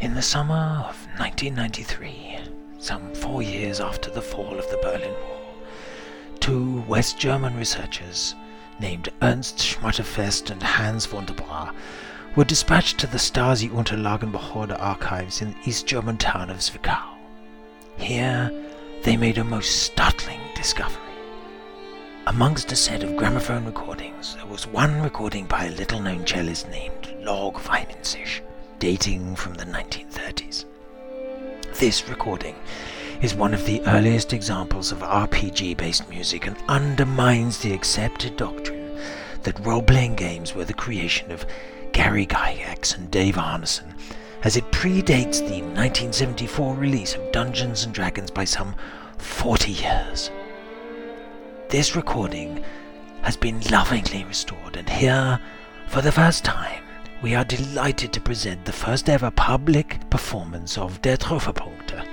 In the summer of 1993, some four years after the fall of the Berlin Wall, two West German researchers named Ernst Schmatterfest and Hans Wunderbar were dispatched to the Stasi Unterlagenbehörde archives in the East German town of Zwickau. Here, they made a most startling discovery. Amongst a set of gramophone recordings, there was one recording by a little known cellist named Log Weinensisch, dating from the 1930s. This recording is one of the earliest examples of RPG based music and undermines the accepted doctrine that role playing games were the creation of Gary Gygax and Dave Arneson, as it predates the 1974 release of Dungeons and Dragons by some 40 years. This recording has been lovingly restored, and here, for the first time, we are delighted to present the first ever public performance of Der Trefferpunkte,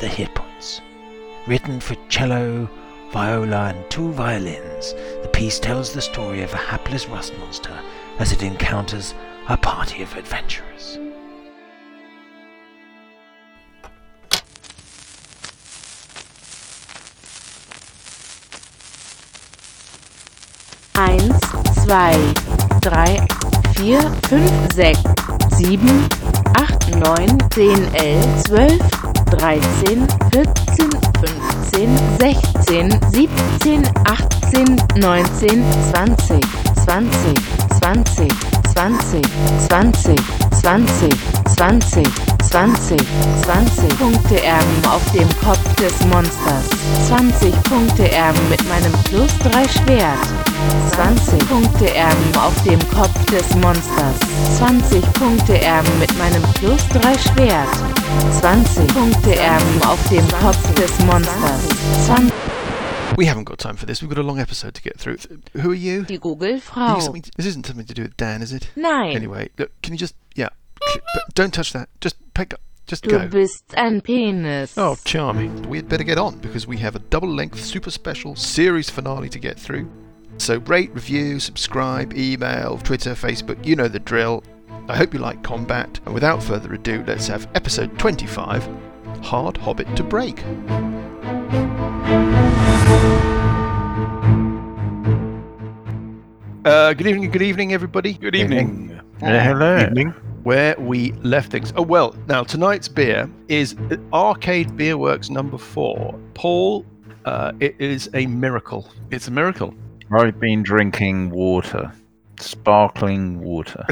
the hit points. Written for cello, viola, and two violins, the piece tells the story of a hapless rust monster as it encounters a party of adventurers. Eins, zwei, drei, vier, fünf, sechs, sieben, acht, neun, zehn, elf, zwölf, dreizehn, vierzehn, fünfzehn, sechzehn, siebzehn, achtzehn, neunzehn, zwanzig, zwanzig, zwanzig, zwanzig, zwanzig, zwanzig, zwanzig, zwanzig, zwanzig Punkte erben auf dem Kopf des Monsters. 20 Punkte erben mit meinem Plus 3 Schwert. 20 Punkte erben auf dem Kopf des Monsters. 20 Punkte erben mit meinem Plus 3 Schwert. 20 Punkte erben auf dem Kopf des Monsters. 20 We haven't got time for this. We've got a long episode to get through. Who are you? Die Are you Google-Frau. something to- this isn't something to do with Dan, is it? Nein, Anyway, look, can you just yeah? click- but don't touch that. Just pick up. Just du go. bist ein Penis. Oh, charming. We'd better get on because we have a double length, super special series finale to get through. So rate, review, subscribe, email, Twitter, Facebook, you know the drill. I hope you like combat. And without further ado, let's have episode 25 Hard Hobbit to Break. Uh, good evening, good evening, everybody. Good evening. hello. Evening. where we left things. Oh well, now tonight's beer is Arcade Beer Works number four. Paul, uh, it is a miracle. It's a miracle. I've been drinking water, sparkling water.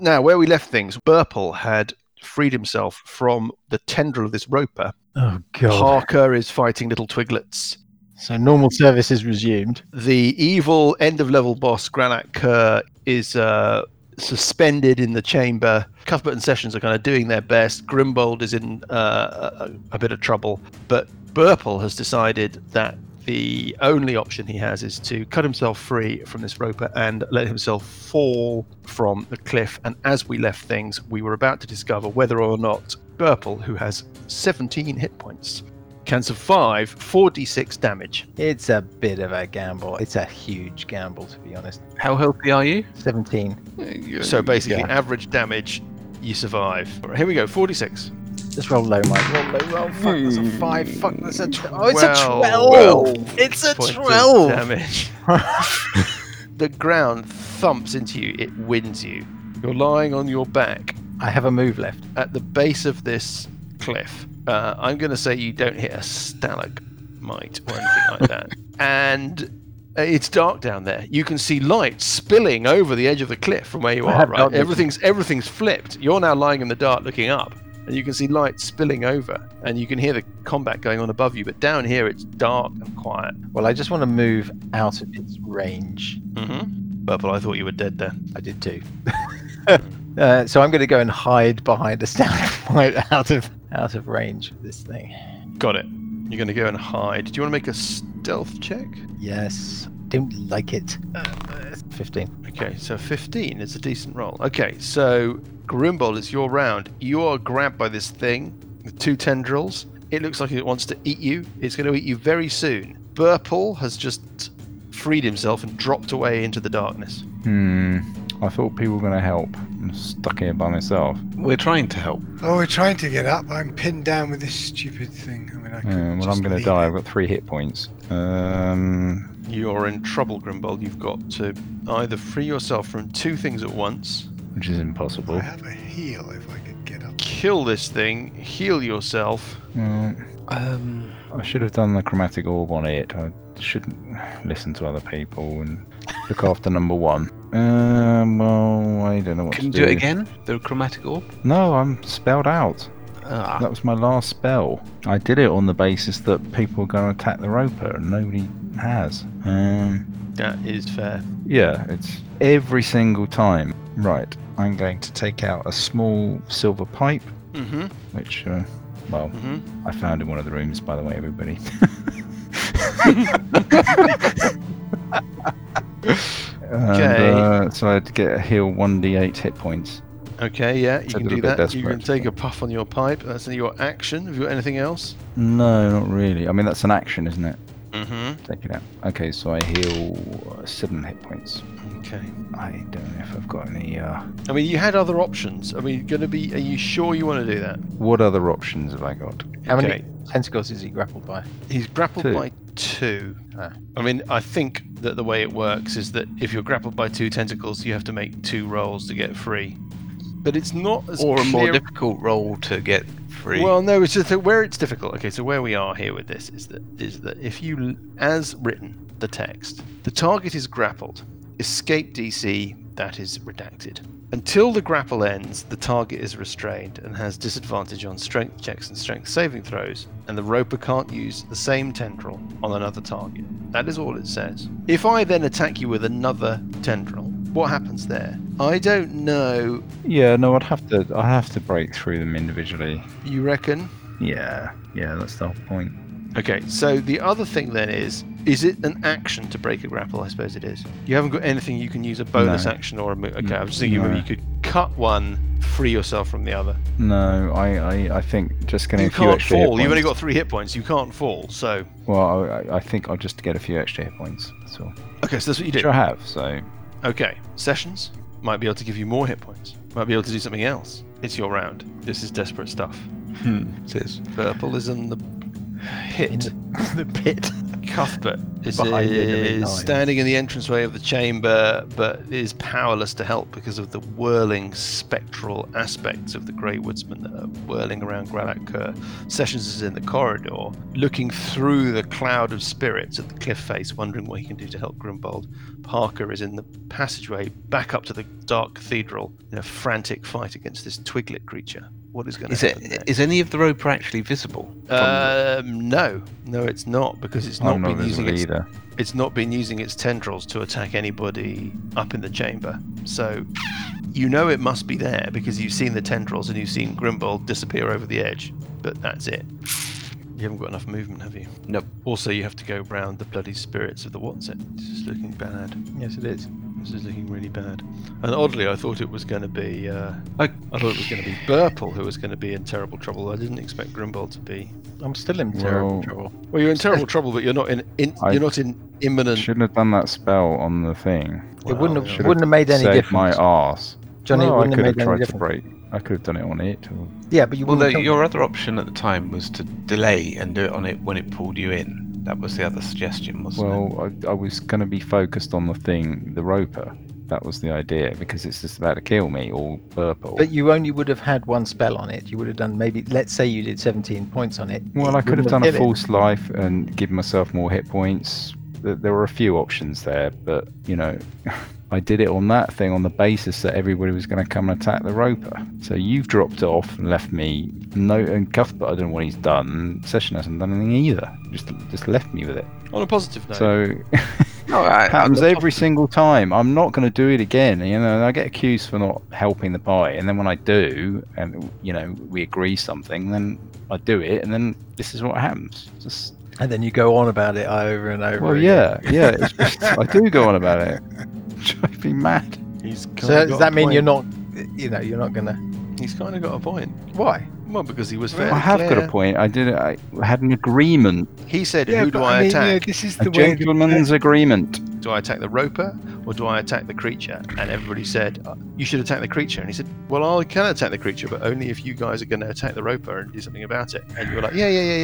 Now, where we left things, Burple had freed himself from the tendril of this roper. Oh god. Parker is fighting little twiglets. So normal service is resumed. The evil end of level boss Granat Kerr is uh, suspended in the chamber. Cuthbert and Sessions are kind of doing their best. Grimbold is in uh, a, a bit of trouble, but Burple has decided that the only option he has is to cut himself free from this roper and let himself fall from the cliff. And as we left things, we were about to discover whether or not Burple, who has 17 hit points, can survive 4d6 damage. It's a bit of a gamble. It's a huge gamble, to be honest. How healthy are you? 17. So basically, average damage, you survive. All right, here we go. 46. Just roll low, Mike. Roll low, roll. Fuck, that's Hmm. a 5. Fuck, that's a 12. Oh, it's a 12. It's a points of 12. Damage. the ground thumps into you. It wins you. You're lying on your back I have a move left. at the base of this cliff. Uh, I'm going to say you don't hit a stalagmite or anything like that. And uh, it's dark down there. You can see light spilling over the edge of the cliff from where you I are. have Right, darkness. everything's everything's flipped. You're now lying in the dark, looking up, and you can see light spilling over, and you can hear the combat going on above you. But down here, it's dark and quiet. Well, I just want to move out of its range. Mm-hmm. Purple, I thought you were dead there. I did too. uh, so I'm going to go and hide behind a stalagmite out of out of range of this thing. Got it. You're going to go and hide. Do you want to make a stealth check? Yes. Don't like it. Uh, 15. Okay, so 15 is a decent roll. Okay, so Grimbol, it's your round. You are grabbed by this thing with two tendrils. It looks like it wants to eat you. It's going to eat you very soon. Burple has just freed himself and dropped away into the darkness. Hmm. I thought people were going to help. I'm stuck here by myself. We're trying to help. Oh, we're trying to get up. I'm pinned down with this stupid thing. I mean, I could Uh, well, just I'm going to leave die. I've got it. three hit points. Um, You're in trouble, Grimbold. You've got to either free yourself from two things at once, which is I impossible. have a heel if I could get up. kill this thing, heal yourself. Uh, Um, I should have done the chromatic orb on it. I shouldn't listen to other people and look after number one. Um, well, I don't know what can you to do it again? The chromatic orb? No, I'm spelled out. Ah, That was my last spell. I did it on the basis that people are going to attack the roper, and nobody has. Um, That is fair. yeah, it's every single time. Right, I'm going to take out a small silver pipe, Mm-hmm. which, uh, well, Mhm. I found in one of the rooms, by the way, everybody. And, Okay. uh, so I had to get a heal 1d8 hit points. Okay, yeah, you It's a can little do bit that. You desperate. can take a puff on your pipe. That's your action. Have you got anything else? No, not really. I mean, that's an action, isn't it? Mm-hmm. Take it out. Okay, so I heal uh, 7 hit points. Okay. I don't know if I've got any. Uh, I mean, you had other options. I mean, going to be. Are you sure you want to do that? what other options have I got? How okay. many tentacles is he grappled by? He's grappled Two. by two. Ah. I mean, I think that the way it works is that if you're grappled by two tentacles, you have to make two rolls to get free. But it's not as or a more clear- difficult roll to get free. Well, no, it's just that where it's difficult. Okay, so where we are here with this is that is that if you, as written, the text, the target is grappled. Escape DC that is redacted. Until the grapple ends, the target is restrained and has disadvantage on strength checks and strength saving throws, and the roper can't use the same tendril on another target. That is all it says. If I then attack you with another tendril, what happens there? I don't know. Yeah, no, I'd have to. I have to break through them individually. You reckon? Yeah, yeah, that's the whole point. Okay, so the other thing then is is it an action to break a grapple? I suppose it is. You haven't got anything you can use a bonus No. action or a move. Okay, Mm, I was just thinking maybe no. you could cut one, free yourself from the other. No, I, I, I think just getting you a few can't extra. hit fall. You've only got points- three hit points. You can't fall. So Well, I, I- I think I'll just get a few extra hit points. That's all. okay, so that's what you do. Which I have. So Okay, sessions might be able to give you more hit points. Might be able to do something else. It's your round. This is desperate stuff. Hmm, says. Purple is in the pit. the pit. Cuthbert is Behind the enemy is lines. standing in the entranceway of the chamber, but is powerless to help because of the whirling spectral aspects of the Grey Woodsman that are whirling around Gralakur. Sessions is in the corridor, looking through the cloud of spirits at the cliff face, wondering what he can do to help Grimbold. Parker is in the passageway back up to the dark cathedral in a frantic fight against this twiglet creature. What is going to Is happen? it? next? Is any of the roper actually visible? from the- Um, no, no, it's not because it's not I'm not been using visible its either. it's not been using its tendrils to attack anybody up in the chamber. So you know it must be there because you've seen the tendrils and you've seen Grimbold disappear over the edge. But that's it. You haven't got enough movement, have you? Nope. Also, you have to go round the bloody spirits of the what's it. This is looking bad. Yes, it is. This is looking really bad. And oddly, I thought it was going to be. Uh, I, I thought it was going to be Burple who was going to be in terrible trouble. I didn't expect Grimbold to be. I'm still in terrible Well- trouble. Well, you're in terrible trouble, but you're not in. in I- you're not in imminent. Shouldn't have done that spell on the thing. it wouldn't Well, have, wouldn't have made any Saved difference. my ass. Johnny, it no, I wouldn't could have have made any tried to difference. break. I could have done it on it. Or... Yeah, but you well, wouldn't. no, have done your other option at the time was to delay and do it on it when it pulled you in. That was the other suggestion, wasn't it? Well, I, I was going to be focused on the thing, the roper. That was the idea because it's just about to kill me, all purple. that. But you only would have had one spell on it. You would have done maybe, let's say you did 17 points on it. well, it I could have wouldn't done a hit it. false life and given myself more hit points. Th- There were a few options there, but you know, I did it on that thing on the basis that everybody was going to come and attack the roper. So you've dropped off and left me no. And Cuthbert, I don't know what he's done. Session hasn't done anything either. Just just left me with it. On a positive note. So No, I, happens every single time. I'm not going to do it again. You know, and I get accused for not helping the party, and then when I do, and you know, we agree something, then I do it, and then this is what happens. Just And then you go on about it over and over. well, again. yeah, yeah. It's just, I do go on about it. Drive me mad. He's kinda So got does a that mean point. you're not, you know, you're not gonna? He's kind of got a point. Why? Well, because he was fairly I have got clear. a point. I did. I had an agreement, He said, Yeah, "Who do but I mean, you know, attack?" this is a the way. the- gentleman's agreement. do I attack the roper or do I attack the creature? And everybody said, "Uh, you should attack the creature. And he said, well, I can attack the creature, but only if you guys are going to attack the roper and do something about it. And you were like, yeah, yeah,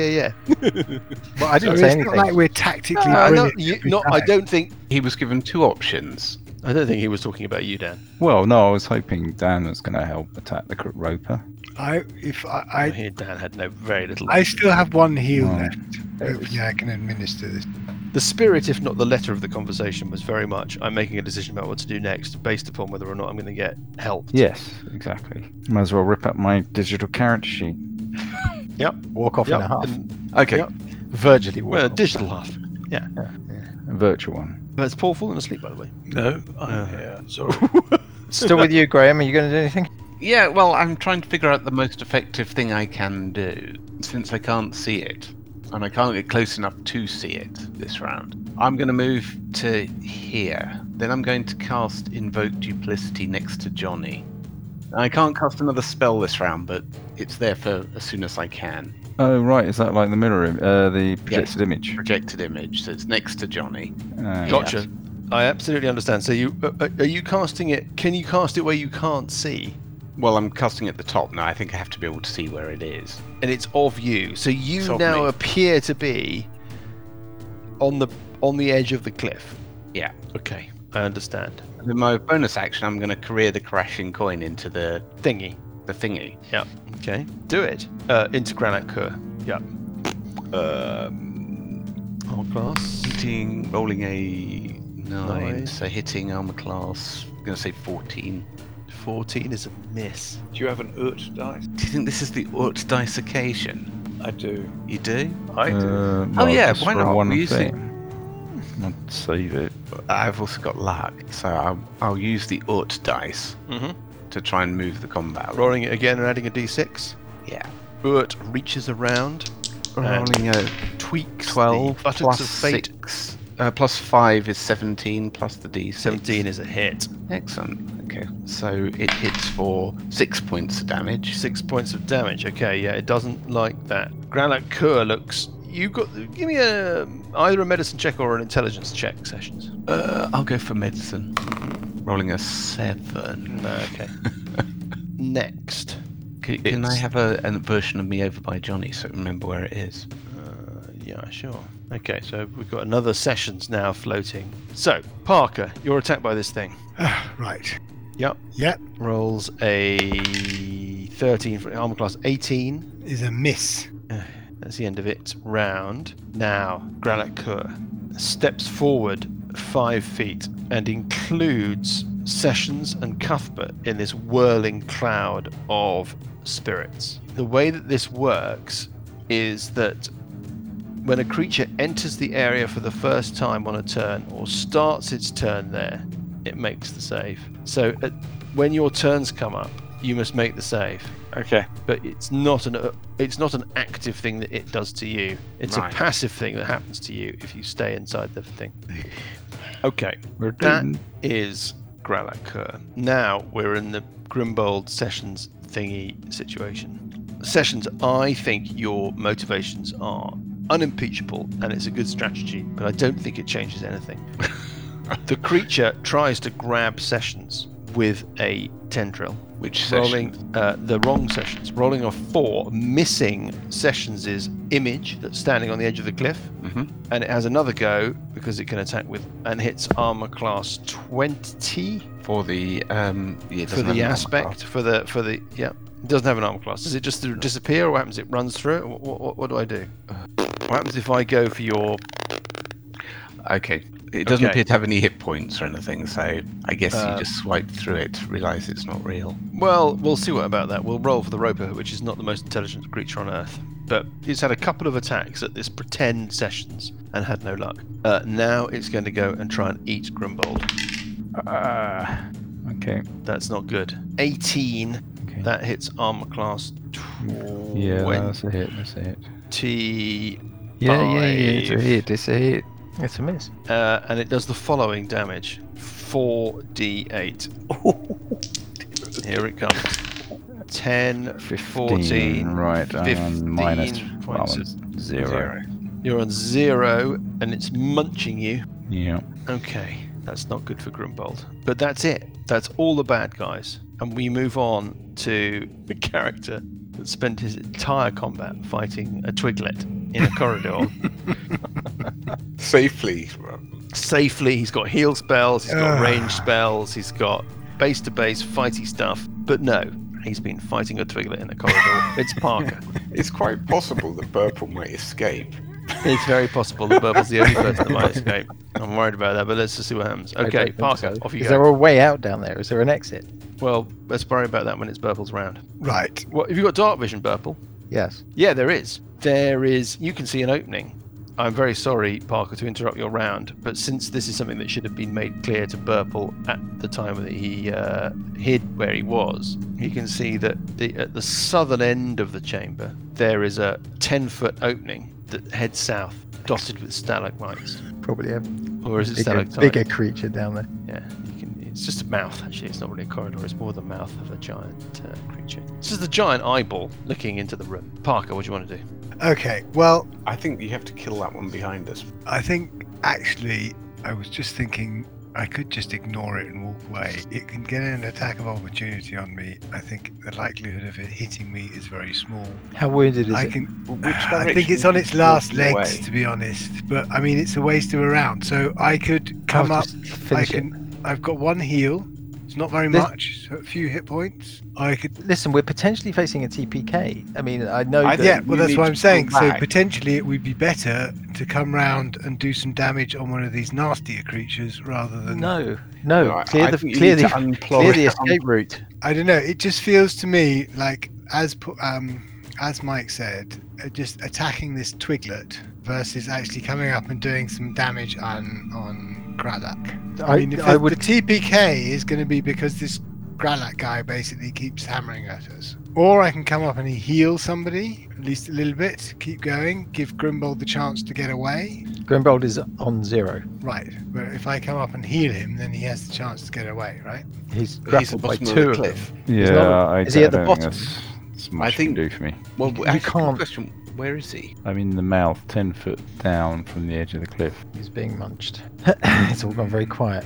yeah, yeah, Well, I So didn't it's say not anything. like we're tactically yeah. Uh, no, brilliant. you, not, I don't think, He was given two options. I don't think he was talking about you, Dan. Well, no, I was hoping Dan was going to help attack the cr- roper. I, if I I, hear Dan had no very little. I, I still have one heal No. left. Hopefully, I can administer this. The spirit, if not the letter of the conversation, was very much, I'm making a decision about what to do next based upon whether or not I'm going to get help. Yes, exactly. Might as well rip up my digital character sheet. Walk off in a Yeah, half. and- Okay. Yep. Virtually walk well, a off. digital half. A virtual one. That's Paul falling asleep, by the way. Uh, No, I'm here. Sorry. Still with you, Graham. Are you going to do anything? Yeah, well, I'm trying to figure out the most effective thing I can do since I can't see it. And I can't get close enough to see it this round. I'm going to move to here. Then I'm going to cast Invoke Duplicity next to Johnny. I can't cast another spell this round, but it's there for as soon as I can. Oh, right. Is that like the mirror, im- uh, the projected image? Projected image, so it's next to Johnny. Uh, Gotcha. I absolutely understand. So you uh, uh, are you casting it? Can you cast it where you can't see, Well, I'm casting at the top now. I think I have to be able to see where it is. and it's of you? So you It's of now me. appear to be on the on the edge of the cliff. Yeah. Okay, I understand. With my bonus action, I'm going to career the crashing coin into the, Thingy. the thingy. Yeah. Okay. Do it. Uh, into granite cur. Yeah. Um. Hold class. Hitting, rolling a nine, Nine. so hitting armor class. I'm gonna say fourteen. Fourteen is a miss. Do you have an Urt dice? Do you think this is the Ort dice occasion? I do. You do? I do. Uh, Oh, right, yeah, just why for not? One We're using- thing. I'd save it. I've also got luck, so I'll, I'll use the Ort dice Mm-hmm. to try and move the combat. Rolling it again and adding a d6. Yeah. Urt reaches around, Rolling a tweaks twelve the buttons plus of fate. six. Uh, plus five is seventeen. Plus the D. 17 is a hit. Excellent. Okay. So it hits for six points of damage. Six points of damage. Okay, yeah, it doesn't like that. Granite Kur looks. You got. Give me a um, either a medicine check or an intelligence check sessions. Uh, I'll go for medicine. Rolling a seven. Okay. Next. Can, can I It's- have a, a version of me over by Johnny so I remember where it is? Uh, yeah, sure. Okay, so we've got another sessions now floating. So Parker, you're attacked by this thing. Ah, right. Yep. Yep. Rolls a 13 for armor class 18. Is a miss. That's the end of its round. Now, Granite Kur steps forward five feet and includes Sessions and Cuthbert in this whirling cloud of spirits. The way that this works is that when a creature enters the area for the first time on a turn or starts its turn there, it makes the save. So at, when your turns come up, you must make the save Okay. but it's not an uh, it's not an active thing that it does to you. It's Right. a passive thing that happens to you if you stay inside the thing. Okay, We're that doing. is Gralakur. Now we're in the Grimbold sessions thingy situation. Sessions, I think your motivations are unimpeachable and it's a good strategy, but I don't think it changes anything. the creature tries to grab Sessions with a tendril Which session? rolling uh, the wrong sessions, rolling a four, missing Sessions' image that's standing on the edge of the cliff, Mhm. and it has another go because it can attack with and hits armor class twenty for the um yeah, it for doesn't have the an armor aspect class. for the for the yeah. It doesn't have an armor class. Does it just disappear, or what happens? It runs through. What, what, what do I do? What happens if I go for your? Okay. It doesn't Okay. appear to have any hit points or anything, so I guess Uh, you just swipe through it, realize it's not real. Well, we'll see what about that. We'll roll for the roper, which is not the most intelligent creature on earth. But it's had a couple of attacks at this pretend sessions and had no luck. Uh, now it's going to go and try and eat Grimbold. Ah, okay. That's not good. 18. okay. That hits armor class yeah, 20. that's a hit. That's a hit. Yeah, yeah, yeah, it's a Five. hit, It's a hit. It's a miss. Uh, and it does the following damage 4d8. Here it comes 10, 15, 14, right, and minus 15 well, points it's zero. You're on zero, and it's munching you. Yeah. Okay, that's not good for Grumbold. But that's it. That's all the bad guys. And we move on to the character that spent his entire combat fighting a twiglet in a corridor. Safely. Safely, he's got heal spells, he's got Ugh. range spells, he's got base to base fighty stuff. But no, he's been fighting a twiglet in a corridor. it's Parker. It's quite possible that Purple might escape. It's very possible that Burble's the only person that might escape. I'm worried about that, but let's just see what happens. I don't Okay, think Parker, so. off you Is go. there a way out down there? Is there an exit? Well, let's worry about that when it's Burble's round. Right. What have you got dark vision, Burple? Yes. Yeah, there is. There is. You can see an opening. I'm very sorry, Parker, to interrupt your round, but since this is something that should have been made clear to Burple at the time that he uh, hid where he was, you can see that the, at the southern end of the chamber there is a 10-foot opening that heads south, dotted with stalagmites, Probably a or is it bigger, stalactites? bigger creature down there. Yeah, you can, it's just a mouth, actually. It's not really a corridor, it's more the mouth of a giant uh, creature. This is the giant eyeball looking into the room. Parker, what do you want to do? Okay. Well, I think you have to kill that one behind us. I think actually, I was just thinking I could just ignore it and walk away. It can get an attack of opportunity on me. I think the likelihood of it hitting me is very small. How wounded is I it? can Which I think it's direction on its last walking legs, away? to be honest. But I mean, it's a ways to around, so I Oh, could come I'll up. just I finish it. can. I've got one heal. It's not very This- much, so a few hit points. I could. Listen, we're potentially facing a TPK. I mean, I know I that Yeah, think well, you that's need what to I'm saying. pull So back. potentially, it would be better to come round and do some damage on one of these nastier creatures rather than. no, no, No, I- clear I the think you clear need to the unplug clear the it. escape route. I don't know. It just feels to me like, as pu- um, as Mike said, uh, just attacking this twiglet versus actually coming up and doing some damage on on Kralak. I, I, mean, if I the- would the TPK is going to be because this Gralak guy basically keeps hammering at us. Or I can come up and heal somebody, at least a little bit, keep going, give Grimbold the chance to get away. Grimbold is on zero. Right, but if I come up and heal him, then he has the chance to get away, right? He's But he's at grappled by the bottom two of the of them. cliff. Yeah. not- I, is he at the I don't think bottom? That's, that's much think- to do for me. Well, You actually, good can't- question. Where is he? I'm in the mouth, ten foot down from the edge of the cliff. He's being munched. it's all gone very quiet.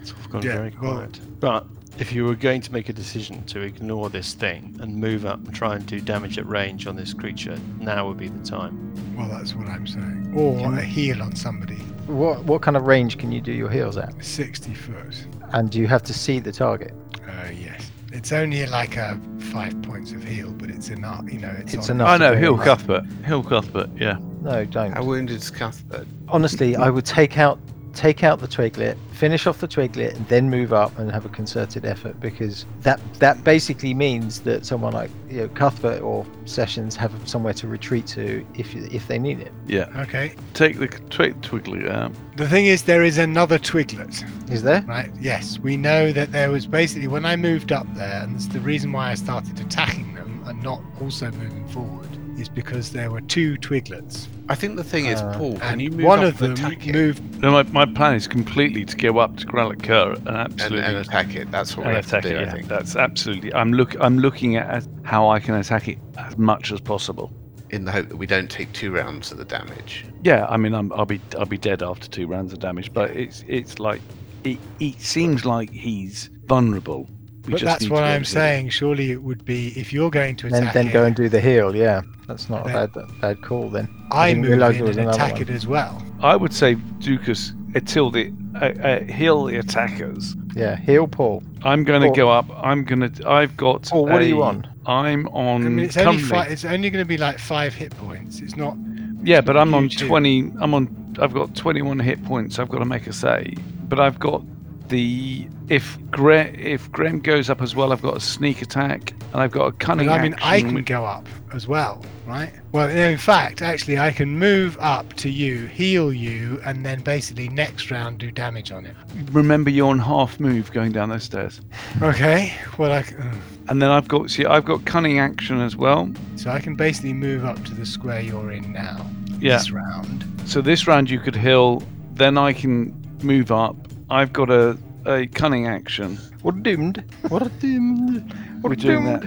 It's all gone Yeah, very well- quiet. But if you were going to make a decision to ignore this thing and move up and try and do damage at range on this creature, now would be the time. Well, that's what I'm saying. Or a heal on somebody, What what kind of range can you do your heels at? 60 foot. And you have to see the target. Uh, yes. It's only like a five points of heal, but it's enough, you know, it's, It's on- enough. to do it. Cuthbert. Hill Cuthbert, yeah. No, don't. How wounded is Cuthbert? Honestly, I would take out take out the twiglet, finish off the twiglet, and then move up and have a concerted effort because that that basically means that someone like you know Cuthbert or Sessions have somewhere to retreat to if if they need it. Okay. Take the twig twiggly down. The thing is, there is another twiglet. Is there? Right. Yes, we know that there was basically when I moved up there, and it's the reason why I started attacking them and not also moving forward is because there were two twiglets, I think the thing is, Uh, Paul, can and you move one up of them and attack it? moved. No, my, my plan is completely to go up to Granite Kerr and and, absolutely and attack it. That's what and we have attack to do. it. I Yeah, think. that's absolutely. I'm look. I'm looking at as- how I can attack it as much as possible. in the hope that we don't take two rounds of the damage. Yeah, I mean, I'm, I'll be I'll be dead after two rounds of damage, but it's it's like it, it seems like he's vulnerable. We But just that's need to what be I'm able to- saying. Surely it would be if you're going to And then, attack then it, go and do the heel. Yeah, that's not a Yeah. bad bad call then. I I didn't move in realise there was and another attack one. it as well. I would say Dukas until the uh, uh, heal the attackers. Yeah, heel Paul. I'm going to Or- go up. I'm going to. I've got. Paul, what are you a- on? I'm on. I mean, it's only Cumley. fi- It's only going to be like five hit points. It's not. Yeah, but I'm on huge hit. 20. I'm on. I've got 21 hit points. I've got to make a save. But I've got the if Gre- if Graham goes up as well, I've got a sneak attack and I've got a cunning. But I mean, I action can which- go up as well, right? Well, no, in fact, actually, I can move up to you, heal you, and then basically next round do damage on it. Remember, you're on half move going down those stairs, Okay. Well, I c- uh, ugh. and then I've got. See, I've got cunning action as well. so I can basically move up to the square you're in now. Yeah. This round. So this round you could heal. Then I can move up. I've got a a cunning action. What a doomed. What a doomed. What We're a doing doomed.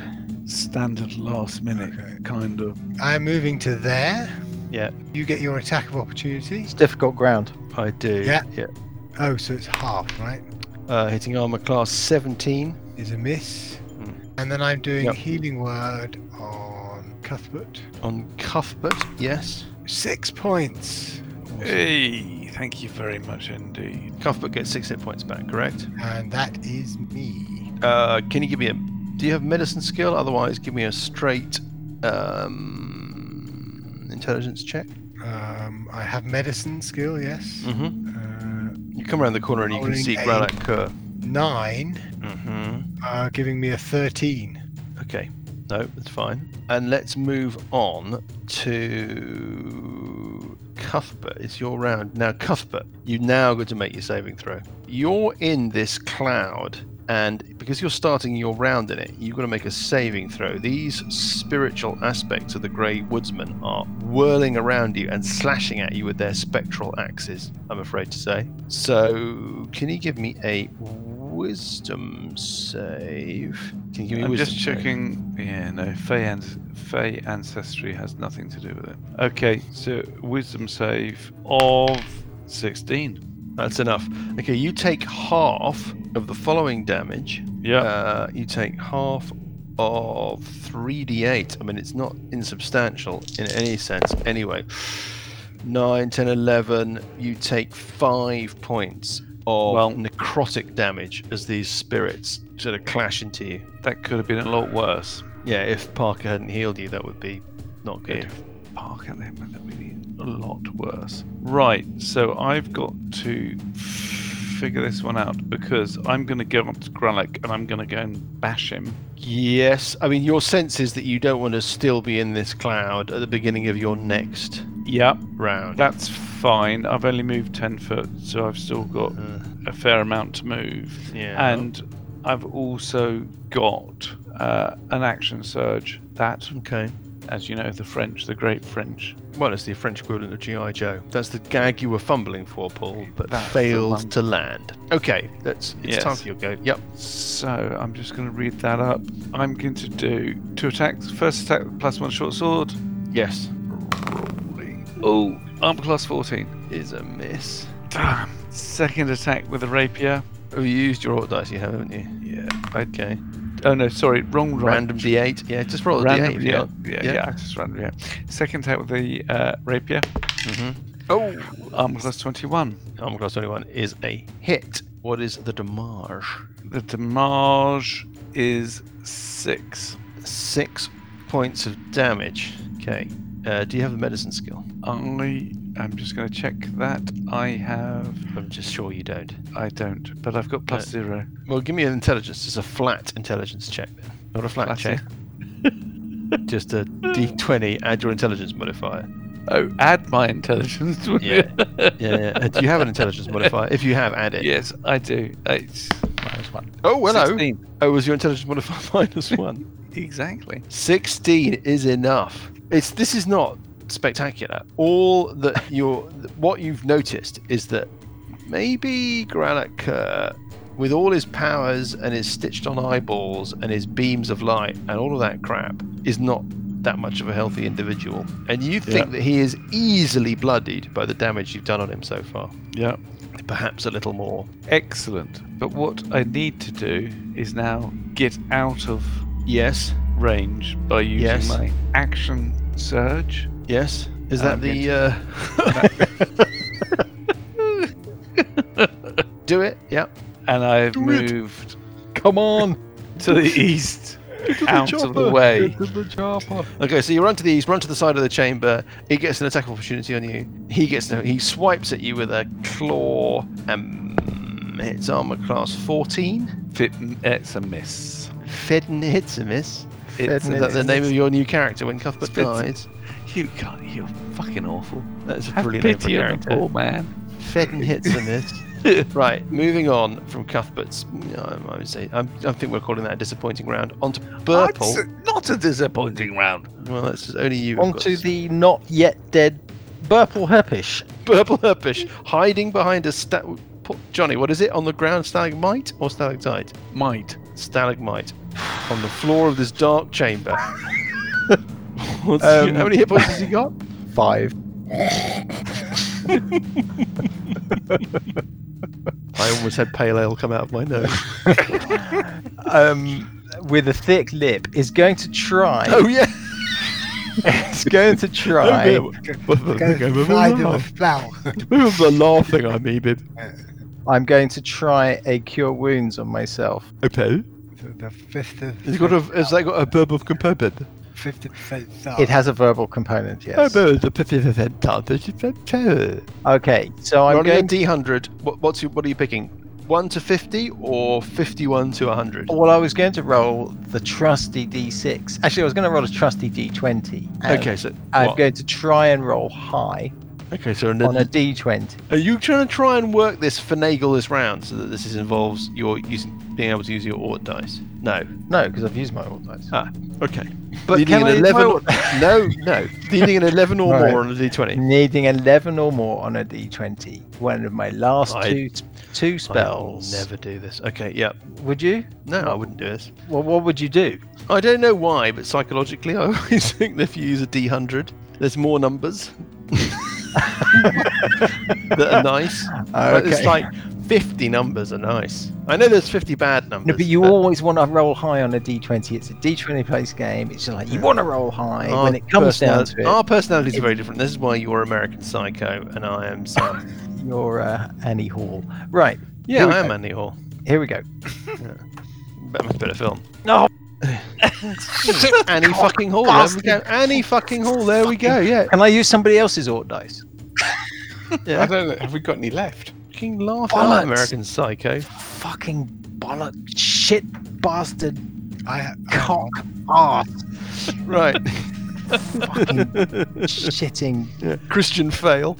that standard last minute kind of. I'm moving to there. You get your attack of opportunity. It's difficult ground. I do. Yeah. Yeah. Oh, so it's half, right? Uh, hitting armor class 17. Is a miss. Mm. And then I'm doing Yep. healing word on Cuthbert. on Cuthbert. Yes. Six points. Hey, thank you very much indeed. Cuthbert gets six hit points back, correct? And that is me. Uh, can you give me a. Do you have medicine skill? Otherwise, give me a straight um, intelligence check. Um, I have medicine skill, yes. Mm-hmm. Uh, You come around the corner and you can Rolling see eight. Granite Kerr. nine, Mm-hmm. uh, giving me a 13. Okay. No, that's fine. And let's move on to Cuthbert. It's your round. Now, Cuthbert, you now got to make your saving throw. You're in this cloud, and because you're starting your round in it, you've got to make a saving throw. These spiritual aspects of the Grey Woodsman are whirling around you and slashing at you with their spectral axes, I'm afraid to say. So, can you give me a wisdom save? Can you give me a I'm wisdom just save? checking. Yeah, no, Fey, an- Fey ancestry has nothing to do with it. Okay, so wisdom save of 16. That's enough. Okay, you take half of the following damage. Yeah. Uh, you take half of 3d8. I mean, it's not insubstantial in any sense, anyway. 9, 10, 11. You take 5 points of Well- necrotic damage as these spirits sort of clash into you. that could have been a lot worse. Yeah, if Parker hadn't healed you, that would be not good. If Parker then would have been a lot worse. Right, so I've got to figure this one out because I'm going to go up to Gralek and I'm going to go and bash him. Yes, I mean, your sense is that you don't want to still be in this cloud at the beginning of your next Yeah, round. that's fine. I've only moved 10 foot, so I've still got Uh, a fair amount to move. Yeah. And I've also got uh, an action surge. That, Okay. as you know, the French, the great French. Well, it's the French equivalent of G.I. Joe. That's the gag you were fumbling for, Paul, but That's the one. failed to land. Okay, that's it's Yes. time for your go. Yep. So I'm just going to read that up. I'm going to do two attacks. First attack, plus one short sword. Yes. Oh, armor class 14. Is a miss. Damn. Second attack with a rapier. Oh, you used your auto dice, you have, haven't you? Yeah. Okay. Oh no, sorry, wrong roll. Random D8. Yeah, just roll a Random, D8. if you yeah, want. yeah, Yeah. yeah, I just random, yeah. Second attack with the uh, rapier. Mm-hmm. Oh, armor class 21. Armor class 21 is a hit. What is the damage? The damage is six. Six points of damage. Okay. Uh, do you have a medicine skill? I am just going to check that. I have. I'm just sure you don't. I don't, but I've got plus Uh, zero. Well, give me an intelligence. Just a flat intelligence check then. Not a flat Flat, check. Just a d20. Add your intelligence modifier. Oh, add my intelligence. will you? Yeah. yeah. Uh, Do you have an intelligence modifier? If you have, add it. Yes, I do. It's minus one. Oh, hello. 16. Oh, was your intelligence modifier minus one? Exactly. 16 is enough. It's this is not spectacular. All that you're, what you've noticed is that maybe Granite Kerr, with all his powers and his stitched on eyeballs and his beams of light and all of that crap, is not that much of a healthy individual. And you think that he is easily bloodied by the damage you've done on him so far. Yeah. Perhaps a little more. Excellent. But what I need to do is now get out of Yes. range by using Yes. my action surge. Yes. Is And that I'm the. Uh... Do it. Yep. And I've Do it. moved Come on! to the east, out of the way. Okay, so you run to the east, run to the side of the chamber. He gets an attack of opportunity on you. He gets no. He swipes at you with a claw and hits armor class 14. Fit, it's a miss. Fedden hits a miss. Is Fedden that the hits. name of your new character when Cuthbert Fedden. dies? You can't. You're fucking awful. That's a Have brilliant name for a pity on the character. poor man. Fedden hits a miss. right, moving on from Cuthbert's. um, I would say I'm, I think we're calling that a disappointing round. Onto Burple. Not a disappointing round. Well, that's just only you. who've got Onto the not yet dead Burple Herpish. purple herpish hiding behind a sta- po- Johnny, what is it on the ground? Stalagmite or stalactite? Might. Stalagmite on the floor of this dark chamber. What's- Um, how many hit points has he got? five. I almost had pale ale come out of my nose. Um, with a thick lip, is going to try. oh yeah. It's going to try. Go fly them with flour. the laughing I needed. I'm going to try a cure wounds on myself. Okay. The- the fifth of- Has, it got a, has that got a verb of component? 50% start. It has a verbal component, yes. Oh, no, the 50% chance is better. Okay, so I'm Rolling a going to. d100. What, what's your, what are you picking? One to fifty or fifty-one to hundred? Well, I was going to roll the trusty d6. Actually, I was going to roll a trusty d20. and Okay, so um, I'm what? going to try and roll high okay, so an, on a d20. are you trying to try and work this finagle this round so that this is involves your using being able to use your ort dice? No. No, because I've used my all dice. Ah, okay. But needing can I an use my eleven? all- or- no, no. Needing an eleven or Right. more on a d20. Needing 11 or more on a d20. One of my last I- two two spells. I will never do this. Okay, yeah. Would you? No, I wouldn't do this. Well, what would you do? I don't know why, but psychologically, I always think that if you use a d100, there's more numbers that are nice. But Okay. It's like 50 numbers are nice. I know there's 50 bad numbers. No, but you always want to roll high on a d20. It's a d20 place game. It's just like you want to roll high. our when it comes Ah, down Ah. personali- to it, Our personalities are very different. This is why you're American Psycho and I am Sam. you're uh, Annie Hall. Right, yeah, Here we I am go. Andy Hall. here we go. Bet much better film. No. Annie fucking Hall. There we go. Annie fucking Hall. There we go. Yeah. Can I use somebody else's Ort dice? I Yeah. don't know. Have we got any left? Fucking laugh out, Bollocks. American Psycho. Fucking bollock, shit, bastard, I, I, cock, ass, Right. fucking shitting. Christian fail.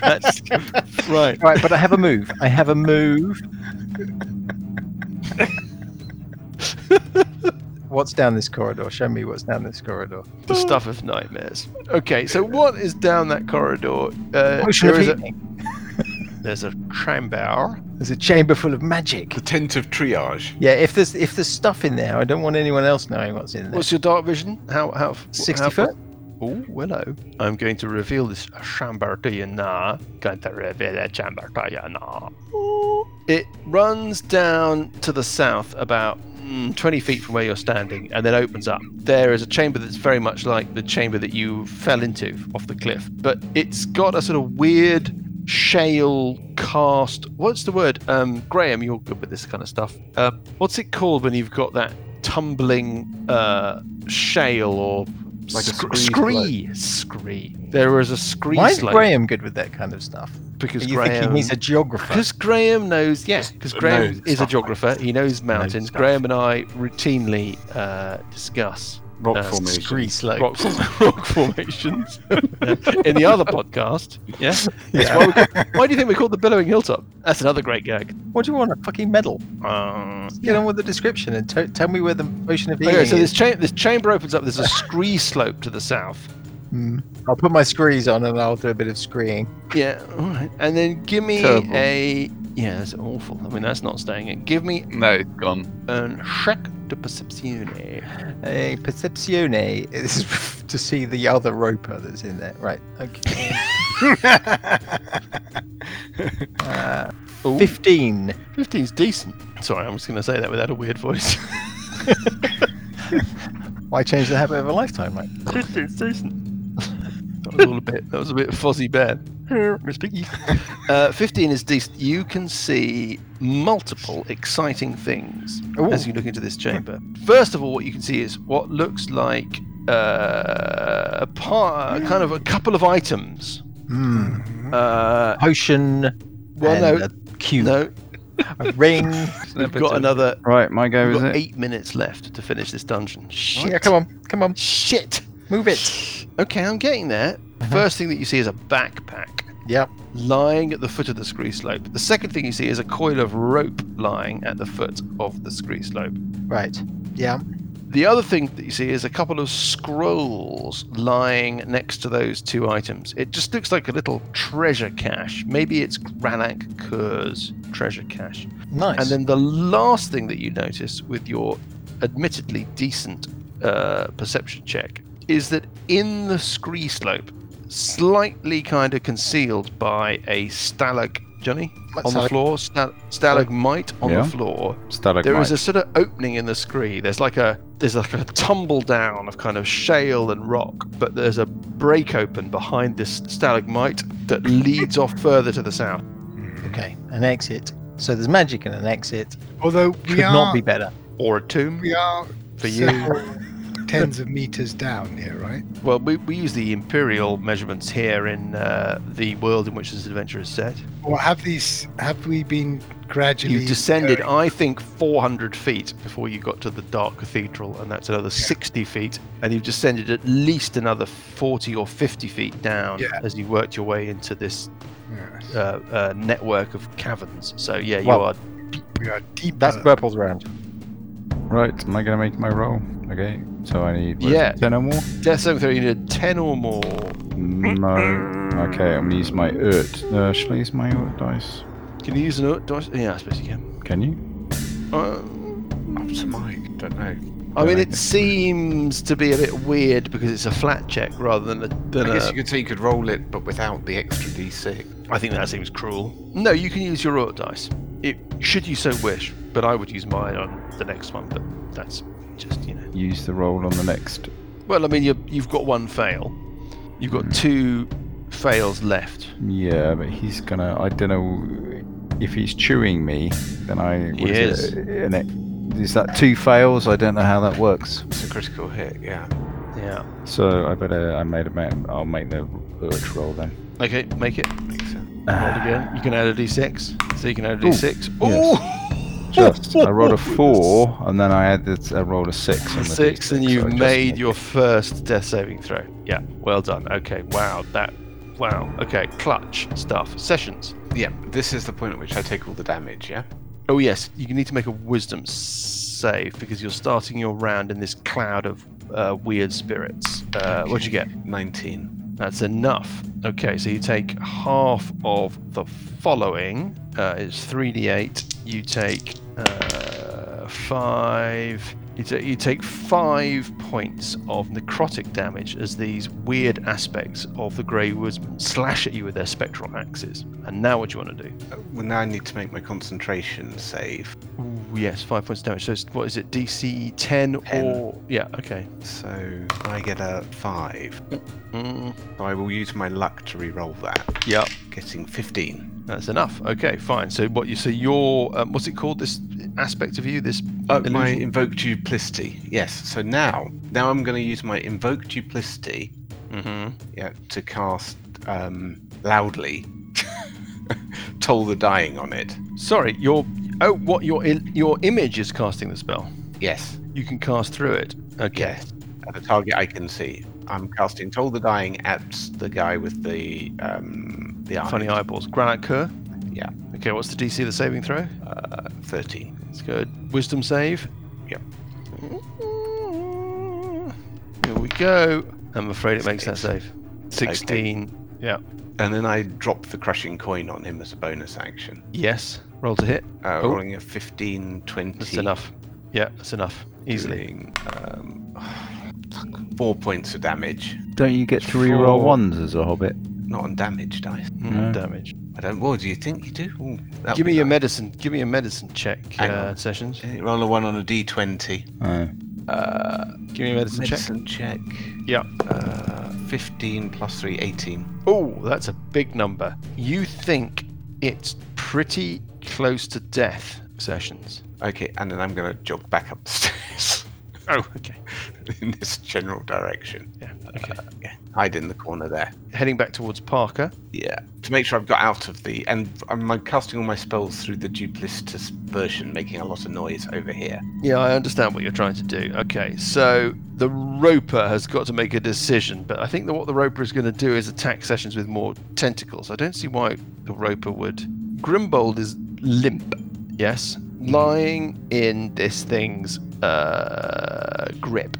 That's right. Right, but I have a move. I have a move. what's down this corridor? Show me what's down this corridor. The stuff of nightmares. Okay, so what is down that corridor? Uh, Ocean of there is a- Evening. there's a trambar. There's a chamber full of magic. The tent of triage. Yeah, if there's if there's stuff in there, I don't want anyone else knowing what's in there. What's your dark vision? How how Sixty how, foot? Oh, hello. I'm going to reveal this chamber to you now. Going to reveal the chamber to you now. It runs down to the south about mm, 20 feet from where you're standing and then opens up. There is a chamber that's very much like the chamber that you fell into off the cliff, but it's got a sort of weird shale cast. What's the word? Um, Graham, you're good with this kind of stuff. Uh, what's it called when you've got that tumbling uh, shale or Like a scr- scree? scree Scree. There is a scree Why is slope Graham good with that kind of stuff? because you Graham think he's a geographer? because Graham knows, yeah, because knows Graham is a stuff. geographer. He knows mountains. stuff. Graham and I routinely uh, discuss Rock Uh, formation. Scree slope. rock, form- rock formations in the other podcast. Yeah, That's why, we call- why do you think we call the billowing hilltop? That's another great gag. What do you want? A fucking medal? Uh, Get on with the description and t- tell me where the ocean of okay, Ealing so this is. cha- this chamber opens up. There's a scree slope to the south. Hmm. I'll put my screes on and I'll do a bit of screeing. Yeah, all right. And then give me Terrible. a yeah. That's awful. I mean, that's not staying in. Give me No, it's gone. an Shrek de Perceptione. A percepzione is to see the other roper that's in there. Right. Okay. Uh, Ooh. Fifteen. 15's decent. Sorry, I'm just going to say that without a weird voice. Why change the habit of a lifetime, mate? 15's decent. That was all a bit. That was a bit fuzzy bad. Miss Piggy. Uh, 15 is decent. You can see multiple exciting things as you look into this chamber. First of all, what you can see is what looks like uh, a par- kind of a couple of items. Hmm. Uh, Ocean. Well, and no. A cube. no, A ring. we've got another. Right, my go We've is got it? eight minutes left to finish this dungeon. Shit. Oh, yeah, come on. Come on. Shit. Move it. Okay, I'm getting there. First thing that you see is a backpack Yep. lying at the foot of the scree slope. The second thing you see is a coil of rope lying at the foot of the scree slope. Right. Yeah. The other thing that you see is a couple of scrolls lying next to those two items. It just looks like a little treasure cache. Maybe it's Granak Ker's treasure cache. Nice. And then the last thing that you notice with your admittedly decent uh, perception check is that in the scree slope, slightly kind of concealed by a stalag Johnny on the stalag- floor, sta- stalagmite on Yeah. the floor. Stalagmite. There is a sort of opening in the scree. There's like a there's like a tumble down of kind of shale and rock, but there's a break open behind this stalagmite that leads off further to the south. Okay, an exit. So there's magic and an exit. uh, Although Could we are, not be better. Or a tomb. we are For you. several tens of meters down here, right? Well, we, we use the imperial measurements here in uh, the world in which this adventure is set. Or have these? Have we been gradually? You descended, going- I think, 400 feet before you got to the Dark Cathedral, and that's another 60 feet. And you've descended at least another 40 or 50 feet down Yeah. as you worked your way into this Yes, uh, uh, network of caverns. So, yeah, you Well- are. we are deeper. That's purple's round. Right, am I going to make my roll? Okay, so I need what is it, Yeah. 10 or more? Death 73, you need a 10 or more. No. Okay, I'm going to use my Urt. Uh, shall I use my Urt dice? Can you use an ult dice? Yeah, I suppose you can. Can you? Uh, Up to Mike. Don't know. I mean, Yeah, it seems to be a bit weird because it's a flat check rather than a. Than I a- guess you could say you could roll it, but without the extra d6. I think that seems cruel. No, you can use your royal dice. It, should you so wish, but I would use mine on the next one, but that's just, you know. Use the roll on the next. Well, I mean, you you've got one fail. You've got two fails left. Yeah, but he's going to. I don't know. If he's chewing me, then I. what Yes. Is, it, an ex- is that two fails? I don't know how that works. It's a critical hit, yeah. Yeah. So I better. I made a. ma- I'll make the Urt roll then. Okay, make it. Makes sense. Roll again. You can add a d6. So you can add a Ooh, d6. Ooh! Just. I rolled a four, and then I had the, I rolled a six. On A the six, D6, and you so I just made make your first death saving throw. Yeah, well done. Okay, wow, that, wow. Okay, clutch stuff. Sessions. Yeah, this is the point at which I take all the damage, yeah? Oh yes, you need to make a wisdom save because you're starting your round in this cloud of uh, weird spirits. Uh, What'd you get? 19. That's enough. Okay, so you take half of the following. Uh, it's three d eight. You take uh, five. You, ta- you take five points of necrotic damage as these weird aspects of the Grey Woodsman slash at you with their spectral axes. And now, what do you want to do? Uh, Well, now I need to make my concentration save. Ooh, yes, five points of damage. So it's, what is it? DC 10, 10. or yeah, okay. So I get a 5. Mm, So I will use my luck to re-roll that, yeah, getting 15. that's enough. Okay, fine. So what you so your um, what's it called? This aspect of you, this Oh, my illusion? invoke duplicity. Yes. So now, now I'm going to use my invoke duplicity Mhm. yeah, to cast um, loudly toll the dying on it. Sorry, your oh what your il- your image is casting the spell. Yes. You can cast through it. Okay. Yes. At a target I can see. I'm casting toll the dying at the guy with the um, the eye. Funny eyeballs. Granite Kerr. Yeah. Okay, what's the DC of the saving throw? Uh, 13. Let's go. Wisdom save. Yep. Here we go. I'm afraid it makes that Six. save. 16. Yeah. And then I drop the crushing coin on him as a bonus action. Yes. Roll to hit. Uh, Oh. rolling a 15, 20. That's enough. Yeah, that's enough. Easily. doing, Um, fuck, four points of damage. the- Don't you get to re-roll Four. ones as a hobbit? Not on damage dice. Mm, No. Damage. I don't. What do you think you do? Ooh, that'll Give me be your nice. medicine. Give me a medicine check, Hang uh, on. Sessions. Okay, Roll a one on a d20. Uh, Uh, Give me a medicine, medicine check. check. Yeah. Uh, 15 plus 3, 18. Oh, that's a big number. You think it's pretty close to death, Sessions. Okay, and then I'm going to jog back upstairs Oh, okay. in this general direction. Yeah, okay. Yeah, Uh, hide in the corner there. Heading back towards Parker. Yeah, to make sure I've got out of the. And I'm I'm casting all my spells through the duplicitous version, making a lot of noise over here. Yeah, I understand what you're trying to do. Okay, so the Roper has got to make a decision, but I think that what the Roper is going to do is attack Sessions with more tentacles. I don't see why the Roper would. Grimbold is limp, yes, lying in this thing's uh, grip.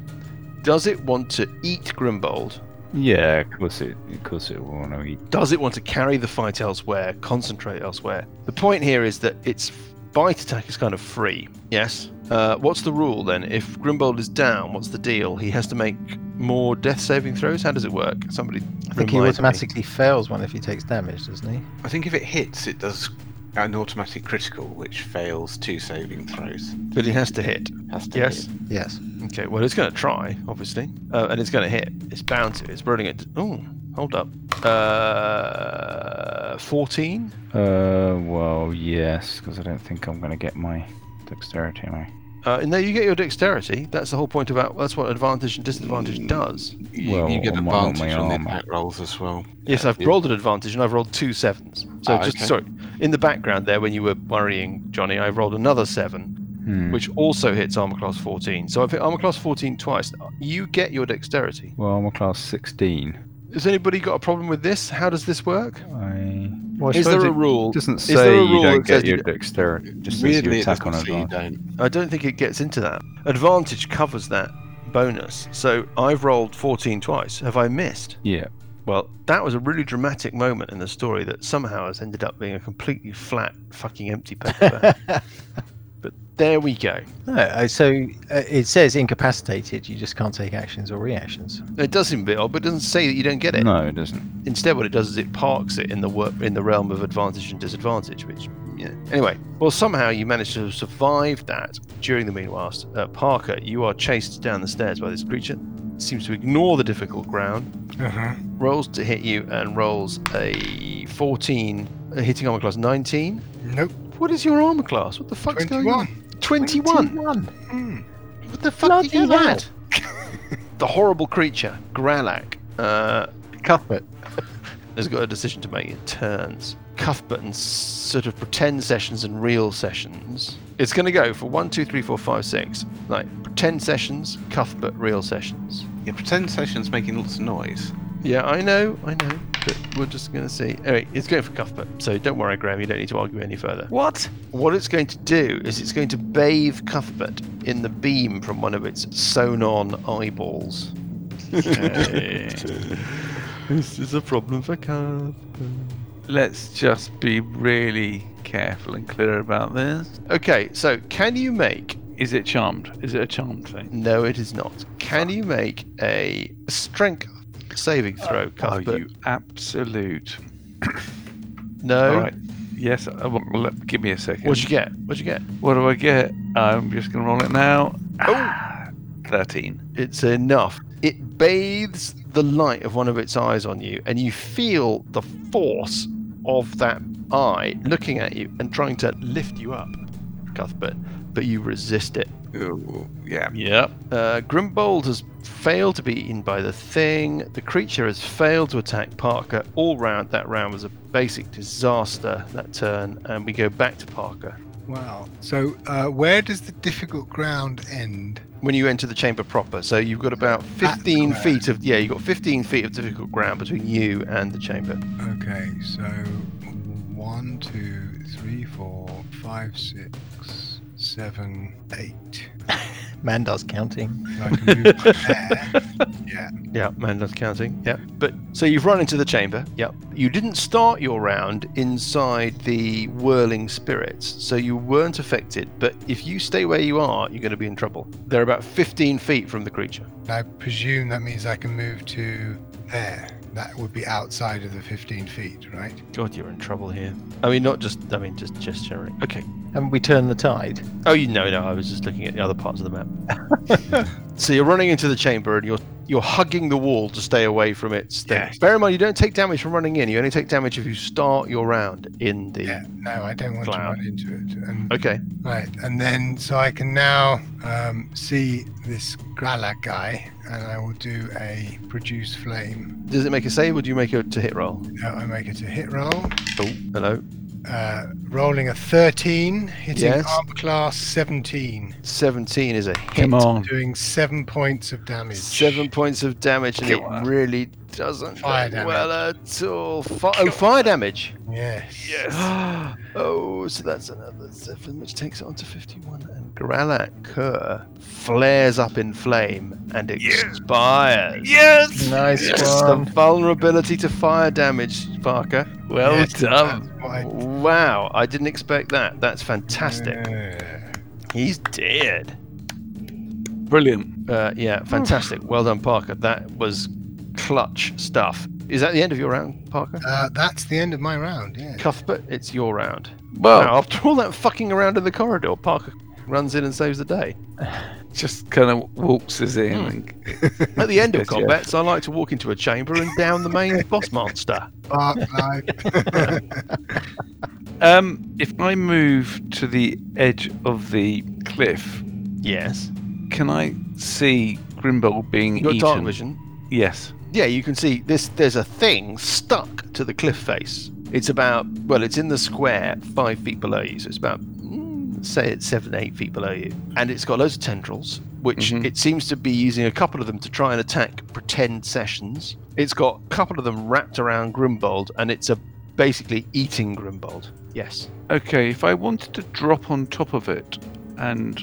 Does it want to eat Grimbold? yeah, of course it. Of course it will. No, he- Does it want to carry the fight elsewhere, concentrate elsewhere? The point here is that its bite attack is kind of free. Yes. Uh, what's the rule then? If Grimbold is down, what's the deal? He has to make more death saving throws? How does it work? Somebody. I think he remind me. automatically fails one if he takes damage, doesn't he? I think if it hits, it does an automatic critical, which fails two saving throws. But he has to hit. Has to Yes. Yes. Okay. Well, it's going to try, obviously, uh, and it's going to hit. It's bound to. It's rolling it. Oh, hold up. Uh, fourteen. Uh, well, yes, because I don't think I'm going to get my dexterity. Am I? Uh, and there you get your dexterity. That's the whole point about. That's what advantage and Hmm. disadvantage does. hit. You, Well, you get on my- on my advantage on the arm. attack rolls as well. Yes, I've Yeah. rolled an advantage and I've rolled two sevens. So Ah, just okay. sorry. In the background there, when you were worrying, Johnny, I rolled another seven, Hmm. which also hits armor class 14. So I've hit armor class 14 twice. You get your dexterity. Well, I'm a class 16. Has anybody got a problem with this? How does this work? I Well, I Is suppose there a it- rule? it doesn't Is there a say you rule don't that says get you your dexterity. It Just says you Weirdly, it attack on doesn't say you advantage. don't. I don't think it gets into that. Advantage covers that bonus. So I've rolled 14 twice. Have I missed? Yeah. Well, that was a really dramatic moment in the story that somehow has ended up being a completely flat, fucking empty paperback. but there we go. No, uh, so uh, it says incapacitated. You just can't take actions or reactions. It does seem a bit odd, but it doesn't say that you don't get it. No, it doesn't. Instead, what it does is it parks it in the wor- in the realm of advantage and disadvantage. Which, yeah. Anyway, well, somehow you manage to survive that. During the meanwhile, uh, Parker, you are chased down the stairs by this creature. Seems to ignore the difficult ground. Uh-huh. Rolls to hit you and rolls a 14, uh, hitting armor class 19. Nope. What is your armor class? What the fuck's going on? 21. 21. Mm. What the fuck Bloody did you hell. get? Hmm. the horrible creature, Gralak, uh, Cuthbert. has got a decision to make. It turns. Cuthbert and s- sort of pretend sessions and real sessions. It's going to go for one, two, three, four, five, six. Like pretend sessions, Cuthbert, real sessions. Your pretend session's making lots of noise. Yeah, I know, I know, but we're just going to see. Anyway, it's going for Cuthbert, so don't worry, Graham, you don't need to argue any further. What? What it's going to do is it's going to bathe Cuthbert in the beam from one of its sewn on eyeballs. This is a problem for Cuthbert. Let's just be really careful and clear about this. Okay, so can you make. Is it charmed? Is it a charmed thing? No, it is not. Can you make a strength saving throw, Oh, Cuthbert? you absolute. No. All right. Yes. I, well, let- give me a second. What'd you get? What'd you get? What do I get? I'm just going to roll it now. Oh. Ah, 13. It's enough. It bathes the light of one of its eyes on you, and you feel the force of that eye looking at you and trying to lift you up, Cuthbert, but you resist it. Ooh, yeah. Yep. Uh, Grimbold has failed to be eaten by the thing. The creature has failed to attack Parker. All round, that round was a basic disaster, that turn, and we go back to Parker. Wow. So uh, where does the difficult ground end? When you enter the chamber proper, so you've got about That's 15 correct. feet of, yeah, you've got 15 feet of difficult ground between you and the chamber. Okay, so one, two, three, four, five, six, seven, eight. Mandar's counting. So I can move from there. Yeah. Yeah, man, that's counting. Yeah, but so you've run into the chamber. Yeah, you didn't start your round inside the whirling spirits, so you weren't affected. But if you stay where you are, you're going to be in trouble. They're about 15 feet from the creature. I presume that means I can move to there. That would be outside of the 15 feet, right? God, you're in trouble here. I mean, not just. I mean, just just generally. Okay. Haven't we turned the tide? Oh, you know, no, I was just looking at the other parts of the map. so you're running into the chamber and you're you're hugging the wall to stay away from its thing. Yes. Bear in mind, you don't take damage from running in. You only take damage if you start your round in the. Yeah. No, I don't want Cloud. Oh. to run into it. And Okay. right, and then so I can now um, see this Grala guy, and I will do a produce flame. Does it make a save or do you make a to hit roll? Now I make it a hit roll. Oh, hello. Uh, rolling a 13, hitting Yes. armor class 17, 17 is a hit. Come on. doing seven points of damage. Seven points of damage, and Kill it her. really doesn't Fire do well at all. Fi- oh, fire damage. Yes. oh, so that's another seven, which takes it on to 51. And Gralak Kerr flares up in flame and expires. Yes. Nice The one. vulnerability to fire damage, Parker. Well Yes, done. that's what I- Wow, I didn't expect that. That's fantastic. Yeah. He's dead. Brilliant. Uh, yeah, fantastic. Well done, Parker. That was clutch stuff. Is that the end of your round, Parker? Uh, that's the end of my round. Yeah. Cuthbert, it's your round. Well, Now, after all that fucking around in the corridor, Parker runs in and saves the day. Just kind of walks us in. and- Hmm. At the end of Yes, yeah. combats, I like to walk into a chamber and down the main boss monster. Bark live. Um, if I move to the edge of the cliff, Yes. can I see Grimbold being You got eaten? dark vision. Yes. Yeah, you can see this. There's a thing stuck to the cliff face. It's about well, it's in the square five feet below you, so it's about mm, say it's seven, eight feet below you, and it's got loads of tendrils, which Mhm. it seems to be using a couple of them to try and attack pretend sessions. It's got a couple of them wrapped around Grimbold, and it's a basically eating Grimbold. Yes. Okay, if I wanted to drop on top of it and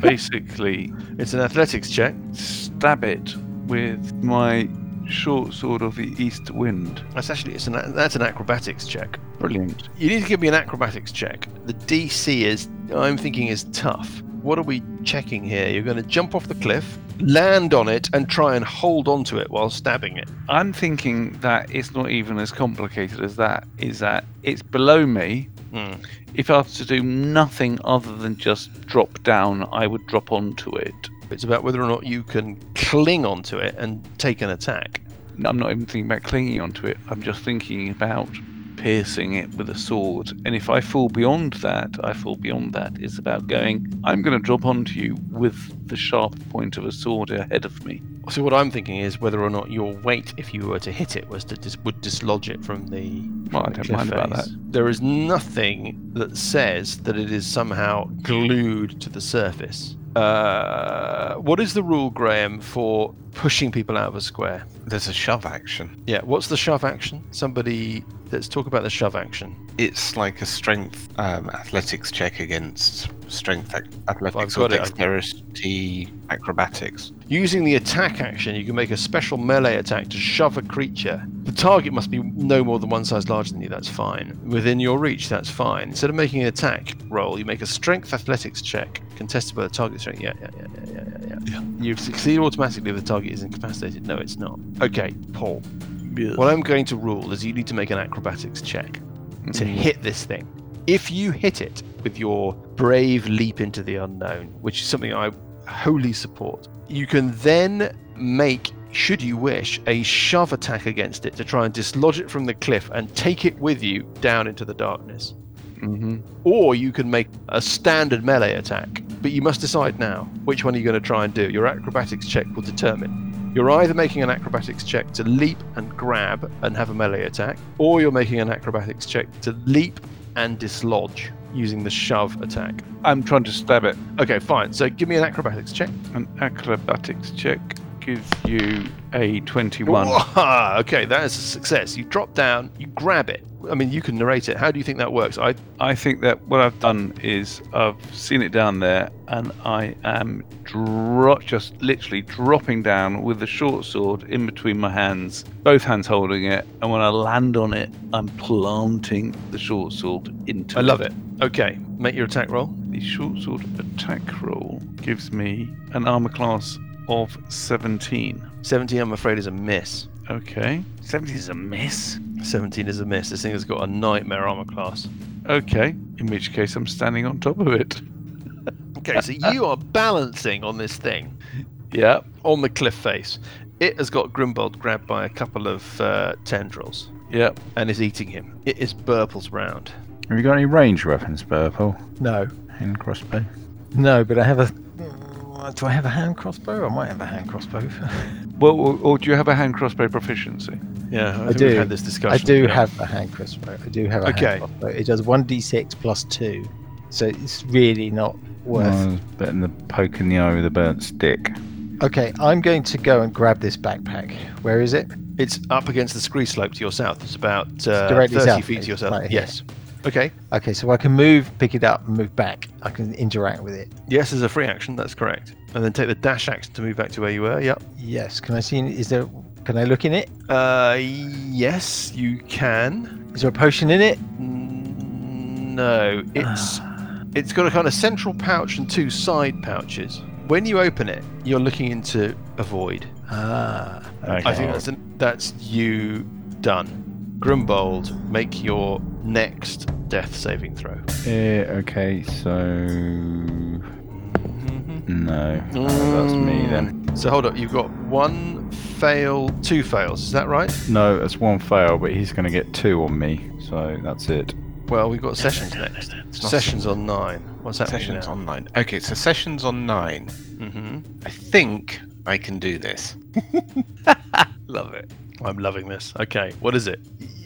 basically It's an athletics check. stab it with my short sword of the east wind. That's actually it's an that's an acrobatics check. Brilliant. You need to give me an acrobatics check. The DC is, I'm thinking, is tough. What are we checking here? You're going to jump off the cliff, land on it, and try and hold onto it while stabbing it. I'm thinking that it's not even as complicated as that, is that it's below me. Mm. If I was to do nothing other than just drop down, I would drop onto it. It's about whether or not you can cling onto it and take an attack. No, I'm not even thinking about clinging onto it. I'm just thinking about piercing it with a sword. And if I fall beyond that, I fall beyond that. It's about going, I'm going to drop onto you with the sharp point of a sword ahead of me. So what I'm thinking is whether or not your weight, if you were to hit it, was to dis- would dislodge it from the. Well, I don't cliff mind about face. that. There is nothing that says that it is somehow glued to the surface. Uh, what is the rule, Graham, for pushing people out of a square? There's a shove action. Yeah, what's the shove action? Somebody, let's talk about the shove action. It's like a strength um, athletics check against strength ac- athletics or got it, I've- dexterity acrobatics. Using the attack action, you can make a special melee attack to shove a creature. The target must be no more than one size larger than you, that's fine. Within your reach, that's fine. Instead of making an attack roll, you make a strength athletics check, contested by the target strength. Yeah, yeah, yeah, yeah, yeah, yeah. yeah. You succeed automatically if the target is incapacitated. No, it's not. Okay, Paul. What I'm going to rule is you need to make an acrobatics check. to hit this thing. If you hit it with your brave leap into the unknown, which is something I wholly support, you can then make, should you wish, a shove attack against it to try and dislodge it from the cliff and take it with you down into the darkness. Mm-hmm. Or you can make a standard melee attack, but you must decide now which one are you going to try and do. Your acrobatics check will determine. You're either making an acrobatics check to leap and grab and have a melee attack, or you're making an acrobatics check to leap and dislodge using the shove attack. I'm trying to stab it. Okay, fine. So give me an acrobatics check. An acrobatics check gives you a 21. Whoa, okay, that is a success. You drop down, you grab it. I mean, you can narrate it. How do you think that works? I I think that what I've done is I've seen it down there and I am dro- just literally dropping down with the short sword in between my hands, both hands holding it. And when I land on it, I'm planting the short sword into I love it. Okay, make your attack roll. The short sword attack roll gives me an armor class of 17. 17, I'm afraid, is a miss. Okay. 17 is a miss. 17 is a miss. This thing has got a nightmare armor class. Okay. In which case, I'm standing on top of it. Okay, so you are balancing on this thing Yeah. on the cliff face. It has got Grimbold grabbed by a couple of uh, tendrils Yeah. and is eating him. It is Burple's round. Have you got any range weapons, Purple? No, Hand crossbow? no, but I have a. mm, Do I have a hand crossbow? I might have a hand crossbow. Well, or, or do you have a hand crossbow proficiency? Yeah, I, do. We've had this I discussion. do Yeah. have a hand crossbow. I do have a Okay. hand crossbow. It does one d6 plus two, so it's really not worth. Well, better than the poke in the eye with a burnt stick. Okay, I'm going to go and grab this backpack. Where is it? It's up against the scree slope to your south. It's about uh, directly 30 south, feet to it's your south. right here. yes. Okay. Okay, so I can move, pick it up, and move back. I can interact with it. Yes is a free action. That's correct. And then take the dash action to move back to where you were. Yep. Yes. Can I see? Is there? Can I look in it? Uh, yes, you can. Is there a potion in it? No, it's it's got a kind of central pouch and two side pouches. When you open it, you're looking into a void. Ah. I think that's that's you done. Grumbold, make your next death saving throw. Eh, okay, so no, Uh, that's me Mm. then. So hold up, you've got one fail, two fails. Is that right? No, that's one fail, but he's going to get two on me, so that's it. Well, we've got sessions next. not- Sessions on nine. What's that? Sessions on nine. Okay, so sessions on nine. Mm-hmm. I think I can do this. Love it. I'm loving this. Okay, what is it?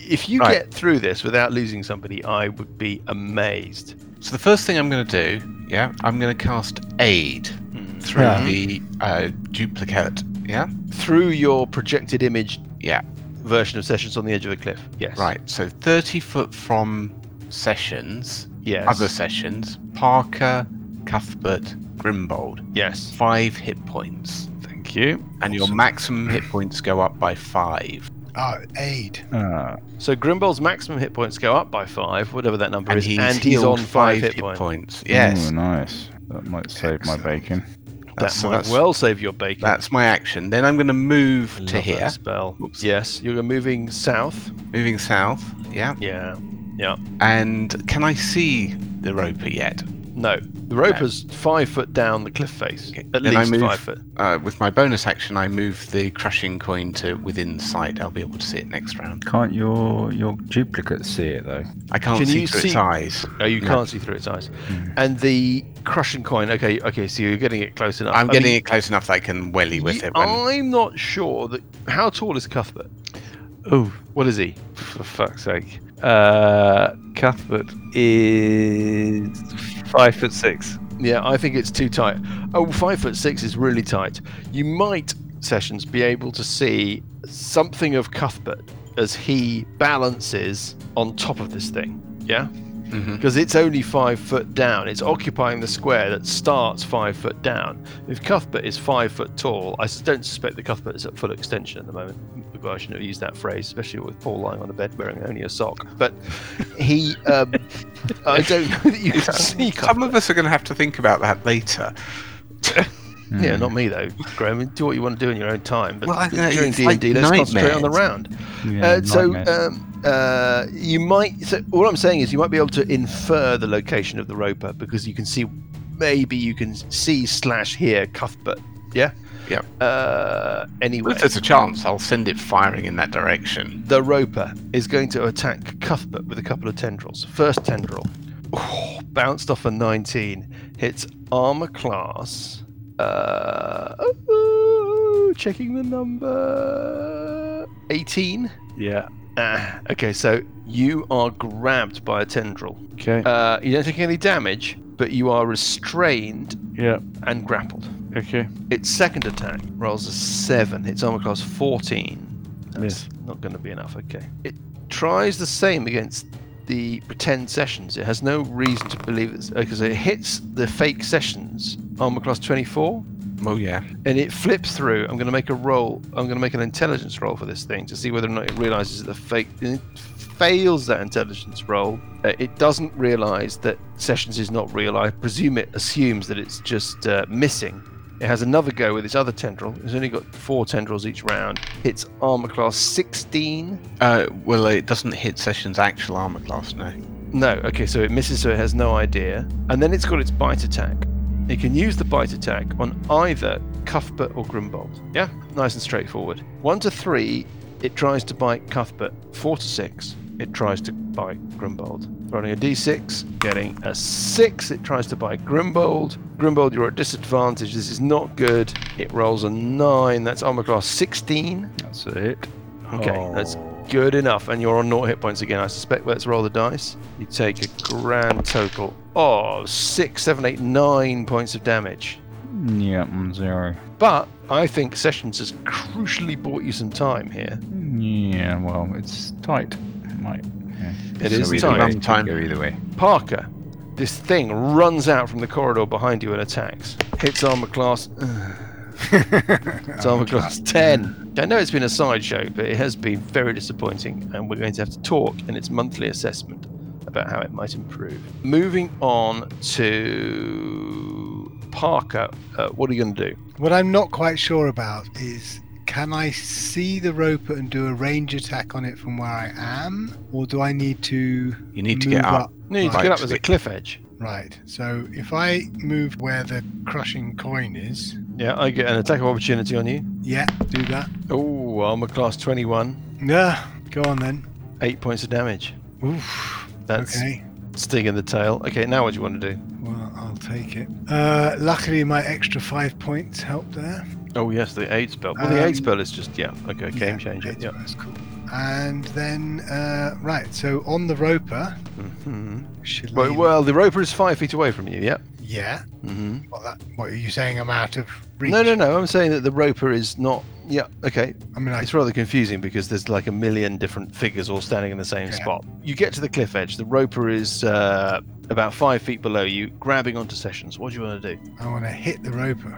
If you Right. get through this without losing somebody, I would be amazed. So the first thing I'm going to do, yeah, I'm going to cast aid Hmm. through Yeah. the uh, duplicate. Yeah, Through your projected image yeah. version of sessions on the edge of a cliff. Yes. Right. So 30 foot from sessions, Yes. other sessions, Parker, Cuthbert, Grimbold, Yes. five hit points, Thank you. and your maximum hit points go up by five. Oh, aid. Ah, So Grimbold's maximum hit points go up by five, whatever that number And is, he's, and he's healed on five hit points. Mm, Yes. ooh, nice. That might save my bacon. That That's, so might that's, well save your bacon. that's my action. Then I'm going to move Love to that here, spell. Oops. Yes, you're moving south. moving south. Yeah. Yeah. Yeah. And can I see the roper yet? No, the rope is five foot down the cliff face. Okay, At then I least move- five foot. Uh, with my bonus action, I move the crushing coin to within sight. I'll be able to see it next round. Can't your your duplicate see it though? I can't Can see you through its see- eyes. Oh, you No. can't see through its eyes. Mm. And the crushing coin. Okay, okay. So you're getting it close enough. I'm I getting mean, it close enough that I can welly with ye- it. When, I'm not sure that. How tall is Cuthbert? Oh, What is he? for fuck's sake. Uh, Cuthbert is five foot six. Yeah, I think it's too tight. Oh, five foot six is really tight. You might, Sessions, be able to see something of Cuthbert as he balances on top of this thing. Yeah? Mhm. Because it's only five foot down. It's occupying the square that starts five foot down. If Cuthbert is five foot tall, I s- don't suspect that Cuthbert is at full extension at the moment. Well, I shouldn't have used that phrase, especially with Paul lying on a bed wearing only a sock. But he, um, I don't know that you can see Cuthbert. Some of us are going to have to think about that later. Yeah, not me though, Graham. Do what you want to do in your own time. But Hmm. Well, I know, during it's D and like D, let's concentrate on the nightmares. round. Yeah, Uh, so nightmare. um, uh, you might. So all I'm saying is you might be able to infer the location of the roper because you can see. Maybe you can see slash hear Cuthbert. Yeah. Yeah. Uh, anyway, If there's a chance, I'll send it firing in that direction. the roper is going to attack Cuthbert with a couple of tendrils. First tendril oh, bounced off a 19, hits armor class. Uh, oh, checking the number 18. Yeah. Ah, okay, so you are grabbed by a tendril. Okay. Uh, you don't take any damage, but you are restrained yeah. and grappled. Okay. Its second attack rolls a 7. Its armor class 14. That's Miss. not going to be enough. Okay. It tries the same against the pretend sessions. It has no reason to believe it's because it hits the fake sessions armor class 24 Oh, yeah. and it flips through. I'm going to make a roll. I'm going to make an intelligence roll for this thing to see whether or not it realizes that the fake and it fails that intelligence roll. Uh, it doesn't realize that sessions is not real. I presume it assumes that it's just uh, missing. It has another go with its other tendril. It's only got four tendrils each round. It's armor class 16. Uh, well, it doesn't hit Session's actual armor class, no. No, okay, so it misses, so it has no idea. And then it's got its bite attack. It can use the bite attack on either Cuthbert or Grimbold. Yeah? Nice and straightforward. One to three, it tries to bite Cuthbert. Four to six, it tries to bite Grimbold. Rolling a d6, getting a six, it tries to bite Grimbold. Grimbold, you're at disadvantage. This is not good. It rolls a nine. That's armor class 16. That's it. Okay, that's good enough. And you're on naught hit points again. I suspect let's roll the dice. You take a grand total of six, seven, eight, nine points of damage. Yeah, I'm zero. But I think Sessions has crucially bought you some time here. Yeah, well, it's tight. It might. Yeah. It is either tight. way, it Time. could Go either way. Parker, this thing runs out from the corridor behind you and attacks. Hits armor class. it's armor class 10. I know it's been a sideshow, but it has been very disappointing, and we're going to have to talk in its monthly assessment about how it might improve. Moving on to Parker, uh, what are you going to do? What I'm not quite sure about is can I see the rope and do a range attack on it from where I am, or do I need to You need to get move up. You need to Right. get up as a cliff edge. Right. So if I move where the crushing coin is, Yeah, I get an attack of opportunity on you. yeah, do that. Oh, armor class 21, Yeah, go on then. eight points of damage. Oof. That's okay. sting in the tail. Okay, now what do you want to do? Well, I'll take it. Uh, luckily, my extra five points help there. Oh, yes, the aid spell. Well, the Um, aid spell is just, yeah, okay, game changer. that's- Yeah. That's cool. And then, uh, right. So on the roper, Mhm. Shalane, Right, well, the roper is five feet away from you, yeah? yeah. Mm-hmm. Well, that, what are you saying? I'm out of reach. No, no, no. I'm saying that the roper is not. Yeah, okay. I mean, I, It's rather confusing because there's like a million different figures all standing in the same Yeah. spot. You get to the cliff edge. The roper is uh, about five feet below you, grabbing onto sessions. What do you want to do? I want to hit the roper.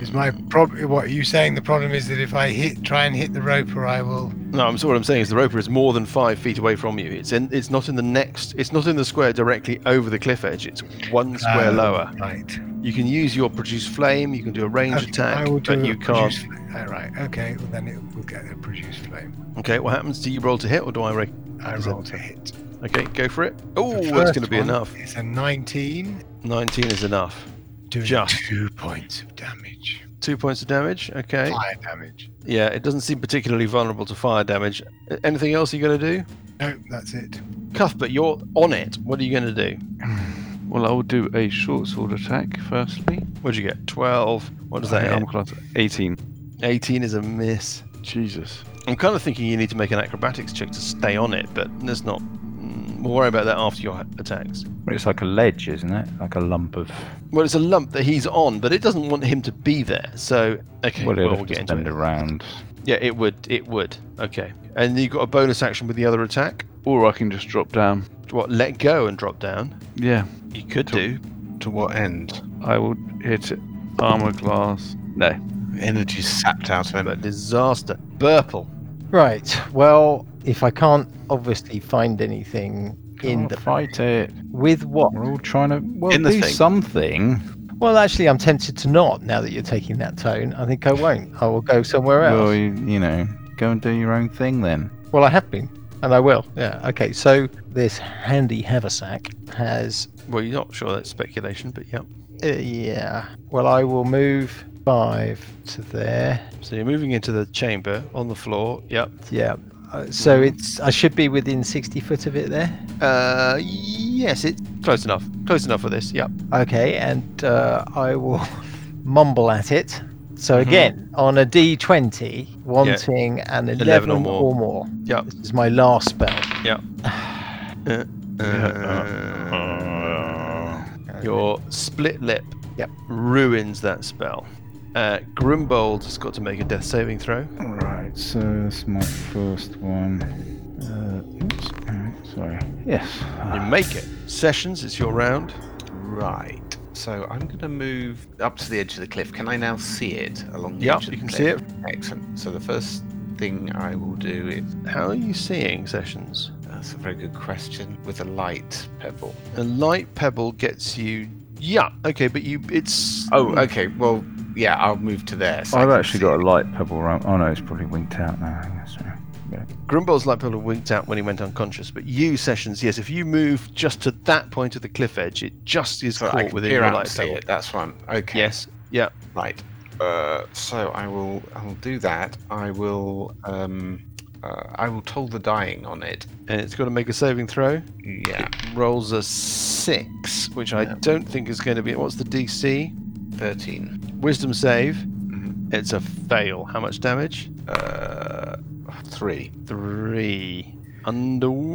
Is my problem? What are you saying? The problem is that if I hit, try and hit the roper, I will. No, I'm so what I'm saying is the roper is more than five feet away from you. It's in. It's not in the next. It's not in the square directly over the cliff edge. It's one square Oh, lower. Right. You can use your produce flame. You can do a range Okay, attack, I will do but a you can't. produce flame. All right. Okay. Well, then it will get a produce flame. Okay, what happens? Do you roll to hit or do I? Re- I Is it- rolled a hit. okay, go for it. Oh, The it's first going to be one enough. It's a 19, 19 is enough. doing Just. two points of damage. Two points of damage. Okay. Fire damage. Yeah, it doesn't seem particularly vulnerable to fire damage. A- Anything else you're going to do? No, that's it. Cuthbert, you're on it. What are you going to do? Well, I will do a short sword attack firstly. What'd you get? 12. What does My that hit? armor class 18. 18 is a miss. Jesus. I'm kind of thinking you need to make an acrobatics check to stay on it, but that's not. mm, We'll worry about that after your attacks. It's like a ledge, isn't it? Like a lump of. Well, it's a lump that he's on, but it doesn't want him to be there. So, okay, Well, well, it'll we'll have to get into spend it. around. Yeah, it would. It would. Okay. And you got a bonus action with the other attack. Or I can just drop down. What? Let go and drop down. Yeah. You could do. To what end? I will hit it. Armor class. No. Energy sapped out of him. But disaster. Burple. Right. Well, if I can't obviously find anything in Can't the fight it. with what? We're all trying to. Well, In the do thing. something. Well, actually, I'm tempted to not. Now that you're taking that tone, I think I won't. I will go somewhere else. Well, you, you know, go and do your own thing then. Well, I have been, and I will. Yeah. Okay. So this handy haversack has. Well, you're not sure that's speculation, but yeah. Uh, yeah. Well, I will move five to there. So you're moving into the chamber on the floor. Yep. Yeah. Uh, so Mm-hmm. it's. I should be within sixty foot of it there. Uh, yes, it's close enough. Close enough for this. Yep. Okay, and uh, I will mumble at it. So Mm-hmm. again, on a D20, wanting an 11 11, or or more. more. Yep. This is my last spell. Your split lip. Yep. Ruins that spell. Uh, Grimbold has got to make a death saving throw. Alright, so that's my first one. Uh, oops. Alright, sorry. Yes. Ah, You Ah. make it. Sessions, it's your round. Right. So I'm going to move up to the edge of the cliff. Can I now see it along the Yep, edge of you the can cliff? see it. Excellent. So the first thing I will do is How are you seeing sessions? that's a very good question with a light pebble. A light pebble gets you. Yeah. Okay, but you. It's. Oh, okay. Well, yeah, I'll move to there. so I I've can actually see got it. a light pebble around. Oh no, it's probably winked out now. I guess, yeah. Grimbold's light pebble winked out when he went unconscious, but you, Sessions, yes, if you move just to that point of the cliff edge, it just is So I caught can within peer your out light and see pebble. it. That's one. Okay. Yes. Yeah. Right. Uh, so I will. I will do that. I will. Um, uh, I will toll the dying on it. And it's got to make a saving throw. Yeah. Rolls a six, which I don't think is going to be. What's the DC? Thirteen. Wisdom save. Mhm. It's a fail. How much damage? Uh, three. Three.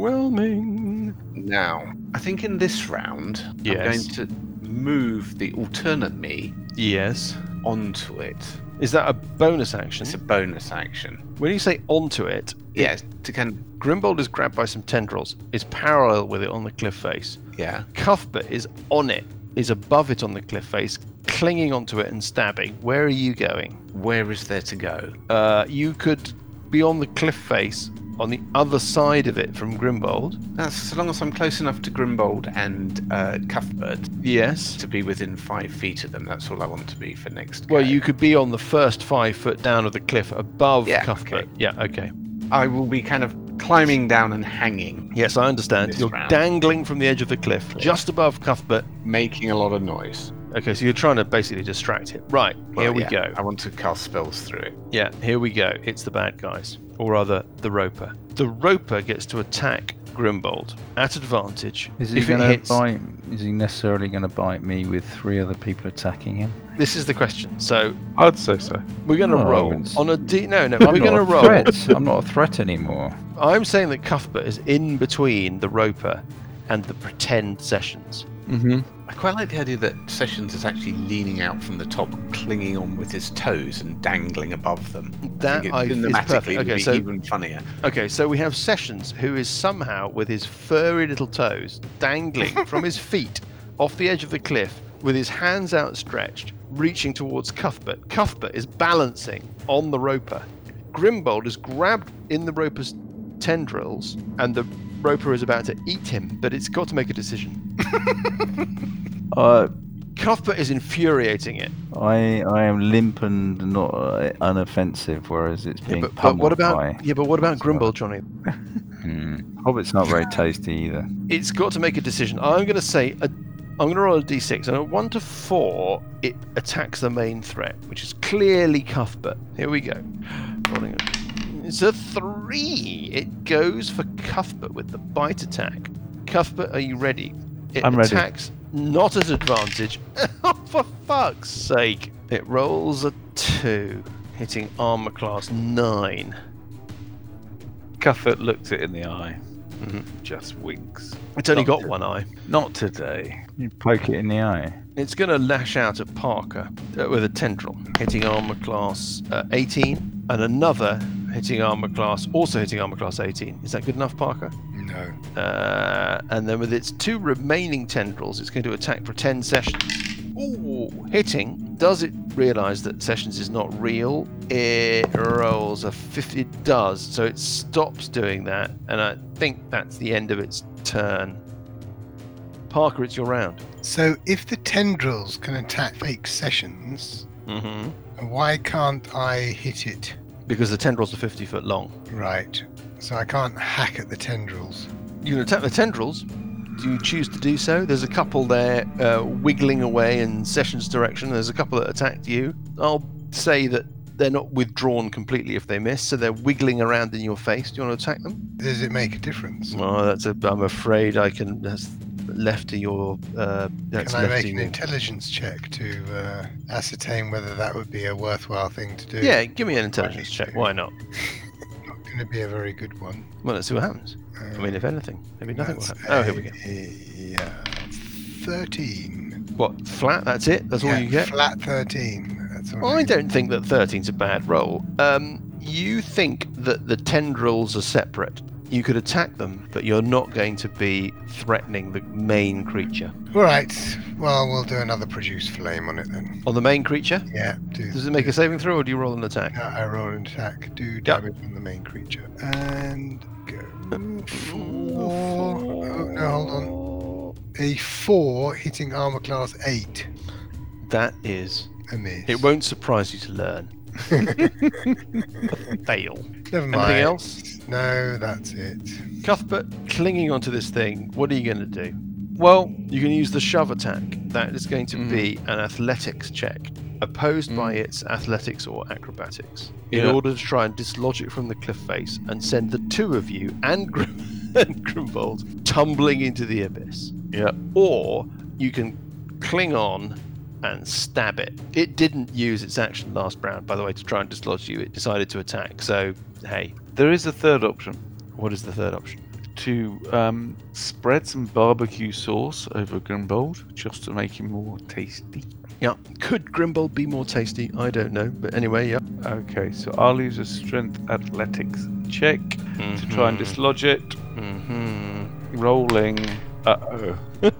Underwhelming. Now, I think in this round, Yes. I'm going to move the alternate me Yes. onto it. Is that a bonus action? It's a bonus action. When you say onto it, Yeah, to kind Grimbold is grabbed by some tendrils, is parallel with it on the cliff face. yeah. Cuthbert is on it, is above it on the cliff face, clinging onto it and stabbing. Where are you going? Where is there to go? Uh, you could be on the cliff face on the other side of it from Grimbold. That's so long as I'm close enough to Grimbold and uh, Cuthbert Yes. to be within five feet of them. That's all I want to be for next. Well, go. you could be on the first five foot down of the cliff above Yeah, Cuthbert. okay. Yeah, okay. I will be kind of climbing down and hanging, Yes, I understand. This You're round. dangling from the edge of the cliff, just above Cuthbert. making a lot of noise. Okay, so you're trying to basically distract him. Right, Well, here we yeah, go. I want to cast spells through it. Yeah, here we go. It's the bad guys, or rather, the Roper. The Roper gets to attack Grimbold at advantage. Is he if it going to hits, bite? Is he necessarily going to bite me with three other people attacking him? this is the question. So I'd say so. we're going to No, I roll wouldn't. on a D. No, no, I'm we're not going to a roll. Threat. I'm not a threat anymore. I'm saying that Cuthbert is in between the Roper and the pretend sessions. Mm-hmm. I quite like the idea that Sessions is actually leaning out from the top, clinging on with his toes and dangling above them. That think I- it is perfect. cinematically would Okay, be so- even funnier. Okay, so we have Sessions, who is somehow with his furry little toes dangling from his feet off the edge of the cliff, with his hands outstretched, reaching towards Cuthbert. Cuthbert is balancing on the roper. Grimbold is grabbed in the roper's tendrils, and the roper is about to eat him, but it's got to make a decision. Uh, Cuthbert is infuriating it. I I am limp and not uh, unoffensive, whereas it's Yeah, being but, but pummeled what about by. yeah? But what about Sorry. Grimbold, Johnny? Hmm. Hobbit's not very tasty either. it's got to make a decision. I'm going to say a, I'm going to roll a d6, and a one to four, it attacks the main threat, which is clearly Cuthbert. Here we go. Rolling it. It's a three. It goes for Cuthbert with the bite attack. Cuthbert, are you ready? It I'm ready. attacks not at advantage. oh, for fuck's sake! It rolls a two, hitting armor class nine. Cuthbert looks it in the eye. Mhm. Just winks. It's only got one eye. Not today. You poke it in the eye. It's going to lash out at Parker uh, with a tendril, hitting armor class uh, 18, and another hitting armor class, also hitting armor class 18. Is that good enough, Parker? No. Uh, and then with its two remaining tendrils, it's going to attack for 10 sessions. Ooh, hitting. Does it realize that Sessions is not real? It rolls a 50. It does. So it stops doing that. And I think that's the end of its turn. Parker, it's your round. So if the tendrils can attack fake sessions, Mm hmm. why can't I hit it? because the tendrils are 50 foot long. Right. So I can't hack at the tendrils. You can attack the tendrils. Do you choose to do so? There's a couple there uh, wiggling away in Session's direction. There's a couple that attacked you. I'll say that they're not withdrawn completely if they miss, so they're wiggling around in your face. Do you want to attack them? Does it make a difference? Oh, that's a. I'm afraid I can. That's left to your. Uh, that's Can I left make to an you. intelligence check to uh, ascertain whether that would be a worthwhile thing to do? Yeah, give me an intelligence check. Why not? Not going to be a very good one. Well, let's see what happens. I Um, mean, if anything, maybe nothing will that's happen. Oh, here we go. a, uh, Thirteen. What? Flat? That's it? That's all Yeah, you get? Flat thirteen. That's all. I don't think that 13's a bad roll. Um, you think that the tendrils are separate. You could attack them, but you're not going to be threatening the main creature. All right. Well, we'll do another produce flame on it then. On the main creature, Yeah. Do. does it make a saving throw or do you roll an attack? No, I roll an attack. Do damage on the main creature and go. Um, Four. Oh, no, hold on. A four hitting armor class eight. That is. A miss. It won't surprise you to learn. Fail. Never mind. Anything else? No, that's it. Cuthbert, clinging onto this thing, what are you going to do? Well, you can use the shove attack. That is going to be an athletics check, opposed by its athletics or acrobatics, in Yeah. order to try and dislodge it from the cliff face and send the two of you and, Grim- and Grimbold tumbling into the abyss. Yep. Or you can cling on and stab it. It didn't use its action last round, by the way, to try and dislodge you. It decided to attack. So, hey, There is a third option. what is the third option? to um, spread some barbecue sauce over Grimbold just to make him more tasty. Yeah. Could Grimbold be more tasty? I don't know. But anyway, yeah. Okay, so I'll use a strength athletics check to try and dislodge it. Mm-hmm. Rolling. Uh oh.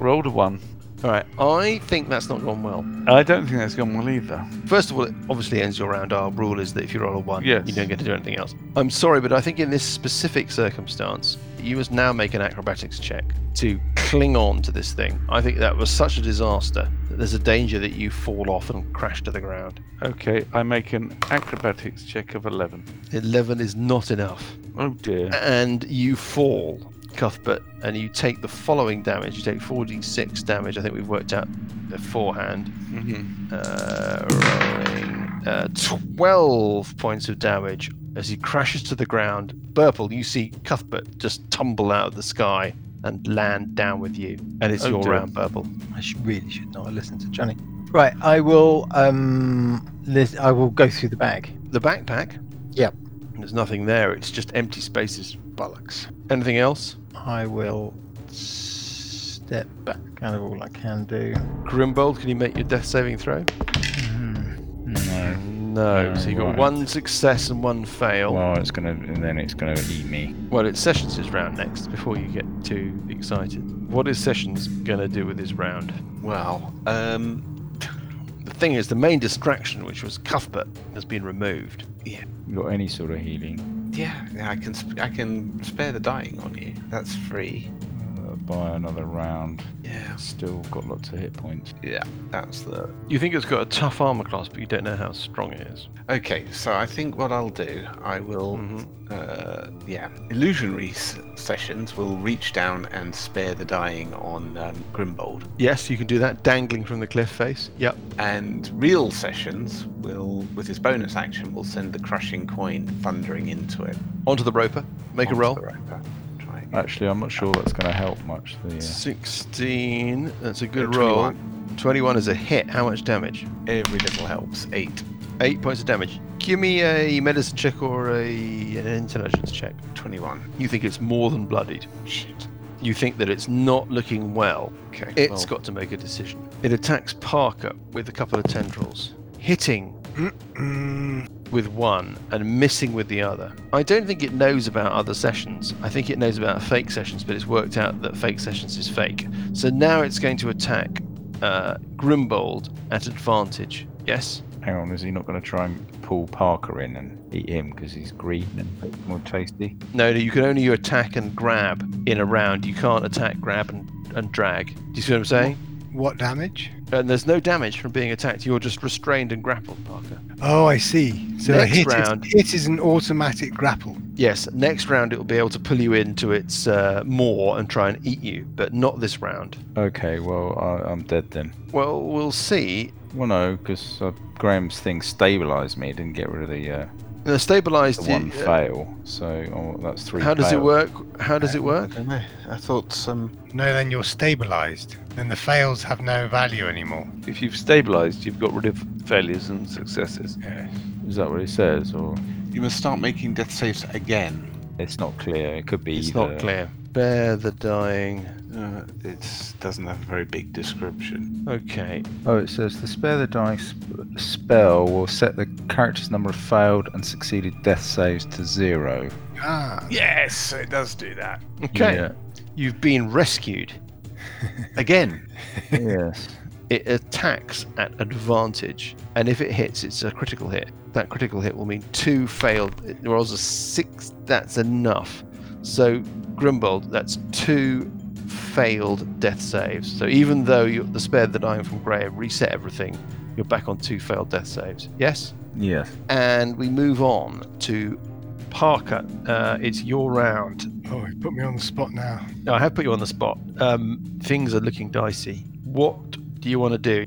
Rolled a one. All right. I think that's not gone well. I don't think that's gone well either. First of all, it obviously ends your round. Our rule is that if you roll a one, Yes. you don't get to do anything else. I'm sorry, but I think in this specific circumstance, you must now make an acrobatics check to cling on to this thing. I think that was such a disaster that there's a danger that you fall off and crash to the ground. Okay, I make an acrobatics check of 11. 11 is not enough. Oh dear. And you fall, Cuthbert, and you take the following damage. You take 46 damage. I think we've worked out beforehand. Mhm. uh, rolling, uh, 12 points of damage as he crashes to the ground. Burple, you see Cuthbert just tumble out of the sky and land down with you. And it's Oh, your dear. round, Burple. I sh- really should not have listened to Johnny. Right, I will. Um, lis- I will go through the bag. The backpack? Yep. There's nothing there. It's just empty spaces. Bollocks. Anything else? I will step back. Kind of all I can do. Grimbold, can you make your death saving throw? No. No. so you got Right. one success and one fail. Well, Well, oh, it's gonna and then it's gonna eat me. it's Sessions' round next before you get too excited. What is Sessions going to do with his round? Well, um, The thing is, the main distraction, which was Cuthbert, has been removed. You got any sort of healing? yeah, yeah, I can sp- I can spare the dying on you. That's free. Uh, buy another round. Yeah, Still got lots of hit points. yeah, that's the You think it's got a tough armor class, but you don't know how strong it is. Okay, so I think what I'll do, I will, uh, yeah, illusionary s- sessions will reach down and spare the dying on um, Grimbold, Yes, you can do that, dangling from the cliff face. Yep. and real sessions will, with his bonus action, will send the crushing coin thundering into it. Onto the roper. Make onto a roll. the roper. Try it. Actually, I'm not sure that's gonna help much. The, 16. That's a Uh, good roll. 21. 21 is a hit. How much damage? Every little helps. Eight. Eight points of damage. Give me a medicine check or a, an intelligence check. 21. You think it's more than bloodied. Shit. You think that it's not looking well. Okay. It's well, got to make a decision. It attacks Parker with a couple of tendrils, hitting Mm, with one and missing with the other. I don't think it knows about other sessions. I think it knows about fake sessions, but it's worked out that fake sessions is fake. So now it's going to attack uh, Grimbold at advantage. Yes? hang on, is he not gonna try and pull Parker in and eat him because he's green and more tasty? No, no, you can only attack and grab in a round. You can't attack, grab, and, and drag. Do you see what I'm saying? what damage? And there's no damage from being attacked. You're just restrained and grappled, Parker. Oh, I see. So Next a hit, round. Is, hit is an automatic grapple. Yes, next round it will be able to pull you into its uh, maw and try and eat you, but not this round. Okay, well I, I'm dead then. Well, we'll see. Well, no, because uh, Graham's thing stabilised me. It didn't get rid of the, uh, The stabilized the one uh, fail. So oh, that's three. How does it fails. work? How does it I work? don't know. I thought um, some. No, then you're stabilized. Then the fails have no value anymore. If you've stabilized, you've got rid of failures and successes. Is that what it says, or You must start making death saves again. it's not clear? It could be. It's not either. clear. Bear the dying. Uh, it doesn't have a very big description. Okay. Oh, it says the spare the dice sp- spell will set the character's number of failed and succeeded death saves to zero. Ah, Yes, it does do that. Okay. Yeah. You've been rescued. Again, yes. it attacks at advantage, and if it hits, it's a critical hit. That critical hit will mean two failed it rolls a six. That's enough. So Grimbold, that's two failed death saves. So even though you, the spare the dying from Graham reset everything, you're back on two failed death saves. Yes. Yes. and we move on to Parker. Uh, it's your round. oh, you put me on the spot now. Now, I have put you on the spot. Um, things are looking dicey. What do you want to do?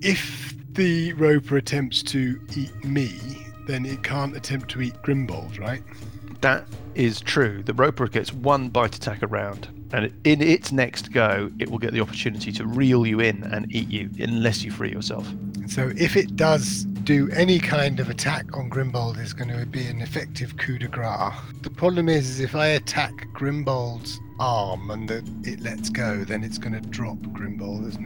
If the roper attempts to eat me, then it can't attempt to eat Grimbold, right? That is true. The roper gets one bite attack a round, and in its next go, it will get the opportunity to reel you in and eat you, unless you free yourself. So if it does do any kind of attack on Grimbold, it's going to be an effective coup de grace. The problem is, is if I attack Grimbold's arm and the, it lets go, then it's going to drop Grimbold, isn't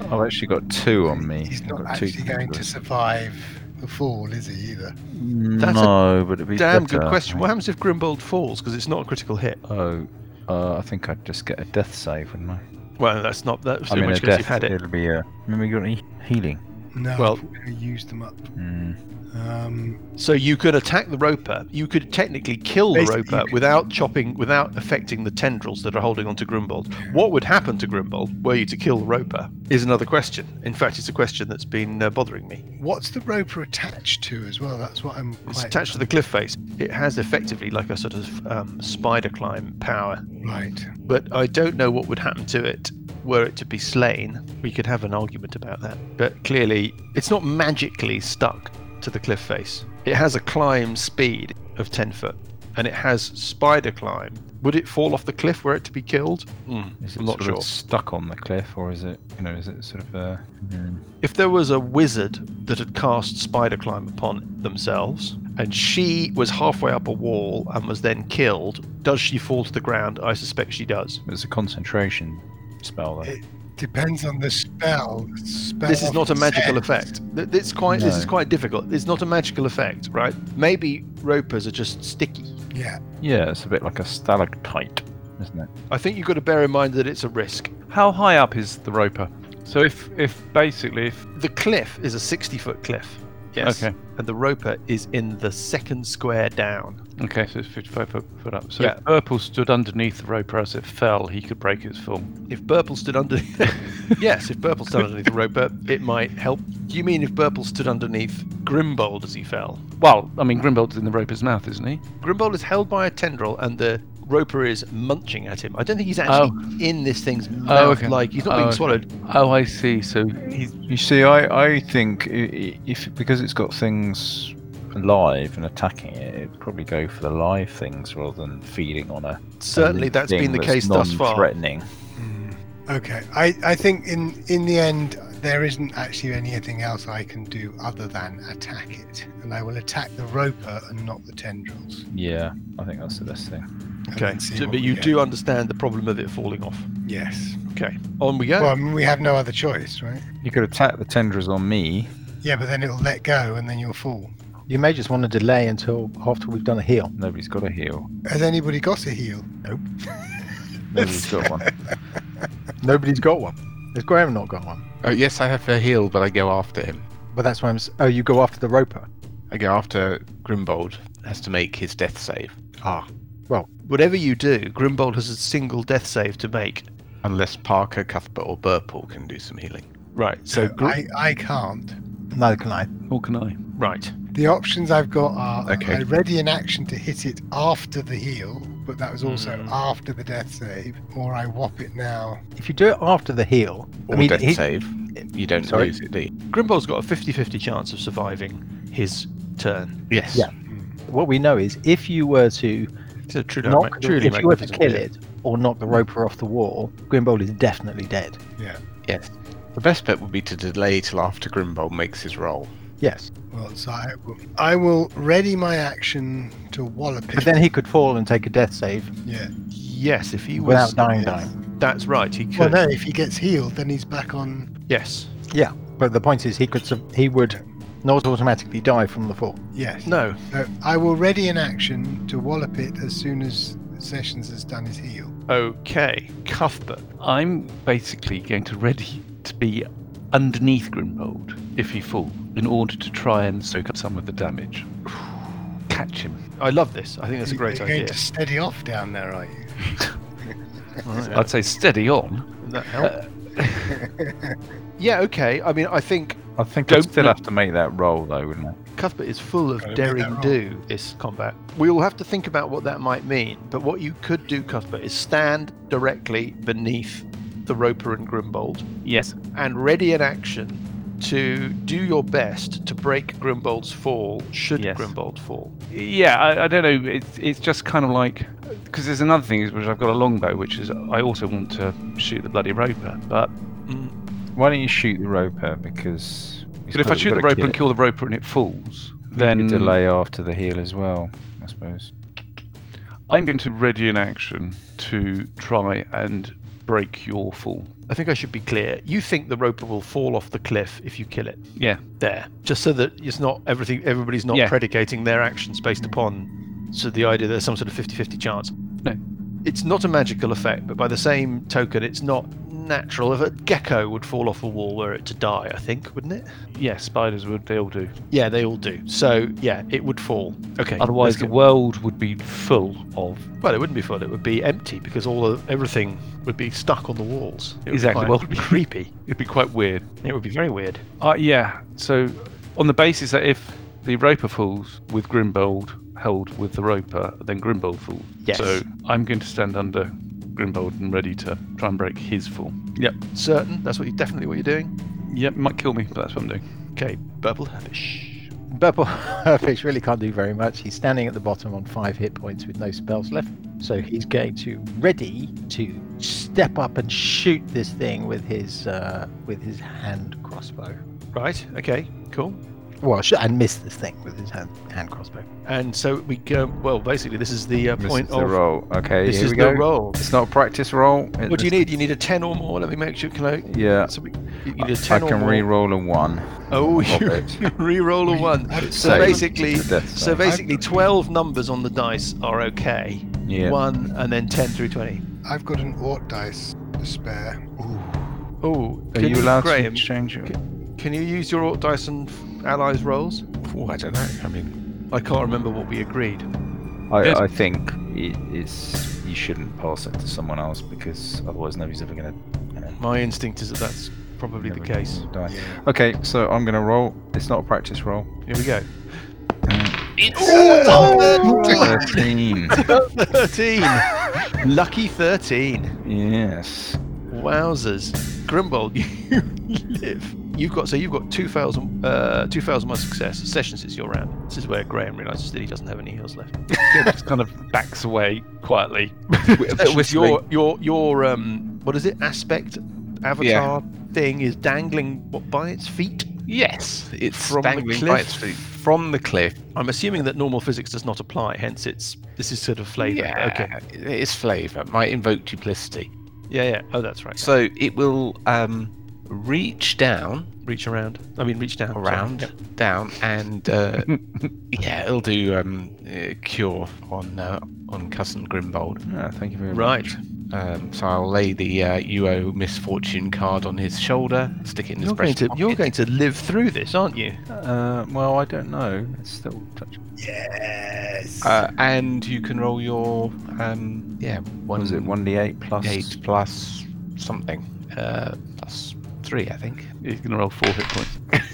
it? I've actually got two on me. He's I've not got two actually going to fingers. survive the fall, is he either? That's a no, but uh, it'd be Damn better. good question. What happens if Grimbold falls? Because it's not a critical hit. Oh, uh, I think I'd just get a death save, wouldn't I? Well, that's not that's I in mean, a which case death. you've had it. It'll be a. Remember, you got any healing? No, Well- Hmm. I used them up. Mm. Um, So you could attack the roper. You could technically kill the Basically, you roper could- without chopping, without affecting the tendrils that are holding onto Grimbold. What would happen to Grimbold were you to kill the roper is another question. In fact, it's a question that's been uh, bothering me. what's the roper attached to as well? That's what I'm It's quite attached to the cliff face. It has effectively like a sort of um, spider climb power, right. but I don't know what would happen to it were it to be slain. We could have an argument about that. But clearly, it's not magically stuck to the cliff face. It has a climb speed of 10 foot and it has spider climb. Would it fall off the cliff were it to be killed? Mm, Is it I'm not sort sure. of stuck on the cliff, or is it? You know, is it sort of a? If there was a wizard that had cast spider climb upon themselves, and she was halfway up a wall and was then killed, does she fall to the ground? I suspect she does. It's a concentration spell. Though. It depends on the spell. The spell This is not a often magical says- effect. Th- It's quite. This is No. quite difficult. It's not a magical effect, right? Maybe ropers are just sticky. Yeah. Yeah, it's a bit like a stalactite, isn't it? I think you've got to bear in mind that it's a risk. How high up is the roper? So if if basically if The cliff is a sixty-foot cliff. Yes. Okay. And the roper is in the second square down. okay, so it's 55 foot, foot up. So Yeah. if Purple stood underneath the roper as it fell, he could break its fall. If Burple stood under, yes, if Burple stood underneath the roper, it might help. Do you mean if Burple stood underneath Grimbold as he fell? Well, I mean, Grimbold's in the roper's mouth, isn't he? Grimbold is held by a tendril, and the roper is munching at him. I don't think he's actually in this thing's mouth. okay. Like he's not Oh, being okay. swallowed. Oh, I see. So You see, I, I think i- i- if because it's got things alive and attacking it, it'd probably go for the live things rather than feeding on a. Certainly, that's thing been the that's case thus far. Non-threatening. Hmm. Okay. I, I think in in the end there isn't actually anything else I can do other than attack it, and I will attack the roper and not the tendrils. Yeah, I think that's the best thing. and Okay, then see so, what but we you get. do understand the problem of it falling off. Yes. Okay, on we go. Well, I mean, we have no other choice, right? You could attack the tendrils on me. Yeah, but then it'll let go, and then you'll fall. You may just want to delay until after we've done a heal. Nobody's got a heal. Has anybody got a heal? Nobody's got one. Nobody's got one. Has Graham not got one? Oh, yes, I have a heal, but I go after him. But that's why I'm. s- Oh, you go after the roper. I go after Grimbold. Has to make his death save. Ah, Whatever you do, Grimbold has a single death save to make. unless Parker, Cuthbert, or Burple can do some healing. Right. So gr- I, I can't. Neither can I. Or can I? right. The options I've got are Okay. I ready an action to hit it after the heal, but that was also Mm. after the death save, or I whop it now. If you do it after the heal, Or I mean, death he- save. You don't Sorry? lose it, do you? Grimbold's got a 50-50 chance of surviving his turn. Yes. Yeah. what we know is if you were to It's a truly, knock, truly if you were to magnificent kill idea. it or knock the roper off the wall, Grimbold is definitely dead. Yes. The best bet would be to delay till after Grimbold makes his roll. Yes, Well, so I will, I will ready my action to wallop it. but then he could fall and take a death save yeah. Yes, if he without was. dying. yes. Dying. That's right. He could. Well, no, if he gets healed, then he's back on. Yes. But the point is, he could su- he would not automatically die from the fall. Yes. No. So I will ready an action to wallop it as soon as Sessions has done his heal. Okay. Cuthbert. I'm basically going to ready to be underneath Grimbold if he falls in order to try and soak up some of the damage. Catch him. I love this. I think that's a You- great You're idea. going to steady off down there, are you? I'd say steady on. That help? yeah. Okay. I mean, I think I think Don't I'd still look- have to make that roll though, wouldn't I? Cuthbert is full of Gotta make that daring roll. do this combat. We will have to think about what that might mean, but what you could do, Cuthbert, is stand directly beneath the Roper and Grimbold Yes. and ready an action to do your best to break Grimbold's fall should Yes. Grimbold fall. Yeah, I, I don't know. It's it's just kind of like because there's another thing is which I've got a longbow, which is I also want to shoot the bloody roper, but Why don't you shoot the roper because? but if I shoot the roper and kill the roper and it falls, then delay after the heal as well, I suppose. I'm going to ready an action to try and break your fall. I think I should be clear. You think the Roper will fall off the cliff if you kill it. Yeah. There. Just so that it's not everything everybody's not Yeah. predicating their actions based upon so the idea there's some sort of 50-50 chance. No. It's not a magical effect, but by the same token it's not natural. If a gecko would fall off a wall were it to die, I think, wouldn't it? Yeah, spiders would. They all do. Yeah, they all do. So yeah, it would fall. Okay. Otherwise Otherwise, the it- world would be full of Well, it wouldn't be fun. It would be empty because all of everything would be stuck on the walls. It would Exactly. Be Well- well, be creepy. It'd be quite weird. It would be very weird. Uh, yeah. So, on the basis that if the Roper falls with Grimbold held with the Roper, then Grimbold falls. Yes. So I'm going to stand under Grimbold and ready to try and break his fall. Yep. Certain. That's what you definitely what you're doing. Yep. Might kill me, but that's what I'm doing. Okay, purple herbish. Purple Herfish really can't do very much. He's standing at the bottom on five hit points with no spells left. So he's going to ready to step up and shoot this thing with his uh, with his hand crossbow. Right. Okay. Cool. Well, sh- and miss this thing with his hand hand crossbow. And so we go. Well, basically, this is the uh, This point is the of. roll. Okay, This here is we the go. roll. It's not a practice roll. It- What do you need? You need a ten or more. Let me make sure. Can I? Yeah. So we, you I need a ten can or more. re-roll a one. Oh, Pop you it. re-roll a one. So Save. basically, It's a death so save. basically, twelve numbers on the dice are okay. Yeah. One and then ten through twenty. I've got an Ort dice to spare. Oh, Are can you allowed to Graham, exchange your? Can you use your Orc dice and allies rolls? Oh, I don't know. I mean, I can't remember what we agreed. I, Yes. I think it, it's you shouldn't pass it to someone else because otherwise nobody's ever gonna. you know, My instinct is that that's probably the never case. die. Yeah. Okay, so I'm gonna roll. It's not a practice roll. Mm. Here we go. Uh, Thirteen. Thirteen. Lucky thirteen. yes. Wowzers. Grimbold, you live. You've got so you've got two fails, and- uh, two fails and one success. Sessions is your round. This is where Graham realizes that he doesn't have any heals left. Yeah, just kind of backs away quietly. Uh, with your your your um what is it aspect avatar thing is dangling what, by its feet. Yes, it's From the dangling by cliff? its feet from the cliff. I'm assuming that normal physics does not apply, hence it's this is sort of flavor. Yeah, Okay. it's flavour. Might invoke duplicity. Yeah, yeah. Oh, that's right. So it will um, reach down, Reach around. I mean, reach down. sorry. around, Yep. down, and uh, yeah, it'll do um, uh, cure on uh, on cousin Grimbold. Ah, thank you very Right. Um, so I'll lay the uh, UO misfortune card on his shoulder, stick it in his You're going breast to pocket. you're going to live through this, aren't you? much. Uh, well, I don't know. It's still touch. Yes. uh, and you can roll your um, yeah What one was it? One d eight plus. eight plus something uh, plus three, I think. He's going to roll four hit points.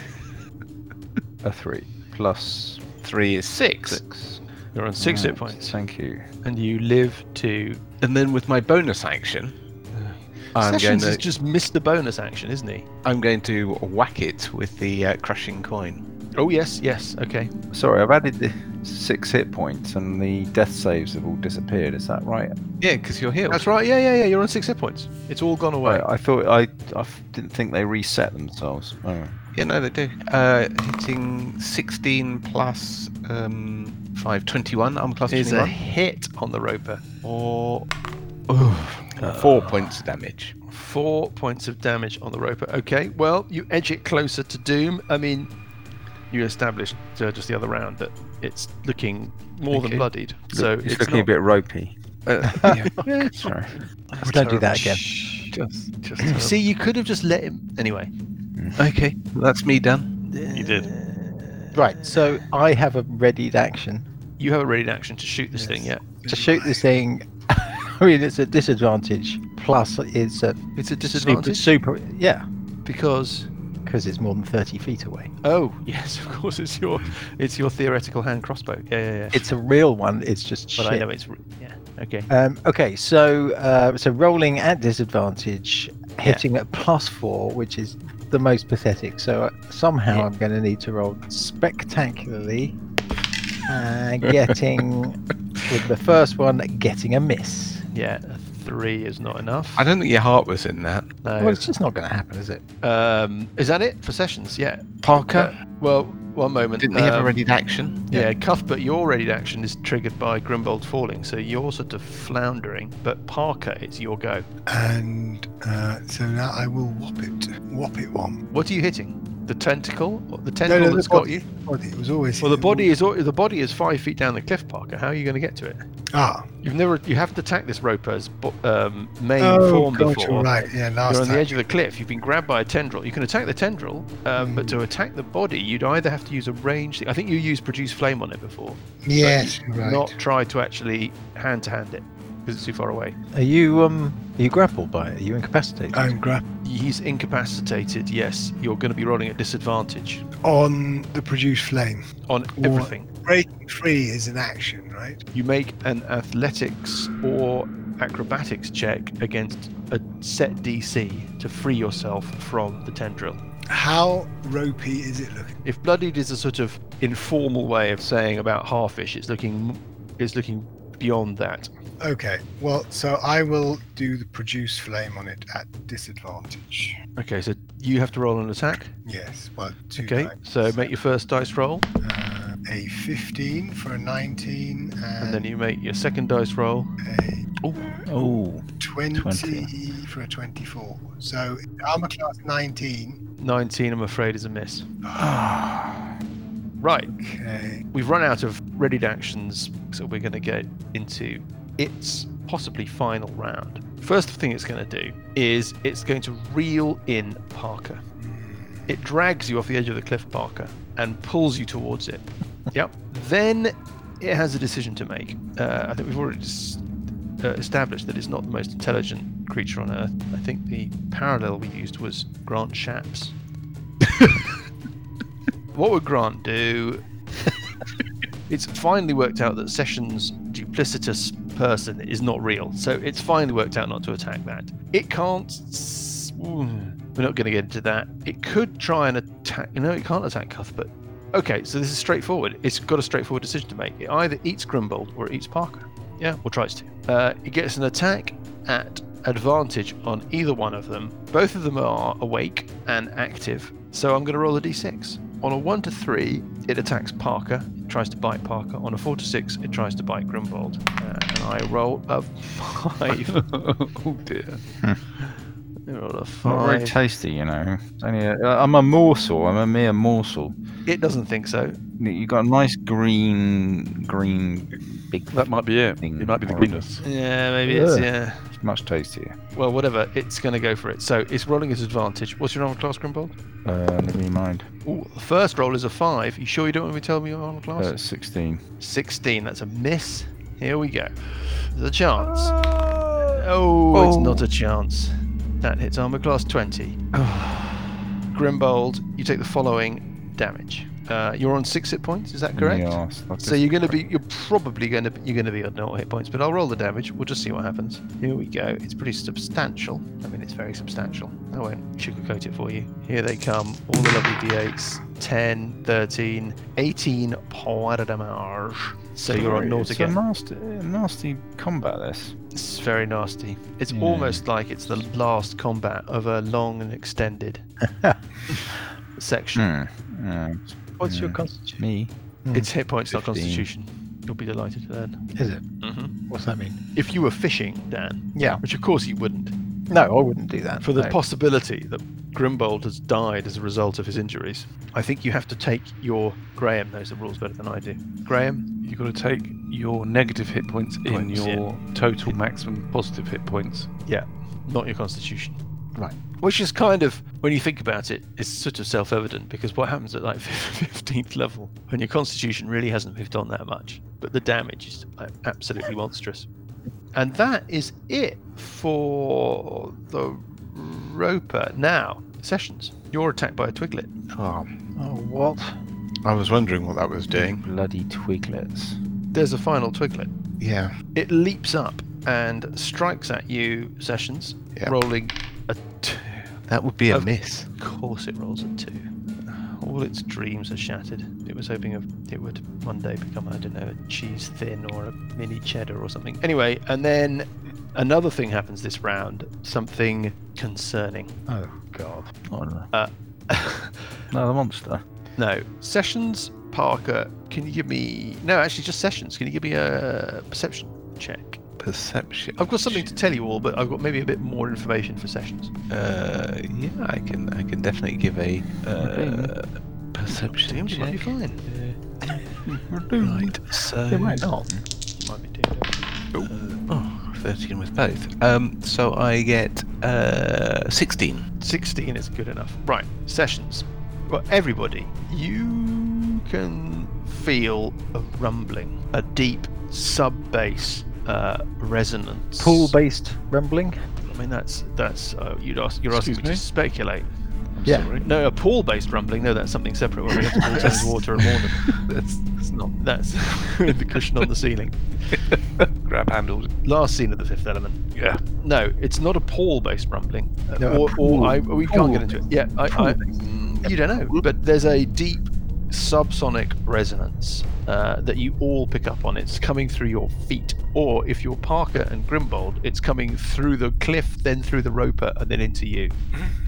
A three plus Three is six. six. You're on six hit Right, points, Thank you. and you live to. And then with my bonus action, I'm going Sessions has to just missed the bonus action, isn't he? I'm going to whack it with the uh, crushing coin. Oh yes, yes. Okay. Sorry, I've added the six hit points and the death saves have all disappeared. Is that right? Yeah, because you're healed. That's right. Yeah, yeah, yeah. You're on six hit points. It's all gone away. I, I thought I, I f- didn't think they reset themselves. Oh. Yeah, no, they do. Uh, hitting 16 plus um, 5, 21. I'm plus Is a 21. hit on the roper. Or Oof. Uh, four points of damage. Four points of damage on the roper. Okay. Well, you edge it closer to doom. I mean, you established uh, just the other round that it's looking more than Okay. bloodied. So it's, it's looking not... a bit ropey. Uh, yeah. Yeah. Sorry. Just don't do that again. just, just You see, Mm. you could have just let him. Anyway, okay, that's me done. You did. Right. So I have a readied action. you have a ready action to shoot this thing. Yeah. to shoot this thing. I mean, it's a disadvantage. Plus, it's a It's a super, disadvantage super yeah, because because it's more than thirty feet away. oh yes, of course it's your it's your theoretical hand crossbow. Yeah, yeah, yeah. It's a real one. It's just but shit. I know it's re- yeah. Okay. Um, okay, so uh, so rolling at disadvantage, hitting at plus four, which is the most pathetic. So uh, somehow I'm going to need to roll spectacularly. Uh, getting with the first one, getting a miss. Yeah, a three is not enough. I don't think your heart was in that. Well, No. it's just not going to happen, is it? Um, is that it for sessions? Yeah. Uh, Parker, Well, one moment. didn't he have a um, readied action? Yeah, Cuthbert, your ready action is triggered by Grimbold falling, so you're sort of floundering. But Parker, it's your go. And uh, so now I will whop it. Whop it one. What are you hitting? The tentacle? The tentacle the that's got body. you? Body. It was always. Well, the it body was- is al- the body is five feet down the cliff, Parker. How are you going to get to it? Ah, You've never, you haven't attacked this roper's bo- um, main oh, form God, before. you're right. Yeah, last You're on time. the edge of the cliff. You've been grabbed by a tendril. You can attack the tendril, um, but Hmm. to attack the body, you'd either have to use a range. I think you used produce flame on it before. Yes, you're right. Not try to actually hand to hand it because it's too far away. Are you um? Are you grappled by it? Are you incapacitated? Uh, I'm gra- He's incapacitated. Yes, you're going to be rolling at disadvantage on the produce flame. on Or- everything. Breaking free is an action, right? You make an athletics or acrobatics check against a set DC to free yourself from the tendril. How ropey is it looking? If bloodied is a sort of informal way of saying about halfish, it's looking it's looking beyond that. Okay, well, so I will do the produce flame on it at disadvantage. Okay, so you have to roll an attack. Yes, well, two Okay, times. so make your first dice roll, Uh, a 15 for a 19 and, and then you make your second dice roll. Oh, a 20, 20. for a 24. So armor class 19. 19, I'm afraid, is a miss. right, Okay. we've run out of readied actions, so we're going to get into its possibly final round. First thing it's going to do is it's going to reel in Parker. It drags you off the edge of the cliff, Parker, and pulls you towards it. yep. Then it has a decision to make. Uh, I think we've already dis- uh, established that it's not the most intelligent creature on Earth. I think the parallel we used was Grant Shapps. what would Grant do? it's finally worked out that Sessions' duplicitous person is not real, so it's finally worked out not to attack that. It can't. s- mm, We're not going to get into that. It could try and attack. No, it can't attack Cuthbert. Okay, so this is straightforward. It's got a straightforward decision to make. It either eats Grimbold or it eats Parker. Yeah, or tries to. Uh, it gets an attack at advantage on either one of them. Both of them are awake and active, so I'm going to roll a d6. On a 1 to 3, it attacks Parker, it tries to bite Parker. On a 4 to 6, it tries to bite Grimbold. Uh, and I roll a 5. oh dear. I roll a not very 5. tasty, you know. It's only a, uh, I'm a morsel. I'm a mere morsel. It doesn't think so. You got a nice green, green, big. That might be it. Thing It might be the horrible. greenness. Yeah, maybe it's, Ugh. yeah. It's much tastier. Well, whatever. It's going to go for it. So it's rolling its advantage. What's your armor class, Grimbold? Uh, never mind. Ooh, the first roll is a 5. You sure you don't want me to tell me your armor class? Uh, 16. 16. That's a miss. Here we go. The chance. Oh, it's not a chance. That hits armor class 20. Grimbold, you take the following damage. Uh, you're on six hit points. Is that correct? Yes, that So is you're going to correct. be, you're probably going to, you're going to be on no hit points. But I'll roll the damage. We'll just see what happens. Here we go. It's pretty substantial. I mean, it's very substantial. I won't sugarcoat it for you. Here they come. All the lovely d8s. 10, 13, 18 points de damage. So you're on naught It's again. A nasty, nasty combat. This. It's very nasty. It's Yeah. almost like it's the last combat of a long and extended section. Hmm. Yeah, it's What's your Yeah. constitution? me. It's hit points, not 15. constitution. You'll be delighted to learn. Is it? What's that mean? If you were fishing, Dan, Yeah. which of course you wouldn't, No, I wouldn't do that. for the no. possibility that Grimbold has died as a result of his injuries, I think you have to take your. Graham knows the rules better than I do. Graham, You've got to take your negative hit points in Points, yeah. your total maximum positive hit points. not your constitution. Right. Which is kind of, when you think about it, it's sort of self evident because what happens at like 15th level when your constitution really hasn't moved on that much, but the damage is like, absolutely monstrous. And that is it for the Roper. Now, Sessions, you're attacked by a Twiglet. Oh, Oh, what? I was wondering what that was doing. Bloody twiglets. There's a final Twiglet. Yeah. It leaps up and strikes at you, Sessions, Yeah. rolling a two. That would be a Of- miss. Of course, it rolls a two. All its dreams are shattered. It was hoping of, it would one day become, I don't know, a cheese thin or a mini cheddar or something. Anyway, and then another thing happens this round. Something concerning. Oh God. Not another- Uh, another monster. no, Sessions Parker. Can you give me? No, actually, just Sessions. Can you give me a perception check? Perception. I've got something to tell you all, but I've got maybe a bit more information for Sessions. Uh, yeah, I can. I can definitely give a uh, perception Damn, you might be check. fine. Um, Right. So Why not? might be doing it. Oh, 13 with both. Um, so I get uh, 16. 16 is good enough. Right, sessions. Well, everybody, you can feel a rumbling, a deep sub bass uh, resonance. Pool-based rumbling. I mean, that's that's uh, you'd ask, you're asking Excuse me, to me? speculate. yeah. No, a pool based rumbling. No, that's something separate where we have to all turns water and warn them. That's, that's not That's the cushion on the ceiling. grab handles. Last scene of the fifth element. Yeah. No, it's not a pool based rumbling. Uh, No, a or, or pool. I, we can't get Pool. into it. Yeah, I, I, you don't know. But there's a deep subsonic resonance uh, that you all pick up on. It's coming through your feet. Or if you're Parker and Grimbold, it's coming through the cliff, then through the roper, and then into you.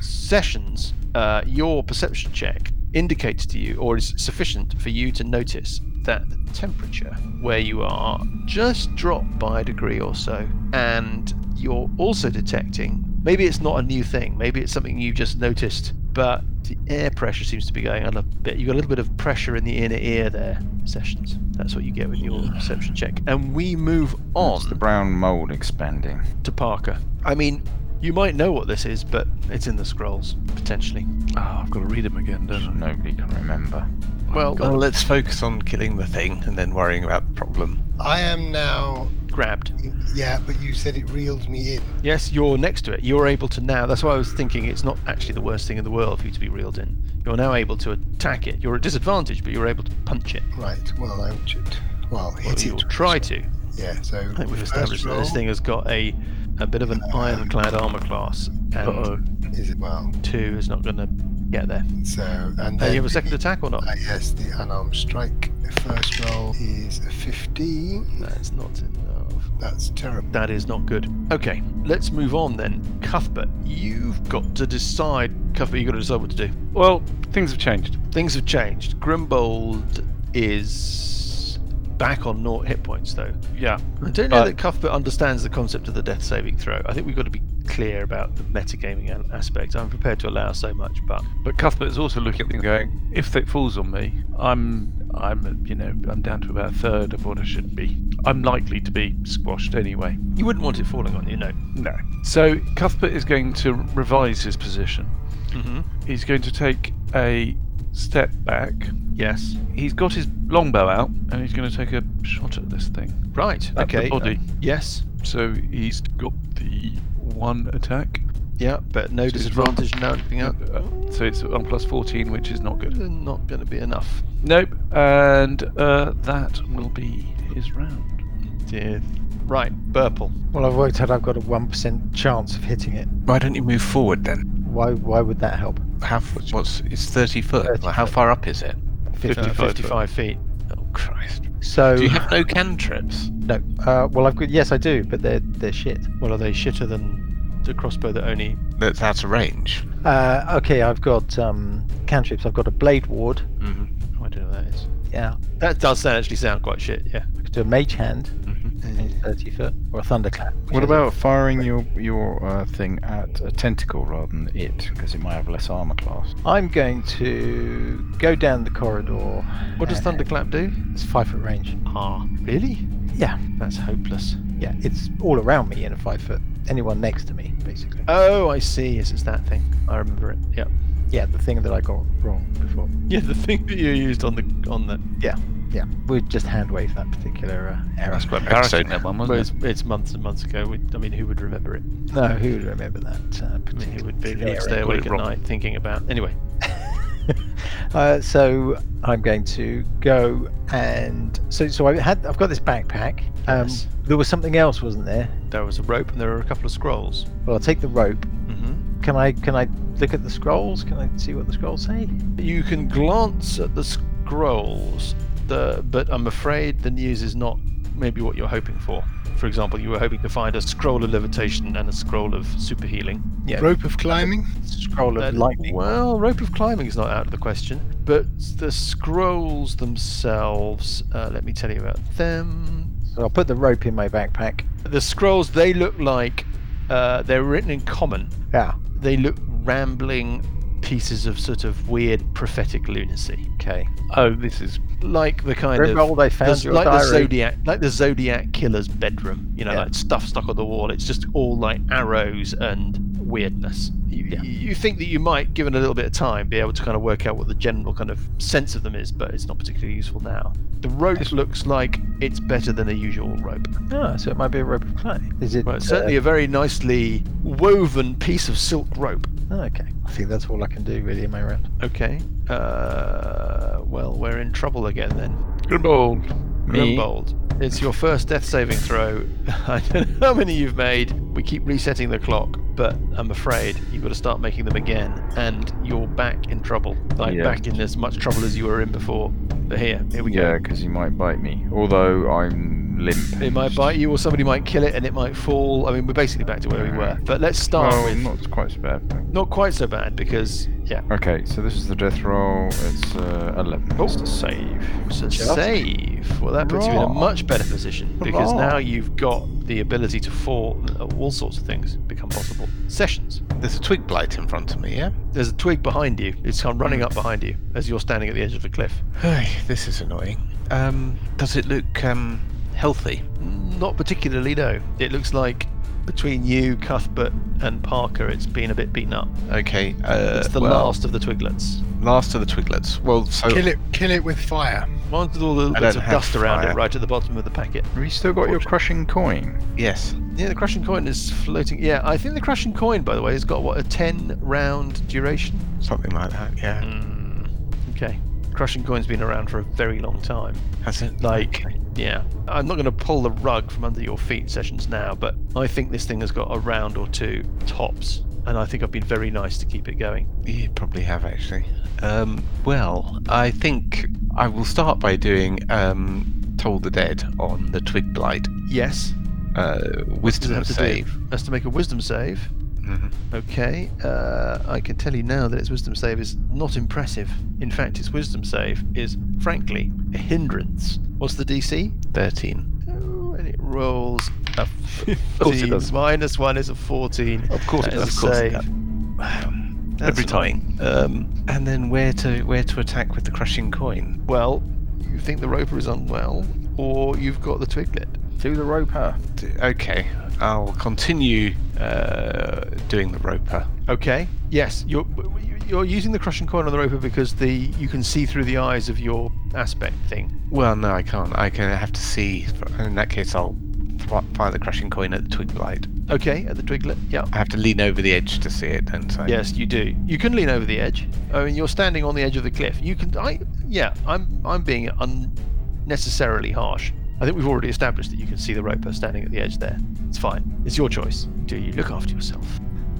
Sessions, uh, your perception check indicates to you, or is sufficient for you to notice, that the temperature where you are just dropped by a degree or so. And you're also detecting maybe it's not a new thing, maybe it's something you just noticed, but the air pressure seems to be going up a bit. You've got a little bit of pressure in the inner ear there, Sessions. That's what you get with your perception check. And we move on It's the brown mold expanding. to Parker. I mean, you might know what this is, but it's in the scrolls, potentially. Oh, I've got to read them again, don't I? Nobody can remember. Well, Well, let's focus on killing the thing and then worrying about the problem. I am now. grabbed. Yeah, but you said it reeled me in. Yes, you're next to it. You're able to now. That's why I was thinking it's not actually the worst thing in the world for you to be reeled in. You're now able to attack it. You're at disadvantage, but you're able to punch it. Right. Well, I should. Well, Or hit you'll it. try to. Yeah. So I think we've first established that this roll thing has got a, a bit of an ironclad armor class, and Uh-oh. Is it well? two is not going to get there. So and Uh, then you have a second the- attack or not? Uh, yes, the unarmed strike. First roll is a 15. That's not enough. That's terrible. That is not good. Okay, let's move on then. Cuthbert, you've got to decide. Cuthbert, you've got to decide what to do. Well, things have changed. Things have changed. Grimbold is back on naught hit points though. Yeah. I don't know But- that Cuthbert understands the concept of the death saving throw. I think we've got to be clear about the metagaming a- aspect. I'm prepared to allow so much, but But Cuthbert is also looking at them going, if it falls on me, I'm, I'm, you know, I'm down to about a third of what I should be. I'm likely to be squashed anyway. you wouldn't want it falling on you, no. No. So Cuthbert is going to revise his position. Mm-hmm. He's going to take a step back. Yes. He's got his longbow out, and he's going to take a shot at this thing. Right. At the okay. Uh, body. yes. So he's got the one attack. Yeah, but no So it's disadvantage, no anything else. Uh, So it's on plus 14, which is not good. Not going to be enough. Nope. And uh, that will be his round. Dear. Right, Burple. Well, I've worked out I've got a one percent chance of hitting it. Why don't you move forward then? Why? Why would that help? How f- what's it's 30 foot. 30 Like, how foot. far up is it? 55, 55 feet. Oh Christ. Oh. So Do you have no cantrips? no. Uh, well, I've got yes, I do, but they're they're shit. Well, are they shitter than the crossbow that only. That's out of range. Uh, okay, I've got um, cantrips. I've got a blade ward. oh, I don't know what that is. Yeah, That does sound, actually sound quite shit, yeah. I could do a mage hand, and it's thirty foot, or a thunderclap. What about firing your your uh, thing at a tentacle rather than it, because it might have less armor class? I'm going to go down the corridor. What does and- Thunderclap do? It's five foot range. Ah, really? Yeah, That's hopeless. yeah. It's all around me in a five foot. Anyone next to me, basically. Oh, I see. Yes, it's that thing. I remember it. Yeah. yeah, the thing that I got wrong before. Yeah, the thing that you used on the on the. Yeah, yeah. We just hand wave that particular uh, error. That's quite embarrassing. that one, Well, it's, it's months and months ago. We, I mean, who would remember it? No, who would remember that? Uh, I mean, who would, be, who particular would stay error? awake at wrong. night thinking about? Anyway, uh, so I'm going to go and so so I had I've got this backpack. Um, Yes. There was something else, wasn't there? there was a rope and there were a couple of scrolls. Well, I'll take the rope. Mm-hmm. Can I can I look at the scrolls? Can I see what the scrolls say? You can glance at the scrolls, the, but I'm afraid the news is not maybe what you're hoping for. For example, you were hoping to find a scroll of levitation and a scroll of super healing. Yeah, Rope of climbing. scroll of That- lightning. Well, rope of climbing is not out of the question, but the scrolls themselves. Uh, let me tell you about them. So I'll put the rope in my backpack. The scrolls they Ah. look like uh, they're written in common. Yeah. They look rambling, pieces of sort of weird prophetic lunacy, Okay. Oh, this is like the kind of Grimrold, I found the- your like the diary. zodiac, like the zodiac killer's bedroom. You know, Yeah. like stuff stuck on the wall. It's just all like arrows and weirdness. You, Yeah. you think that you might, given a little bit of time, be able to kind of work out what the general kind of sense of them is, but it's not particularly useful now. The rope looks like it's better than a usual rope. Ah, so it might be a rope of clay. Is it? uh, Well, it's certainly a very nicely woven piece of silk rope. uh, oh, okay. I think that's all I can do really in my round. Okay. Uh, well, we're in trouble again then. good old me. Grimbold, it's your first death saving throw. I don't know how many you've made. We keep resetting the clock, but I'm afraid you've got to start making them again, and you're back in trouble. Like Yeah. back in as much trouble as you were in before. But here, here we Yeah, because he might bite me. Although I'm limp. go. It might bite you, or somebody might kill it, and it might fall. I mean, we're basically back to where we were. But let's start Well, with Oh, not quite so bad. though. not quite so bad because yeah, Okay, so this is the death roll. It's uh, 11. Oh. It's a save. So Just- save. Well, that puts you in a Hurrah. much better position because Hurrah. now you've got the ability to fall. uh, All sorts of things become possible. Sessions. There's a twig blight in front of me, yeah? There's a twig behind you. It's come running up behind you as you're standing at the edge of the cliff. this is annoying. Um, does it look um, healthy? Not particularly, no. It looks like between you, Cuthbert, and Parker, it's been a bit beaten up. Okay. Uh, It's the well, last of the twiglets. Last of the twiglets. Well, so Kill it, kill it with fire. One with all the little I bits don't of have dust around it fire. right at the bottom of the packet. Have you still got your crushing coin? yes. Yeah, the crushing coin is floating. Yeah, I think the crushing coin, by the way, has got, what, a 10 round duration? Something like that, yeah. Mm, okay. Crushing coin's been around for a very long time. Has it? Like, yeah. I'm not going to pull the rug from under your feet sessions now, but I think this thing has got a round or two tops, and I think I've been very nice to keep it going. You probably have actually. Um, well, I think I will start by doing um, Toll the Dead on the Twig Blight. Yes. Uh, Does it wisdom have to save. do? Has to make a wisdom save. Mhm. Okay. Uh, I can tell you now that its wisdom save is not impressive. In fact, its wisdom save is, frankly, a hindrance. What's the DC? 13. Oh, and it rolls a course it 15. does. Minus one is a 14. Of course That it does, is a of course it save. does. That's Every annoying. Um, and then where to where to attack with the crushing coin? Well, you think the roper is unwell, or you've got the twiglet. Do the roper. D- Okay, I'll continue uh, doing the roper. Okay. Yes, you're you're using the crushing coin on the roper because the you can see through the eyes of your aspect thing. Well, no, I can't. I can have to see. In that case, I'll th- fire the crushing coin at the twig blight. Okay, at the twiglet. Yeah. I have to lean over the edge to see it, and so Yes, you do. You can lean over the edge. I mean, you're standing on the edge of the cliff. You can. I. Yeah. I'm. I'm being unnecessarily harsh. I think we've already established that you can see the roper standing at the edge there. It's fine. It's your choice. Do you look after yourself?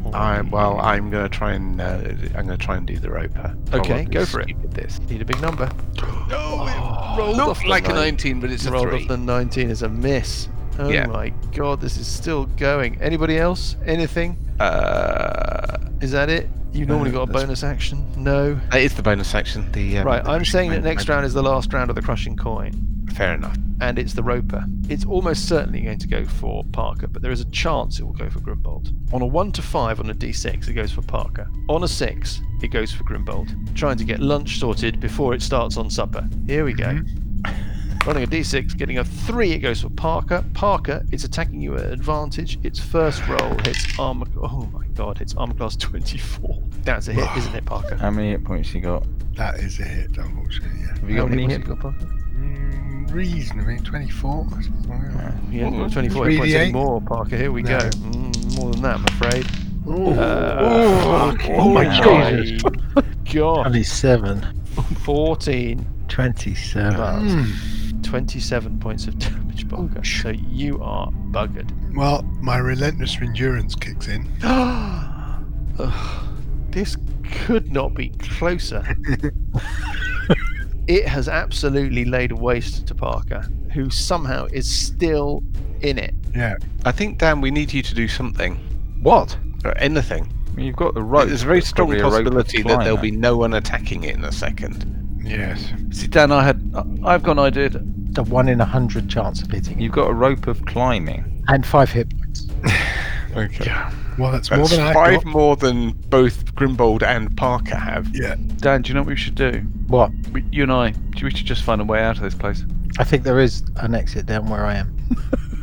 Or I, do you well, I'm gonna try and uh, I'm gonna try and do the uh, roper. Okay, Probably go for it. stupid This Need a big number. oh, rolled looked off the like a nine. 19, but it's a rolled three. off the 19 is a miss. Oh Yeah. my god, this is still going. Anybody else? Anything? Uh, Is that it? You've normally got a that's- bonus action. No. that is the bonus section. The um, Right, the I'm crushing saying that coin. next round is the last round of the crushing coin, Fair enough. and it's the roper. It's almost certainly going to go for Parker, but there is a chance it will go for Grimbold. On a 1 to 5 on a d6, it goes for Parker. On a 6, it goes for Grimbold. Trying to get lunch sorted before it starts on supper. Here we go. Running a d6, getting a 3, it goes for Parker. Parker is attacking you at advantage. Its first roll hits armor. Oh my god, hits armor class 24. That's a hit, isn't it, Parker? How many hit points you got? That is a hit, unfortunately. Yeah. Have you How got any many hit hit points? Mm, reasonably, 24. Yeah, 24 hit points 3d8? anymore, Parker. Here we No. go. Mm, more than that, I'm afraid. Uh. Oh, my Jesus. God. Twenty-seven. 14 Twenty-seven. plus Mm. 27 points of damage, Parker. So you are buggered. Well, my relentless endurance kicks in. Ugh, this could not be closer. it has absolutely laid waste to Parker, who somehow is still in it. Yeah. I think Dan, we need you to do something What? or anything. You've got the rope. There's a very That's strong probably a rope of possibility that there'll be flying, no one attacking it in a second. Yes. See, Dan, I had, I've got an idea. A one in a hundred chance of hitting though. you, You've got a rope of climbing. and five hit points. Okay. Well, that's, more That's than I five got. more than both Grimbold and Parker have. Yeah. Dan, do you know what we should do? What? We, you and I, we should just find a way out of this place. I think there is an exit down where I am.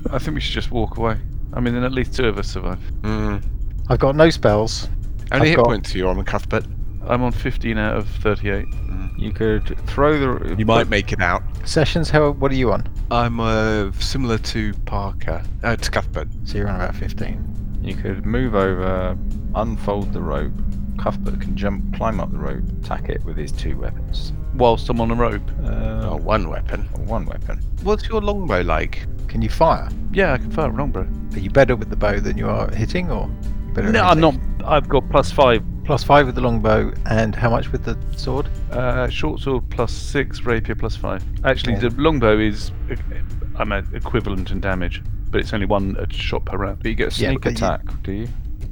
I think we should just walk away. I mean, then at least two of us survive. Mm. I've got no spells. Only I've hit got- points you on Cuthbert. I'm on 15 out of 38. You could throw the. You might make it out. Sessions, how? What are you on? I'm uh, similar to Parker. Uh, to Cuthbert. So you're on about 15. You could move over, unfold the rope. Cuthbert can jump, climb up the rope, attack it with his two weapons. Whilst I'm on a rope. Uh, Oh, one weapon. One weapon. What's your longbow like? Can you fire? Yeah, I can fire a longbow. Are you better with the bow than you are at hitting, or you better? at No, I'm hitting? not. I've got plus five. Plus five with the longbow, and how much with the sword? Uh, short sword plus six, rapier plus five. Actually, Okay. the longbow is, uh, I'm at equivalent in damage, but it's only one uh, shot per round. But you get a Yeah, sneak but you- attack, do you?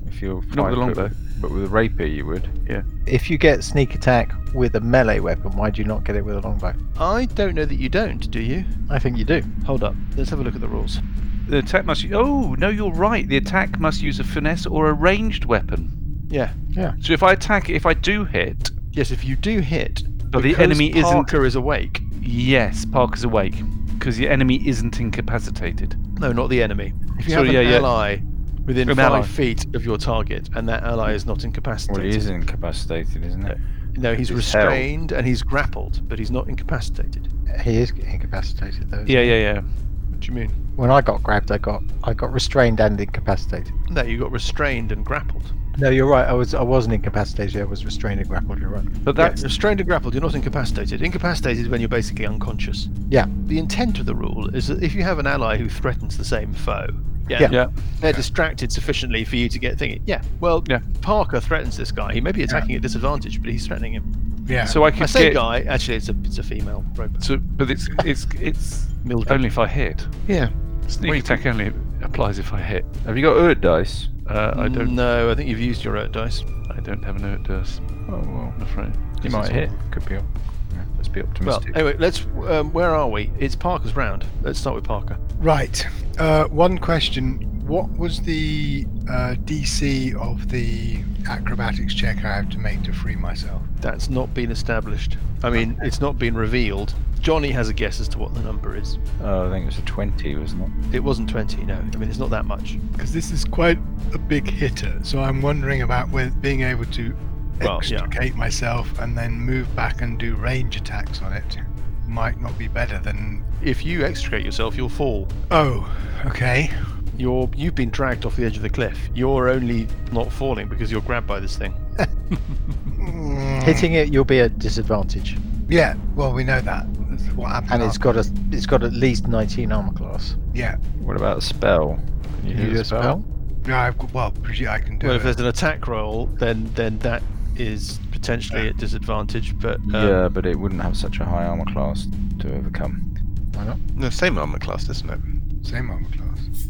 If you're Not with five a foot- longbow. but with a rapier you would. If you get sneak attack with a melee weapon, why do you not get it with a longbow? I don't know that you don't, do you? I think you do. Hold up. Let's have a look at the rules. The attack must. Oh no, you're right. The attack must use a finesse or a ranged weapon. Yeah. So if I attack, if I do hit, Yes, if you do hit, but the because enemy Parker is awake. isn't. Yes, Parker's awake because the enemy isn't incapacitated. No, not the enemy. If you Sorry, have an yeah, yeah. ally within An five ally. feet of your target, and that ally is not Well, incapacitated. it is incapacitated, isn't it? No, he's He's held. restrained and he's grappled, but he's not incapacitated. He is incapacitated though. Yeah, yeah, yeah. What do you mean? When I got grabbed, I got I got restrained and incapacitated. No, you got restrained and grappled. No, you're right. I was I wasn't incapacitated. I was restrained and grappled. You're right. But That's that's restrained and grappled. You're not incapacitated. Incapacitated is when you're basically unconscious. Yeah. The intent of the rule is that if you have an ally who threatens the same foe, yeah, Yeah. yeah. they're distracted sufficiently for you to get thinking. Yeah. Well, Yeah. Parker threatens this guy. He may be attacking at disadvantage, but he's threatening him. Yeah. So I could I say get. guy. Actually, it's a it's a female rope. So, but it's it's it's Mildred. only if I hit. Yeah. Sneak attack only applies if I hit. Have you got Urt dice? Uh, I Mm. don't. No, I think you've used your own dice. I don't have an Urt dice. Oh well, I'm afraid. you might hit. Could be. op- yeah, Let's be Well, optimistic. anyway, let's. Um, where are we? It's Parker's round. Let's start with Parker. right. Uh, one question. What was the uh, DC of the acrobatics check I have to make to free myself? That's not been established. I mean, it's not been revealed. Johnny has a guess as to what the number is. oh, I think it was a twenty, wasn't it? It wasn't 20, no. I mean, it's not that much. Because this is quite a big hitter, so I'm wondering about when being able to Well, yeah. extricate myself and then move back and do range attacks on it. Might not be better than. If you extricate yourself, you'll fall. Oh, okay. You're you've been dragged off the edge of the cliff. You're only not falling because you're grabbed by this thing. Mm, Hitting it, you'll be at disadvantage, Yeah. Well, we know that. That's what happened. and it's Oh. after- got a it's got at least 19 armor class. Yeah. What about a spell? Can Can you do a spell? No, I've got, well, pretty, I can do well, if it. there's an attack roll, then then that is potentially at disadvantage. But um, yeah, but it wouldn't have such a high armor class to overcome. No, same armor class, isn't it? Ah, Same armor class.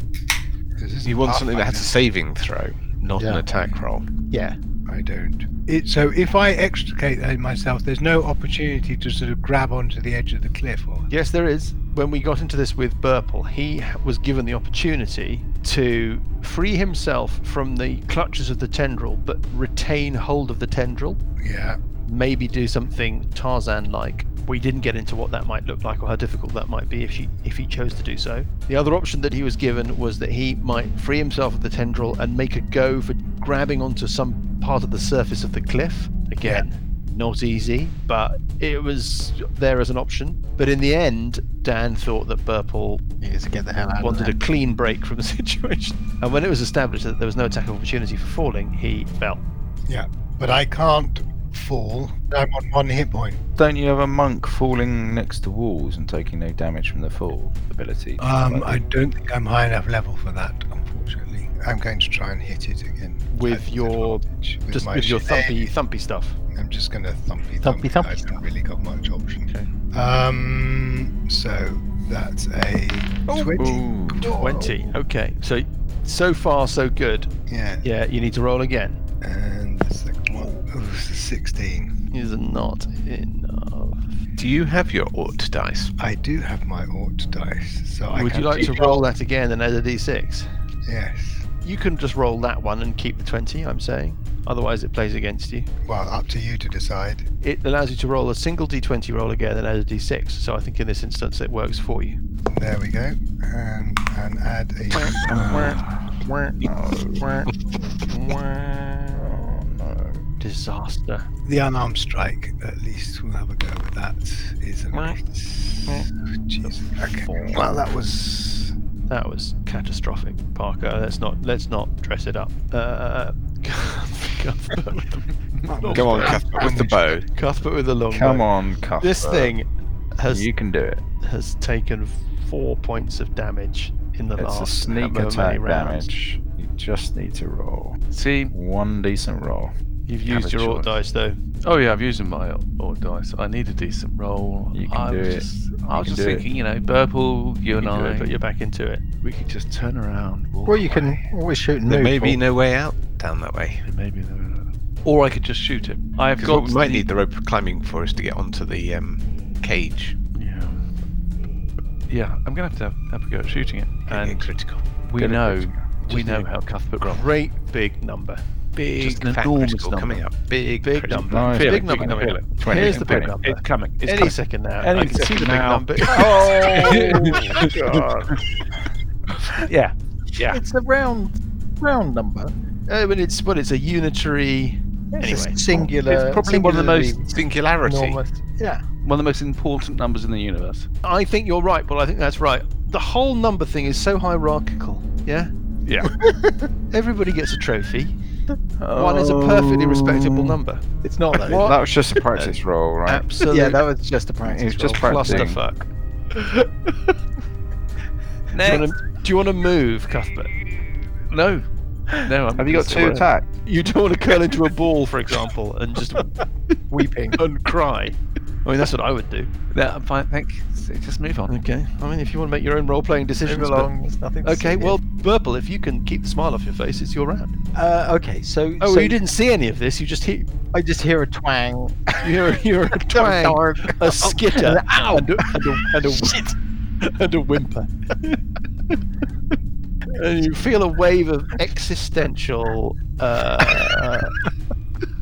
'Cause this is You want something that Pathfinder. has a saving throw, not Yeah. an attack roll. Yeah. I don't. It, so if I extricate uh, myself, there's no opportunity to sort of grab onto the edge of the cliff or. Yes, there is. When we got into this with Burple, he h- was given the opportunity to free himself from the clutches of the tendril, but retain hold of the tendril. Yeah. Maybe do something Tarzan-like. We didn't get into what that might look like or how difficult that might be if she if he chose to do so. The other option that he was given was that he might free himself of the tendril and make a go for grabbing onto some part of the surface of the cliff. Again, not easy, but it was there as an option. But in the end, Dan thought that Burple You need to get the hell out. wanted of a clean break from the situation. And when it was established that there was no attack opportunity for falling, he fell. Yeah. But I can't fall. I'm on one hit point. Don't you have a monk falling next to walls and taking no damage from the fall ability? Um, Like- I don't think I'm high enough level for that, unfortunately. I'm going to try and hit it again With at your- advantage, Just my with your thumpy, shenanigans. thumpy stuff. I'm just going to thumpy Thumpy, thumpy. thumpy I stuff. haven't really got much option. Um, so that's a 20. Ooh, 20. Okay. So, so far, so good. Yeah. Yeah, you need to roll again. And the second one. Oh, it's a 16. Is not enough. Do you have your Ort dice? I do have my Ort dice, so I Would can you like to do- roll that again and add a d6? Yes. You can just roll that one and keep the 20, I'm saying. Otherwise, it plays against you. Well, up to you to decide. It allows you to roll a single d20 roll again and add a d6. So I think in this instance, it works for you. There we go. And, and add a. Disaster. the unarmed strike, at least we'll have a go with that. Is a Jeez. Okay. Well, that was. That was catastrophic, Parker. Let's not let's not dress it up. Uh, Cuthbert, Go on, Cuthbert, with the bow. Cuthbert with a long. Come bow. on, Cuthbert. This thing has You can do it. has taken four points of damage in the It's a last sneak however many attack rounds. damage. You just need to roll See, one decent roll. you've Have used a your alt Dice though. Oh yeah, I've used my old dice. I need a decent roll. You can I do was it. just, You I was can just do it. thinking, you know, Burple, you, and You do I, it, but you're back into it. we could just turn around. walk Well, you away, can always shoot and There move. may be Paul. no way out down that way. and maybe there were- or I could just shoot him. I have Because what got we might the- need the rope climbing for is to get onto the um, cage. Yeah. Yeah, I'm gonna have to have a go at shooting it. And And critical. we Get it, know, critical. we know how Cuthbert rolls. Great big number. Big, Just an fat enormous critical number. coming up. Big, Big critical. number. Nice. Big We number can coming feel up. it. 20. Here's the big It's number. coming. It's Any coming. second now. Any I can see second the big now. number. Oh, Yeah. Yeah. It's a round, round number. Uh, but it's but it's a unitary. It's Anyway. a singular. It's probably one of the most- Singularity. enormous. Yeah. One of the most important numbers in the universe. I think you're right, but I think that's right. The whole number thing is so hierarchical. Yeah. Yeah. Everybody gets a trophy. One is a perfectly respectable number. It's not though. That was just a practice roll, right? Absolutely. Yeah, that was just a It's practice. just roll. practicing. clusterfuck. Do you wanna- Do you want to move, Cuthbert? No. No, I'm Have you got two attacks? You don't want to curl into a ball, for example, and just weeping. and cry. I mean, that's what I would do. No, I'm fine, thank you. Just move on. Okay. I mean, if you want to make your own role-playing Move decisions, but- along. There's nothing. to see Okay. here. Well, Burple, if you can keep the smile off your face, it's your round. Uh, okay. So. Oh, so you didn't see any of this. You just hear I just hear a twang. you hear, you hear a twang, a skitter, uh, and a, and a, and a, whi- and a whimper. and you feel a wave of existential uh,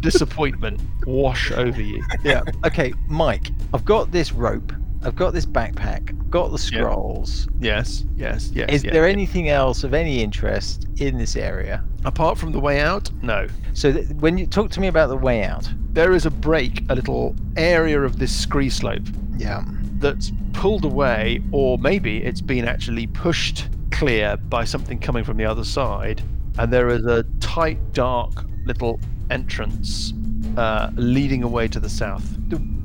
disappointment wash over you. yeah. Okay, Mike. I've got this rope. I've got this backpack. I've got the Yeah. scrolls. Yes. Yes. Yes. Is yes. there anything else of any interest in this area? apart from the way out? No. So th- when you talk to me about the way out. There is a break, a little area of this scree slope Yeah. that's pulled away, or maybe it's been actually pushed clear by something coming from the other side. And there is a tight, dark little entrance uh, leading away to the south.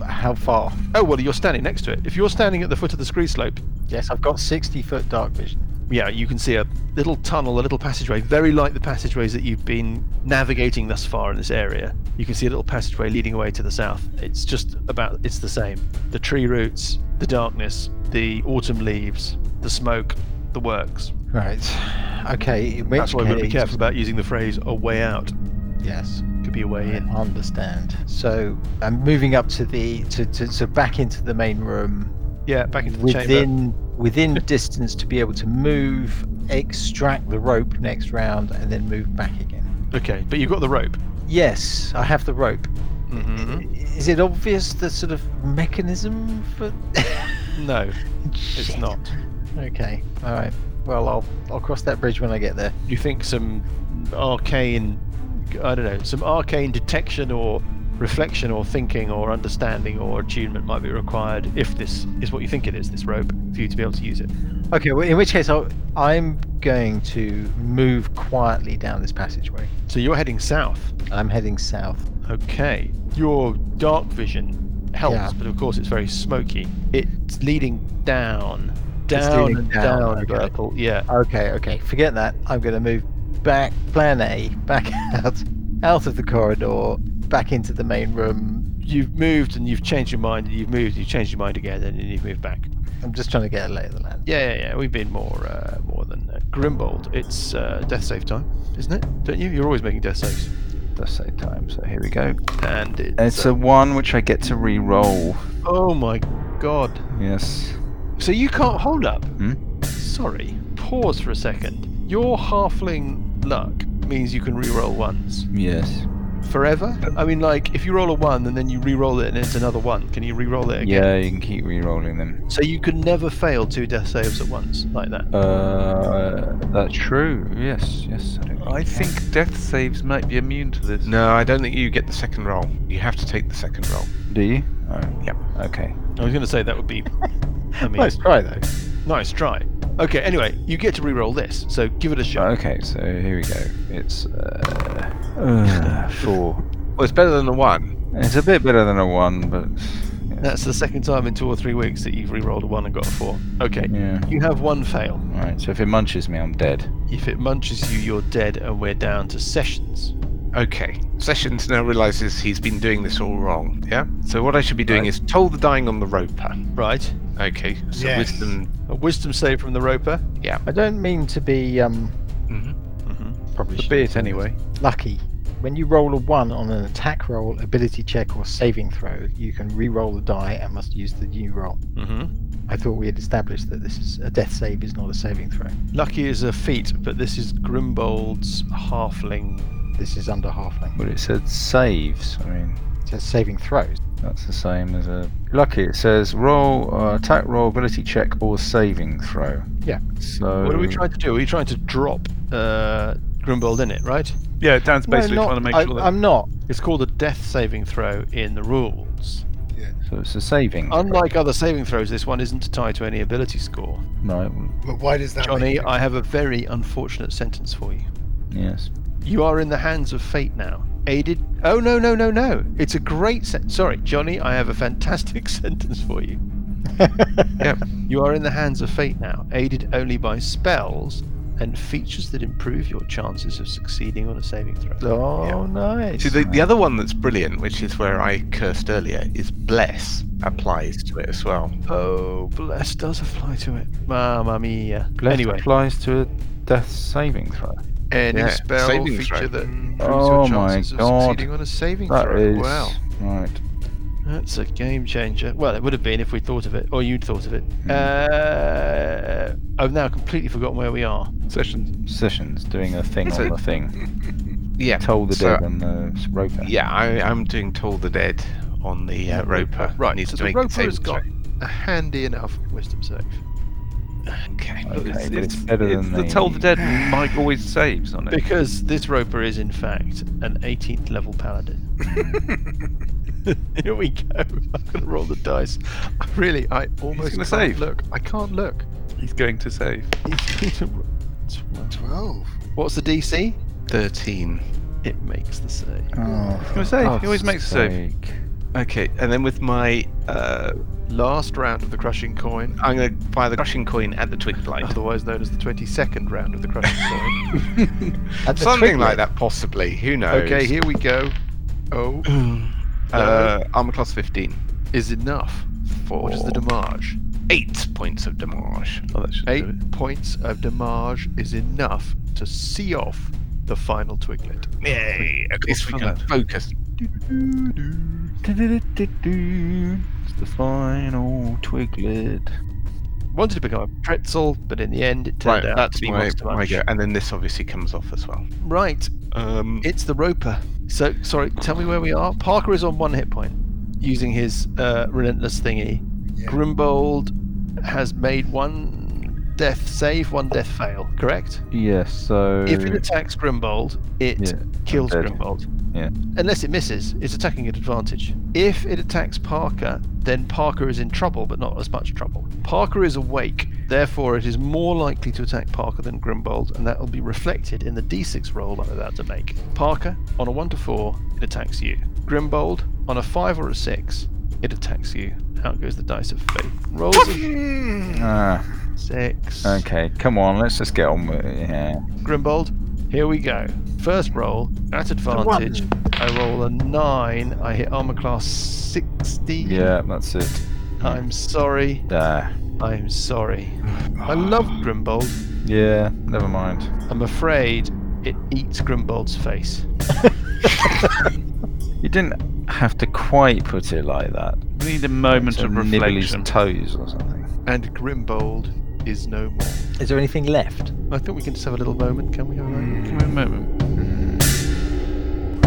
How far? Oh, well, you're standing next to it. If you're standing at the foot of the scree slope, Yes, I've got 60 foot dark vision. yeah, you can see a little tunnel, a little passageway, very like the passageways that you've been navigating thus far in this area. You can see a little passageway leading away to the south. It's just about it's the same. The tree roots, the darkness, the autumn leaves, the smoke, the works. Right. Okay. In which That's why we've got to be case- careful about using the phrase "a way out." Yes. Could be a way in. I understand. So I'm moving up to the to, to so back into the main room. Yeah, back into the chamber. within within distance to be able to move, extract the rope next round, and then move back again. Okay, but you've got the rope. Yes, I have the rope. Mm-hmm. Is it obvious the sort of mechanism for? No, it's not. Okay. All right. Well, I'll I'll cross that bridge when I get there. you think some arcane i don't know some arcane detection or reflection or thinking or understanding or attunement might be required if this is what you think it is this rope for you to be able to use it Okay. Well, in which case, I'll, I'm going to move quietly down this passageway. so you're heading south I'm heading south. okay your dark vision helps Yeah. but of course it's very smoky it's leading down It's down leading and down, down, okay. Burple. yeah Okay, okay. Forget that. I'm going to move back, plan A, back out, out of the corridor, back into the main room. you've moved and you've changed your mind and you've moved you've changed your mind again and then you've moved back I'm just trying to get a lay of the land. Yeah, yeah, yeah. We've been more, uh, more than uh, Grimbold. It's uh, death save time, isn't it? Don't you? You're always making death saves. Let's say time. So here we go. And it's, It's uh, a one which I get to re-roll. oh my god. Yes. So you can't hold up. Hmm? Sorry. Pause for a second. Your halfling luck means you can re-roll ones Yes. forever. I mean, like if you roll a one and then you re-roll it and it's another one, can you re-roll it again? Yeah, you can keep re-rolling them. So you can never fail two death saves at once like that. Uh, that's true. Yes, yes. I, don't I think death saves might be immune to this. No, I don't think you get the second roll. You have to take the second roll. Do you? Oh. Yep. Okay. I was going to say that would be. I mean, Nice try though. nice try. Okay. Anyway, you get to re-roll this, so give it a shot. Okay. So here we go. It's uh, uh, four. Well, it's better than the one. It's a bit better than a one, but yeah. That's the second time in two or three weeks that you've re-rolled a one and got a four. Okay. yeah. You have one fail. All right. So if it munches me, I'm dead. If it munches you, you're dead, and we're down to sessions. Okay. Sessions now realizes he's been doing this all wrong. Yeah. So what I should be doing is toll the dying on the roper. Right. Okay. So Yes. wisdom. A wisdom save from the roper. I don't mean to be um Mm-hmm. probably The shouldn't bit say anyway. this. Lucky. When you roll a one on an attack roll, ability check, or saving throw, you can re-roll the die and must use the new roll. Mm-hmm. I thought we had established that this is a death save is not a saving throw. Lucky is a feat, but this is Grimbold's halfling. This is under halfling. But it said saves. I mean. It says saving throws. That's the same as a lucky. It says roll, uh, attack roll, ability check, or saving throw. Yeah. So What are we trying to do? Are we trying to drop uh, Grimbold in it? Right. Yeah, Dan's basically no, not, trying to make I, sure that I'm not. It's called a death saving throw in the rules. So it's a saving. Unlike other saving throws, this one isn't tied to any ability score. throw. no. But why does that? make Johnny, you- I have a very unfortunate sentence for you. Yes. You are in the hands of fate now. Aided. Oh, no, no, no, no. It's a great sentence. Sorry, Johnny, I have a fantastic sentence for you. Yep. You are in the hands of fate now, aided only by spells and features that improve your chances of succeeding on a saving throw. Oh, nice. See, the, the other one that's brilliant, which is where I cursed earlier, is bless applies to it as well. Oh, bless does apply to it. Mamma mia. Bless anyway, applies to a death saving throw. any Yeah, spell saving feature throw. that improves Oh your my chances God. of succeeding on a saving That throw. is Wow. right. That's a game changer. Well, it would have been if we thought of it, or you'd thought of it. Uh, I've now completely forgotten where we are. sessions. Sessions doing a thing So- on the thing. Yeah. Toll the so- dead on the s- roper. Yeah, I, I'm doing Toll the Dead on the uh, Roper. Right, Needs so to the make it roper has saving got a handy enough wisdom save. throw. Okay. Okay, it's, but it's, it's better it's than the the- Toll the Dead and Mike always saves on it. Because this roper is, in fact, an 18th level paladin. Here we go. I'm going to roll the dice. I Really, I almost gonna can't save. look. I can't look. He's going to save. Twelve. What's the DC? 13. It makes the save. Oh, He save. He always makes a save. sake. Okay, and then with my. Uh, Last round of the crushing coin, I'm going to fire the crushing coin at the twig blind. otherwise known as Oh, the 22nd round of the crushing coin. At the Something twig like light. that, possibly. Who knows? Okay, here we go. Oh, Uh, armor class 15. is enough. For What is the damage? Eight points of damage. Oh, that should do it. Eight points of damage is enough to see off the final twiglet. Yay! At least we can focus. It's the final twiglet. Wanted to become a pretzel, but in the end, it turned Right, out to that's be my, Monster my Munch. go. And then this obviously comes off as well. Right, Um, it's the Roper. So, sorry, tell me where we are. Parker is on one hit point, using his uh, relentless thingy. Yeah. Grimbold has made one death save, one death fail. Correct. Yes. So If it attacks Grimbold, it Yeah, kills dead. Grimbold. Yeah. Unless it misses, it's attacking at advantage. If it attacks Parker, then Parker is in trouble, but not as much trouble. Parker is awake, therefore it is more likely to attack Parker than Grimbold, and that will be reflected in the d6 roll I'm about to make. Parker, on a 1 to 4, it attacks you. Grimbold, on a 5 or a 6, it attacks you. Out goes the dice of fate. Rolls a ah, 6. okay. Come on. Let's just get on with it. Yeah. Grimbold, here we go. First roll at advantage. I roll a nine. I hit armor class 60. Yeah. That's it. I'm sorry. Ah. I'm sorry. I love Grimbold. Yeah. Never mind. I'm afraid it eats Grimbold's face. You didn't have to quite put it like that. We need a moment So of nibble his reflection. toes or something. And Grimbold is no more. Is there anything left? I think we can just have a little moment. Can we have a moment? Give me a moment.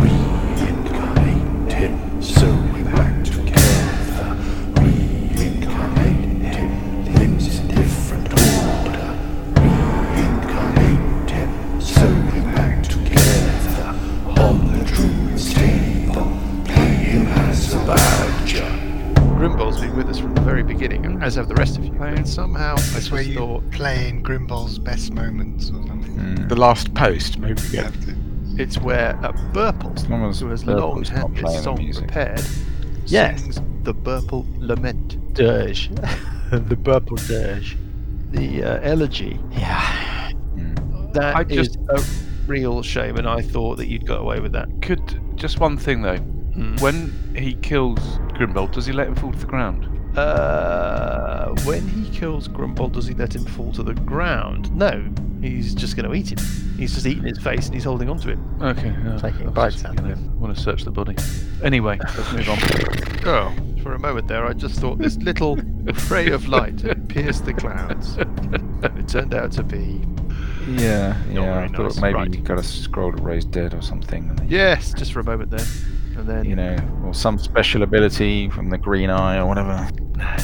Reincarnate Mm. him so back together. Reincarnate him limbs in different order. Reincarnate him so back together. On the druid's table, play him as a badger. Grimbold's been with us from the very beginning, and as have the rest of you. And somehow I That's just where you thought play in Grimball's best moments or something. The last post, maybe. You have to- it's where uh, Burple, long as who has Burple's long not had playing the his song music. prepared, Yes. sings the Burple Lament, Dirge. the purple dirge. the uh, elegy. Yeah. That I is just- a real shame, and I thought that you'd got away with that. Could just one thing though. Hmm. Mm. When he kills Grimbold, does he let him fall to the ground? Uh, when he kills Grumbold, does he let him fall to the ground? No, he's just going to eat him. He's just eating his face and he's holding onto him. Okay. Uh, Taking bites out of I want to search the body. Anyway, let's move on. Oh, for a moment there, I just thought this little ray of light had pierced the clouds. It turned out to be Yeah, yeah. very I thought nice, maybe right. you got to scroll to raise dead or something. And then, yes, just for a moment there, and then You know, or some special ability from the green eye or whatever.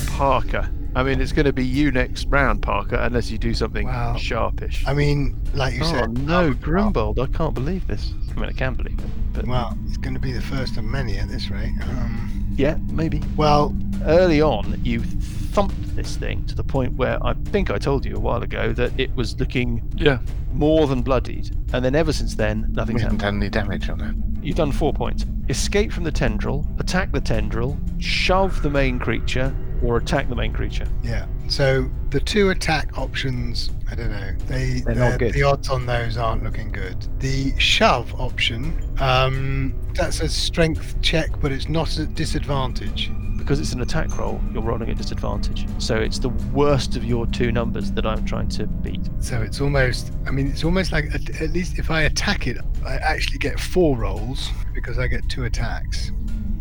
Parker. I mean, it's going to be you next round, Parker, unless you do something Wow. sharpish. I mean, like you oh said, no, Grumbold! I can't believe this. I mean, I can believe it, but well, it's going to be the first of many at this rate. Um, yeah, maybe. well, early on you thumped this thing to the point where I think I told you a while ago that it was looking Yeah. more than bloodied, and then ever since then We nothing's haven't happened. done any damage on it. You've done four points: escape from the tendril, attack the tendril, shove the main creature, or attack the main creature. yeah. So the two attack options, I don't know. They They're not they're- good. the odds on those aren't looking good. The shove option, um, that's a strength check, but it's not a disadvantage. Because it's an attack roll, you're rolling at disadvantage, so it's the worst of your two numbers that I'm trying to beat. So it's almost, I mean, it's almost like at, at least if I attack it, I actually get four rolls because I get two attacks.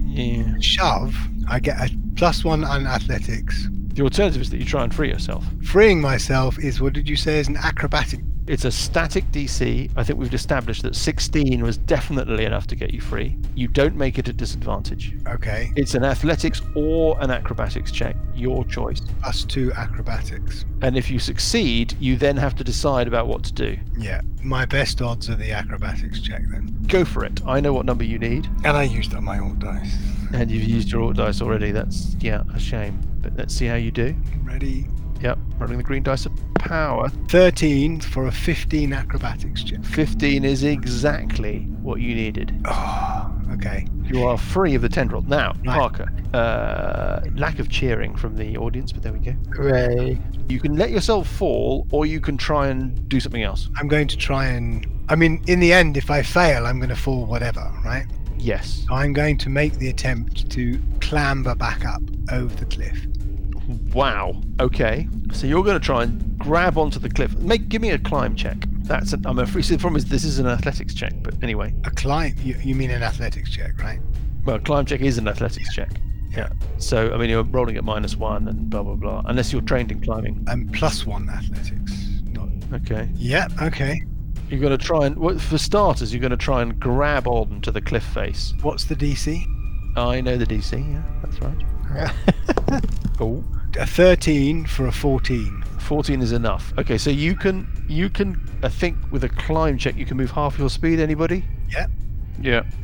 Yeah. Shove, I get a plus one on athletics. The alternative is that you try and free yourself. Freeing myself is what did you say is an acrobatic? It's a static DC. I think we've established that 16 was definitely enough to get you free. You don't make it a disadvantage. Okay, It's an athletics or an acrobatics check, your choice. plus two acrobatics. And if you succeed, you then have to decide about what to do. Yeah, my best odds are the acrobatics check then. Go for it. I know what number you need, And I used up my old dice. and you've used your alt dice already. That's, yeah, a shame. But let's see how you do. Ready? Yep, rolling the green dice of power. 13 for a 15 acrobatics check. 15 is exactly what you needed. Oh, okay. You are free of the tendril. Now, Right. Parker, uh, lack of cheering from the audience, but there we go. Hooray. You can let yourself fall, or you can try and do something else. I'm going to try and. I mean, in the end, if I fail, I'm going to fall whatever, right? Yes. I'm going to make the attempt to clamber back up over the cliff. Wow. Okay. So you're going to try and grab onto the cliff. Make give me a climb check. That's an, I'm afraid. See, the problem is this is an athletics check, but anyway, A climb? You, you mean an athletics check, right? well, climb check is an athletics check. Yeah. So I mean, you're rolling at minus one and blah blah blah. Unless you're trained in climbing. And plus one athletics. Not. Okay. Yeah. Okay. You're going to try and well, for starters, you're going to try and grab on to the cliff face. What's the DC? I know the DC. Yeah, that's right. Oh. A 13 for a 14. 14 is enough. Okay, so you can you can I think with a climb check you can move half your speed. Anybody? Yeah.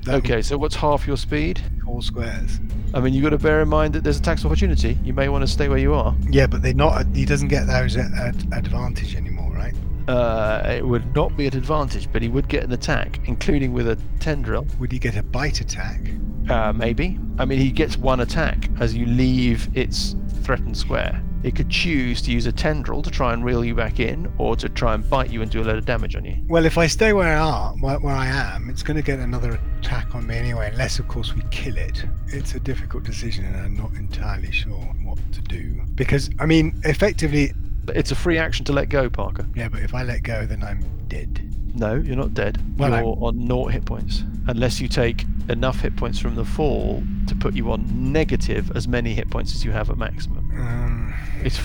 That okay, so what's half your speed? would be All squares. I mean, you've got to bear in mind that there's a tax opportunity. You may want to stay where you are. Yeah, but they're not. He doesn't get those at, at advantage anymore, right? Uh, it would not be an advantage, but he would get an attack, including with a tendril. Would he get a bite attack? Uh, maybe. I mean, he gets one attack as you leave its threatened square. It could choose to use a tendril to try and reel you back in, or to try and bite you and do a load of damage on you. Well, if I stay where I are, where, where I am, it's going to get another attack on me anyway, unless, of course, we kill it. It's a difficult decision, and I'm not entirely sure what to do. Because, I mean, effectively, But it's a free action to let go, Parker. yeah, but if I let go, then I'm dead. No, you're not dead. Well, I- you're on naught hit points. Unless you take enough hit points from the fall to put you on negative as many hit points as you have at maximum. Um, It's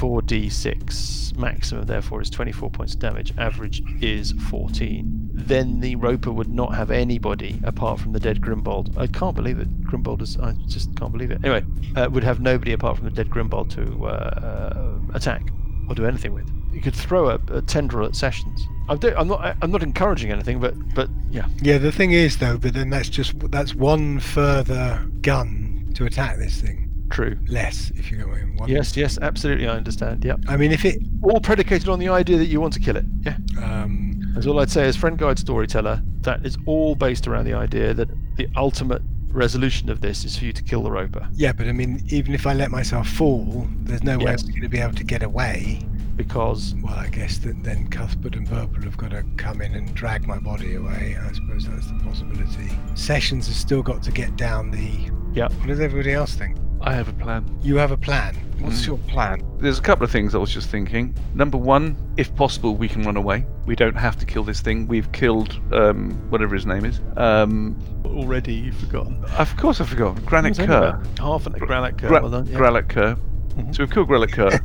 4d6. Maximum, therefore, is 24 points of damage. Average is 14. Then the Roper would not have anybody apart from the dead Grimbold. I can't believe it. Grimbold is. I just can't believe it. Anyway, uh, would have nobody apart from the dead Grimbold to uh, uh, attack or do anything with. You could throw a, a tendril at Sessions. I'm, do, I'm not. I'm not encouraging anything, but but yeah. Yeah, the thing is though, but then that's just that's one further gun to attack this thing. True. Less, if you know what I mean. One- Yes, yes, absolutely. I understand. Yeah. I mean, if it. All predicated on the idea that you want to kill it. Yeah. Um, That's all I'd say as friend guide storyteller. That is all based around the idea that the ultimate resolution of this is for you to kill the roper yeah, but I mean, even if I let myself fall, there's no way Yes. I'm going to be able to get away. because Well, I guess that then Cuthbert and Purple have got to come in and drag my body away. I suppose that's the possibility. Sessions has still got to get down the. Yeah. What does everybody else think? I have a plan. You have a plan. What's your plan? There's a couple of things I was just thinking. Number one, if possible, we can run away. We don't have to kill this thing. We've killed um, whatever his name is. Um, already you've forgotten. of course, I forgot. Granite What was that Kerr. about? Half an granite cur. Gra- well done, yeah. Gralak Kerr. Mm-hmm. So we've killed Gralak Kerr.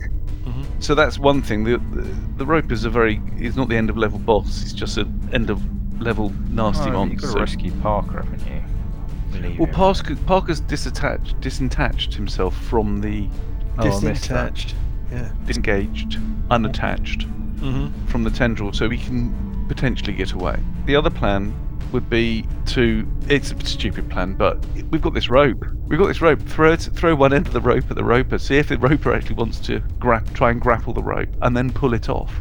So that's one thing. The, the the Roper's a very. He's not the end of level boss. He's just an end of level nasty Oh, you've monster. got to rescue Parker, haven't you? Leave Well, him. Parker, Parker's disattached, disentached himself from the Oh, I missed that. Disattached. Yeah. disengaged, unattached hmm from the tendril, so he can potentially get away. The other plan would be to. It's a stupid plan, but we've got this rope. We've got this rope. Throw it, throw one end of the rope at the roper. See if the roper actually wants to grab, try and grapple the rope, and then pull it off,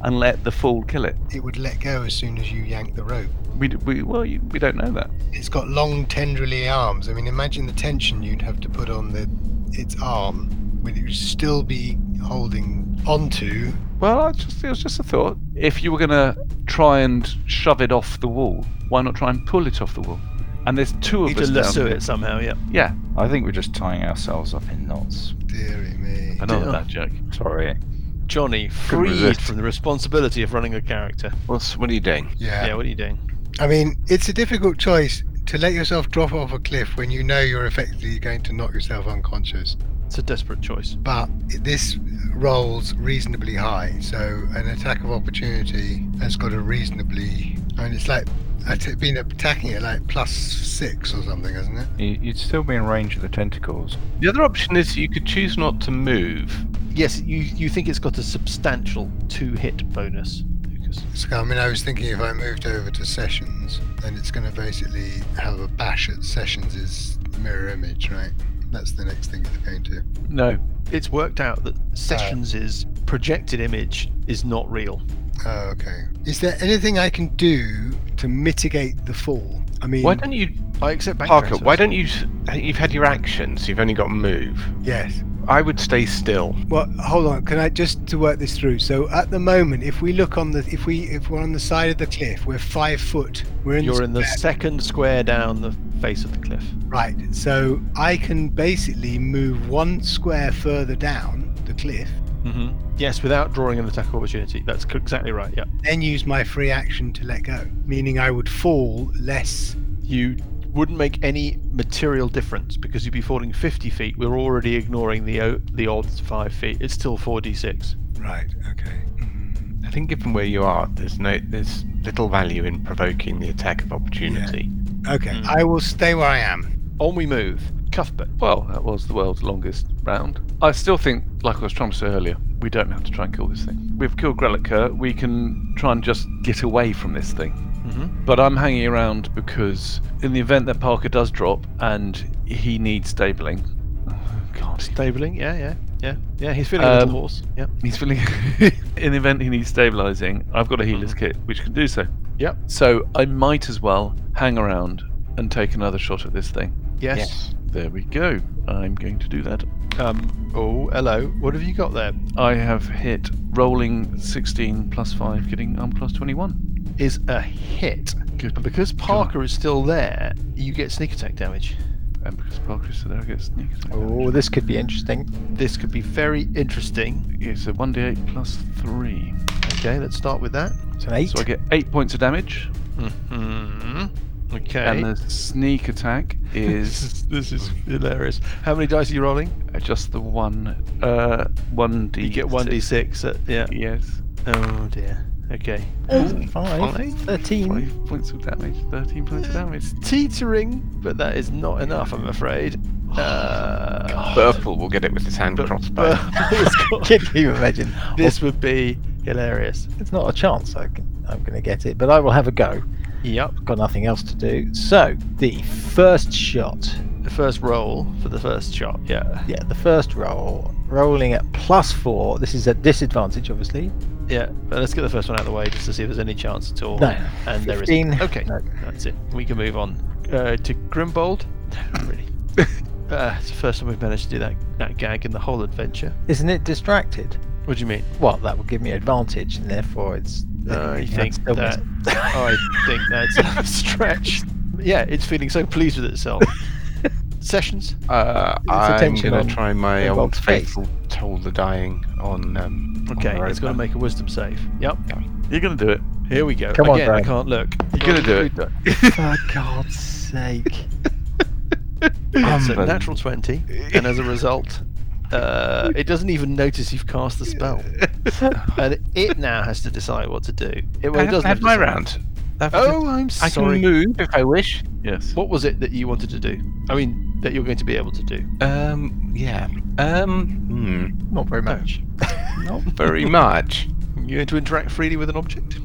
and let the fool kill it. It would let go as soon as you yank the rope. We, d- we well, you, we don't know that. It's got long, tendrily arms. I mean, imagine the tension you'd have to put on the its arm, when it would still be holding onto. Well, I just, it was just a thought. If you were going to try and shove it off the wall, why not try and pull it off the wall? And there's two of Need us to down lasso here. it somehow. Yeah. Yeah, I think we're just tying ourselves up in knots. Deary me. I know Yeah. that joke. Sorry. Johnny freed resist. from the responsibility of running a character. What's what are you doing? Yeah. Yeah. What are you doing? I mean, it's a difficult choice to let yourself drop off a cliff when you know you're effectively going to knock yourself unconscious. It's a desperate choice. But this rolls reasonably high, so an attack of opportunity has got a reasonably. I mean, it's like it's been attacking it like plus six or something, hasn't it? You- You'd still be in range of the tentacles. The other option is you could choose not to move. Yes. You you think it's got a substantial two-hit bonus, Lucas? So, I mean, I was thinking if I moved over to Sessions, then it's going to basically have a bash at Sessions' mirror image, right? That's the next thing it's going to. No, It's worked out that Uh, Sessions' projected image is not real. Oh, okay. Is there anything I can do to mitigate the fall? I mean, Why don't you, I accept bank Parker? transfers. Why don't you? s- You've had your actions. You've only got move. yes. I would stay still. Well, hold on. Can I just to work this through? So at the moment, if we look on the, if we, if we're on the side of the cliff, we're five foot. We're in. You're in the square. second square down the face of the cliff. Right. So I can basically move one square further down the cliff, Mm-hmm. Yes, without drawing an attack opportunity. That's c- exactly right. Yeah. then use my free action to let go, meaning I would fall less. You wouldn't make any material difference because you'd be falling 50 feet. We're already ignoring the o- the odds five feet. It's still 4d6. Right. Okay. I think, given where you are, there's no, there's little value in provoking the attack of opportunity. Okay. Mm. I will stay where I am. On we move. Cuthbert. well, that was the world's longest round. I still think, like I was trying to say earlier, we don't have to try and kill this thing. We've killed Grellick Kerr, we can try and just get away from this thing. Mhm. But I'm hanging around because, in the event that Parker does drop and he needs stabling, oh, God, he- Stabling. Yeah, yeah, yeah, yeah. He's feeling a little Um, horse. Yeah. he's feeling. in the event he needs stabilising, I've got a healer's kit which can do so. Yep. So I might as well hang around and take another shot at this thing. Yes. There we go. I'm going to do that. Um. Oh, hello. What have you got there? I have hit rolling 16 plus 5, getting um plus 21. Is a hit. Good. And because Parker is still there, you get sneak attack damage. And because Parker's still there, I get sneak attack. Oh, this could be interesting. This could be very interesting. Yeah, so 1d8 plus 3. Okay, let's start with that. It's an eight. So I get 8 points of damage. hmm Okay. And the sneak attack this is is this is hilarious. How many dice are you rolling? just the one, uh, one d. You get one d six. Yeah. Yes. Oh dear. Okay. Five, thirteen. Five points of damage. Thirteen points of damage. Teetering, but that is not enough, I'm afraid. Oh, Uh, Burple will get it with his hand crossbow. Can you imagine? this would be hilarious. It's not a chance. I can, I'm going to get it, but I will have a go. Yep. Got nothing else to do. So the first shot. The first roll for the first shot. Yeah. Yeah, the first roll. Rolling at plus four. This is at disadvantage, obviously. Yeah. But let's get the first one out of the way just to see if there's any chance at all. No. And there Fifteen. isn't. Okay. No. That's it. We can move on uh, to Grimbold. Not really. Uh, it's the first time we've managed to do that, that gag in the whole adventure. Isn't it distracted? What do you mean? Well, that would give me advantage, and therefore it's. I it's think still that. miss- I think that's a stretch. Yeah, it's feeling so pleased with itself. Sessions. Uh, I'm attention going on to try my Greenwald's old face. faithful Toll the Dying on. Um, on Okay, the it's got to roadmap. make a wisdom save. Yep. You're gonna do it. Here we go. Come on, Again, I Graham. can't look. You're gonna do it. For God's sake. Um, It's a natural 20, and as a result, uh, it doesn't even notice you've cast the spell. and it now has to decide what to do. It, well, I it haven't doesn't had to my decide. round. I've- Oh, I'm I can sorry. move if I wish. Yes. What was it that you wanted to do? I mean, that you're going to be able to do? Um, yeah. Um, Not very much. hmm, not very much. You're going to interact freely with an object?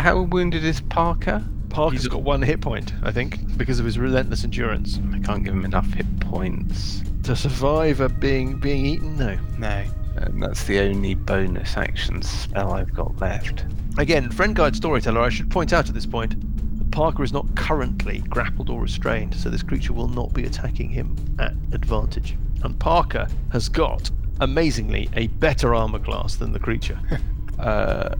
How wounded is Parker? Parker's got one hit point, I think, because of his relentless endurance. I can't give him enough hit points. To survive a being being eaten, no. No. And Um, that's the only bonus action spell I've got left. Again, friend guide storyteller, I should point out at this point that Parker is not currently grappled or restrained, so this creature will not be attacking him at advantage. And Parker has got, amazingly, a better armor class than the creature. Uh,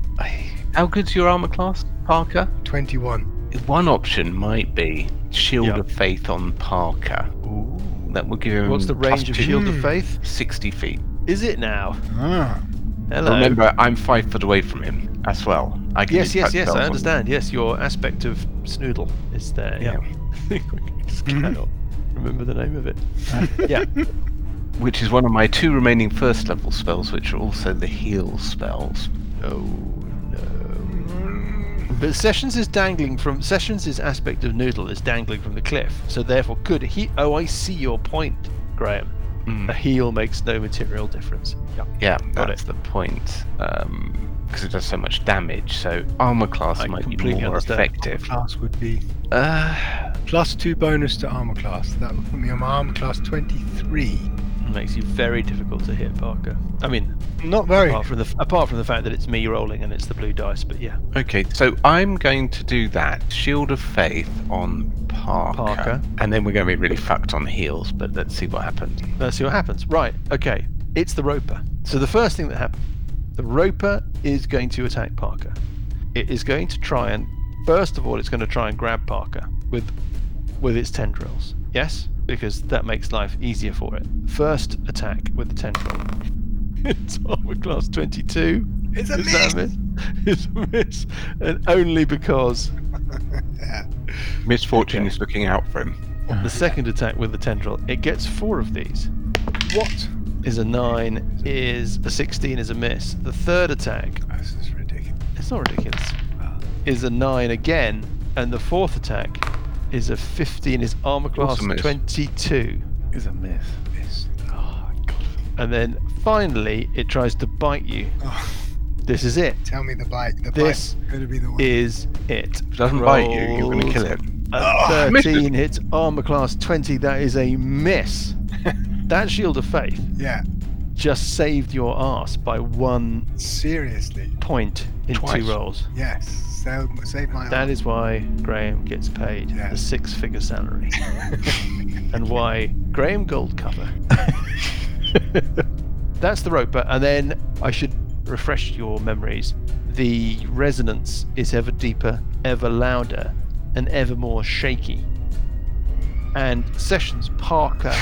how good's your armor class, Parker? 21. One option might be Shield Yeah. of Faith on Parker. Ooh. That will give him. What's the plus range of two- Shield of Faith? Sixty feet. Is it now? Ah. Hello. Remember, I'm five foot away from him as well. I can yes, yes, detect yes, that I one. understand. Yes, your aspect of Snoodle is there. Yeah. Mm-hmm. I just cannot remember the name of it. yeah. Which is one of my two remaining first level spells, which are also the heal spells. Oh no. But Sessions is dangling from Sessions' aspect of Noodle is dangling from the cliff, so therefore could he oh I see your point, Graham. Mm. A heel makes no material difference. Yeah. Yeah, Got that's the point. Um, because it does so much damage, so armor class I might be completely more understand. effective. Class would be Uh, plus two bonus to armor class. That would put me on my armor class 23. Makes you very difficult to hit, Parker. I mean Not very. apart from the apart from the fact that it's me rolling and it's the blue dice, but yeah. okay, so I'm going to do that Shield of Faith on Parker, Parker. and then we're going to be really fucked on the heels. But let's see what happens. Let's see what happens. Right, okay. It's the Roper. So the first thing that happens, the Roper is going to attack Parker. It is going to try and, first of all, it's going to try and grab Parker with, with its tendrils. Yes, because that makes life easier for it. First attack with the tendril. it's armor class 22. It's a Is that a miss? It's a miss, and only because Misfortune is looking out for him. the second attack with the tendril, it gets four of these. What? Is a nine, is a sixteen, is a miss. The third attack This is ridiculous. It's not ridiculous. Is a nine again, and the fourth attack is a fifteen. Is armor class Awesome miss. twenty-two, Is a myth. and then finally it tries to bite you. Oh, This is it. tell me the bike. The This bike to be the one. Is it? If it doesn't bite you, you're going to kill it. Oh, A I missed it. Thirteen hits armor class twenty. That is a miss. that shield of faith yeah. just saved your ass by one Seriously. point in Twice. two rolls. Yes. So save my. That is why Graham gets paid Yeah. a six figure salary. and why Graham Goldcover. That's the roper. And then I should refresh your memories. The resonance is ever deeper, ever louder, and ever more shaky. And Sessions Parker,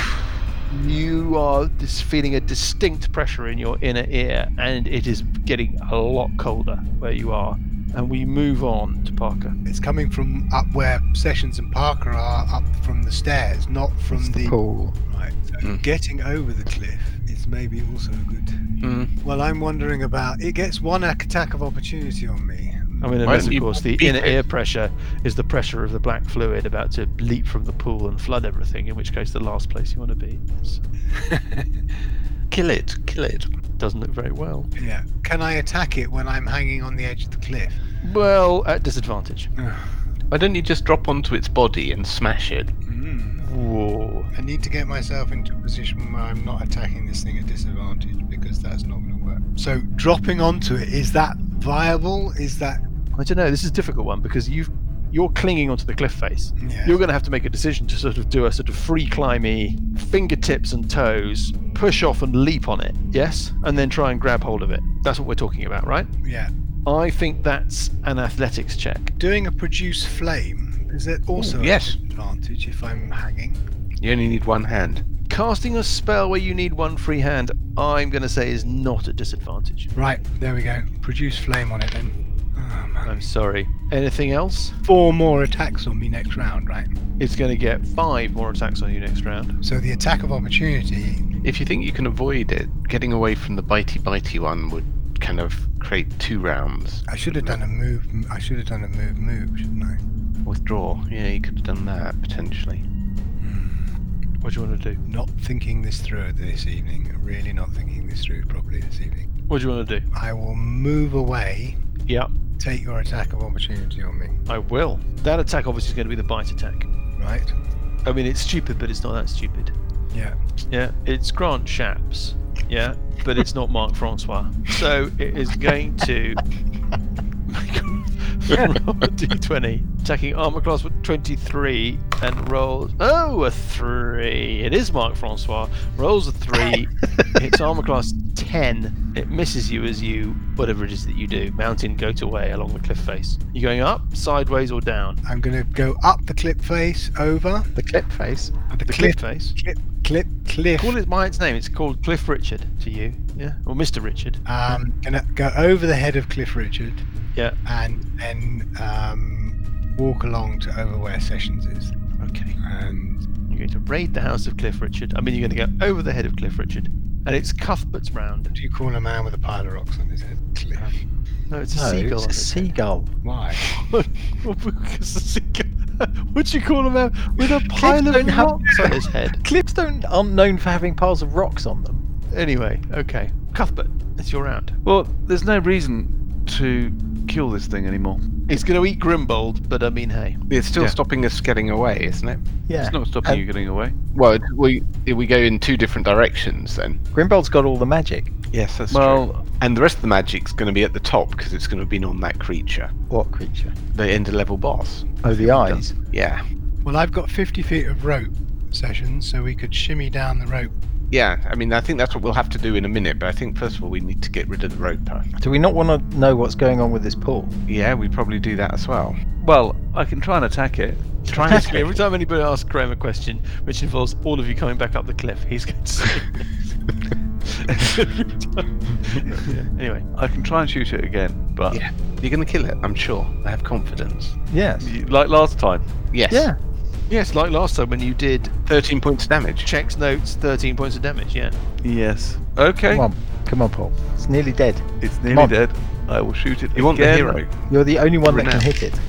you are dis- feeling a distinct pressure in your inner ear, and it is getting a lot colder where you are. and we move on to Parker. It's coming from up where Sessions and Parker are, up from the stairs, not from It's the pool. Right. So Getting over the cliff is maybe also good. Well, I'm wondering about. It gets one attack of opportunity on me. I mean, Why unless, don't of you course, the beat inner it? ear pressure is the pressure of the black fluid about to leap from the pool and flood everything, in which case the last place you want to be is, Kill it, kill it. doesn't look very well. Yeah. Can I attack it when I'm hanging on the edge of the cliff? Well, at disadvantage. Why don't you just drop onto its body and smash it? Mm. Whoa. I need to get myself into a position where I'm not attacking this thing at disadvantage because that's not going to work. So dropping onto it is that viable? Is that I don't know. This is a difficult one because you've you're clinging onto the cliff face. yeah? You're going to have to make a decision to sort of do a sort of free climby, fingertips and toes, push off and leap on it. Yes, and then try and grab hold of it. That's what we're talking about, right? yeah. I think that's an athletics check. Doing a produce flame is it also Ooh, a yes. disadvantage if I'm hanging? You only need one hand. Casting a spell where you need one free hand, I'm going to say is not a disadvantage. Right there we go. Produce flame on it then. Oh, man. I'm sorry. Anything else? Four more attacks on me next round, right? It's going to get five more attacks on you next round. So the attack of opportunity. If you think you can avoid it, getting away from the bitey bitey one would kind of create two rounds. I should have done a move. I should have done a move. Move, shouldn't I? Withdraw. Yeah, you could have done that potentially. What do you want to do? Not thinking this through this evening. Really not thinking this through properly this evening. What do you want to do? I will move away. Yeah, Take your attack of opportunity on me. I will. That attack obviously is going to be the bite attack. Right. I mean, it's stupid, but it's not that stupid. Yeah. Yeah, it's Grant Shapps. Yeah, but it's not Marc Francois. So it is going to make a roll a d20, attacking armor class with 23 and rolls. Oh, a three. It is Marc Francois. Rolls a three, hits armor class 10. It misses you as you, whatever it is that you do, mountain goat away along the cliff face. You're going up, sideways, or down? I'm gonna go up the cliff face, over The clip face. The the, cliff, cliff face. cliff, cliff, cliff. Call it by its name. It's called Cliff Richard to you, yeah, or Mr. Richard. Um, gonna go over the head of Cliff Richard. Yeah. And then um, walk along to over where Sessions is. Okay. And You're going to raid the house of Cliff Richard. I mean, you're going to go over the head of Cliff Richard, and it's Cuthbert's round. do you call a man with a pile of rocks on his head? Cliff. No, it's a No, seagull. it's a seagull. Why? Well, because the seagull. What'd you call a man with a pile of don't have- rocks on his head? Cliffs don't aren't known for having piles of rocks on them. Anyway, okay, Cuthbert, it's your round. Well, there's no reason to kill this thing anymore. It's going to eat Grimbold, but I mean, hey, It's still Yeah. stopping us getting away, isn't it? Yeah. It's not stopping you getting away. Well, it- we if we go in two different directions then. Grimbold's got all the magic. Yes, that's Well, And the rest of the magic's going to be at the top because it's going to have been on that creature, What creature? the end level boss. Oh, the eyes. Yeah, Well, I've got 50 feet of rope, Sessions, so we could shimmy down the rope. yeah. I mean, I think that's what we'll have to do in a minute. But I think first of all we need to get rid of the roper. Do we not want to know what's going on with this pool? Yeah, we probably do that as well. well, I can try and attack it. Try and Actually, every time anybody asks Graham a question, which involves all of you coming back up the cliff, he's going to say. yes. Every time. Yeah, Anyway, I can try and shoot it again, but Yeah, you're going to kill it. I'm sure. I have confidence. Yes. you- like last time. Yes. Yeah. yes, like last time when you did Thirteen points damage. checks notes, 13 points of damage. Yeah. Yes. Okay. Come on. Come on, Paul. It's nearly dead. It's on. nearly dead. I will shoot it You want again. the hero? You're the only one that Right can now. hit it.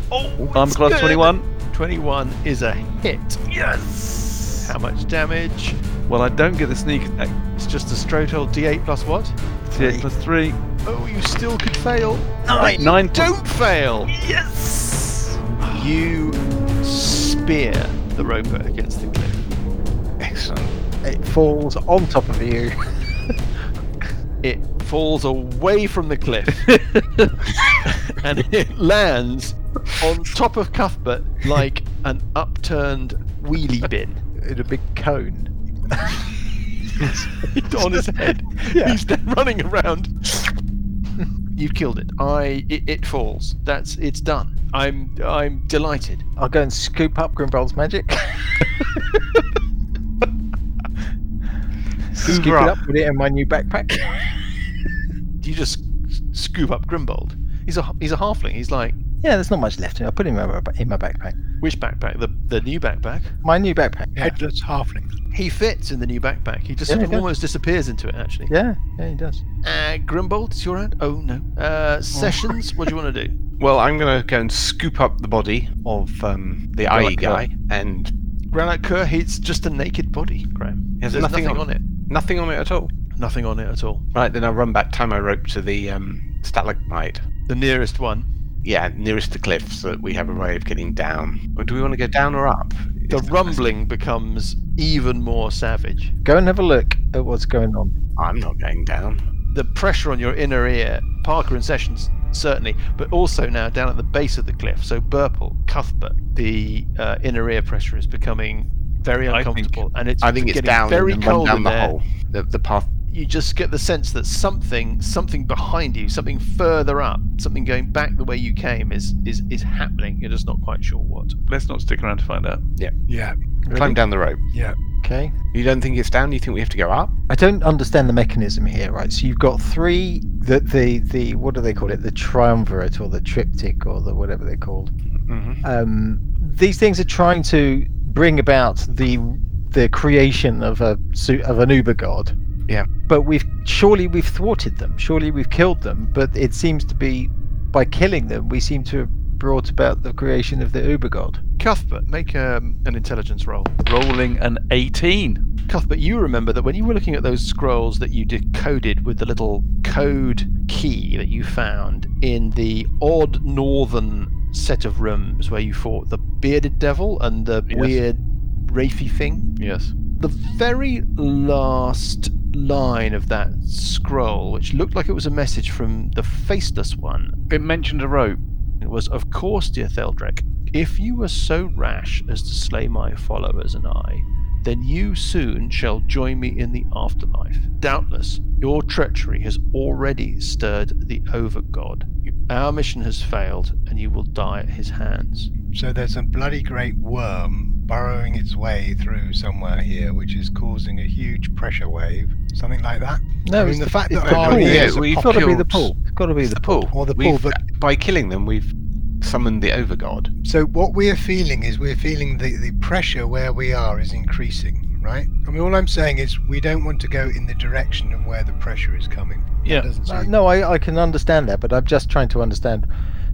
Arm class 21. 21 is a hit. Yes. How much damage? Well, I don't get the sneak attack. It's just a straight old D8 plus what? T8 plus three. Oh, you still could fail. Nine. Nine. Don't fail. Yes. You spear the roper against the cliff. Excellent. It falls on top of you. it falls away from the cliff and it lands on top of Cuthbert like an upturned wheelie bin in a big cone. on his head. Yeah. He's then running around. You've killed it. I it, it falls. That's it's done. I'm I'm delighted. I'll go and scoop up Grimbold's magic. scoop it up, put it in my new backpack. You just s- scoop up Grimbold. He's a he's a halfling. He's like Yeah, there's not much left in it. I put it in my, in my backpack. which backpack? The the new backpack. My new backpack. Headless halfling. He fits in the new backpack. He just Yeah, sort of he does. almost disappears into it actually. Yeah, yeah, he does. Uh, Grimbold, it's your hand. Oh no. Uh, Sessions, what do you want to do? Well, I'm going to go and scoop up the body of um, the IE Granite Kerr. guy, and Granite Kerr, it's just a naked body, Graham. There's There's nothing nothing, on on it. nothing on it at all. Nothing on it at all. Right, then I run back, tie my rope to the um, stalagmite. The nearest one. Yeah, nearest the cliff, so that we have a way of getting down. Or do we want to go down or up? The Is- rumbling becomes even more savage. Go and have a look at what's going on. I'm not going down. the pressure on your inner ear, Parker and Sessions certainly, but also now down at the base of the cliff. So Burple, Cuthbert, the uh, inner ear pressure is becoming very I think- uncomfortable, and it's I think it's getting down. and very then run cold down in the there. hole. The, the path. You just get the sense that something, something behind you, something further up, something going back the way you came is is is happening. You're just not quite sure what. Let's not stick around to find out. Yeah. Climb down the rope. Okay. You don't think it's down? You think we have to go up? I don't understand the mechanism here, right? So you've got three the the the what do they call it? The triumvirate or the triptych or the whatever they're called. Mm-hmm. Um, these things are trying to bring about the the creation of a su- of an uber god. Yeah. But we've surely we've thwarted them. Surely we've killed them. But it seems to be by killing them we seem to have brought about the creation of the uber god. Cuthbert, make um, an intelligence roll. Rolling an 18. Cuthbert, you remember that when you were looking at those scrolls that you decoded with the little code key that you found in the odd northern set of rooms where you fought the bearded devil and the Yes. weird wraithy thing, Yes. the very last line of that scroll, which looked like it was a message from the faceless one, It mentioned a rope. it was, Of course, dear Theldrek, if you were so rash as to slay my followers and I, then you soon shall join me in the afterlife. Doubtless, your treachery has already stirred the Overgod. Our mission has failed, and you will die at his hands. So there's a bloody great worm burrowing its way through somewhere here, which is causing a huge pressure wave. Something like that. No, I mean, it's the fact it's Oh, that the our pool. ears Yeah, are we've It's popping- got to be the killed- pool. It's got to be It's the the pool. Or the We've- pool, By killing them, we've summoned the Overgod. So what we're feeling is we're feeling the, the pressure where we are is increasing, right? I mean, all I'm saying is we don't want to go in the direction of where the pressure is coming. Yeah. That doesn't Uh, seem- no, I, I can understand that, but I'm just trying to understand.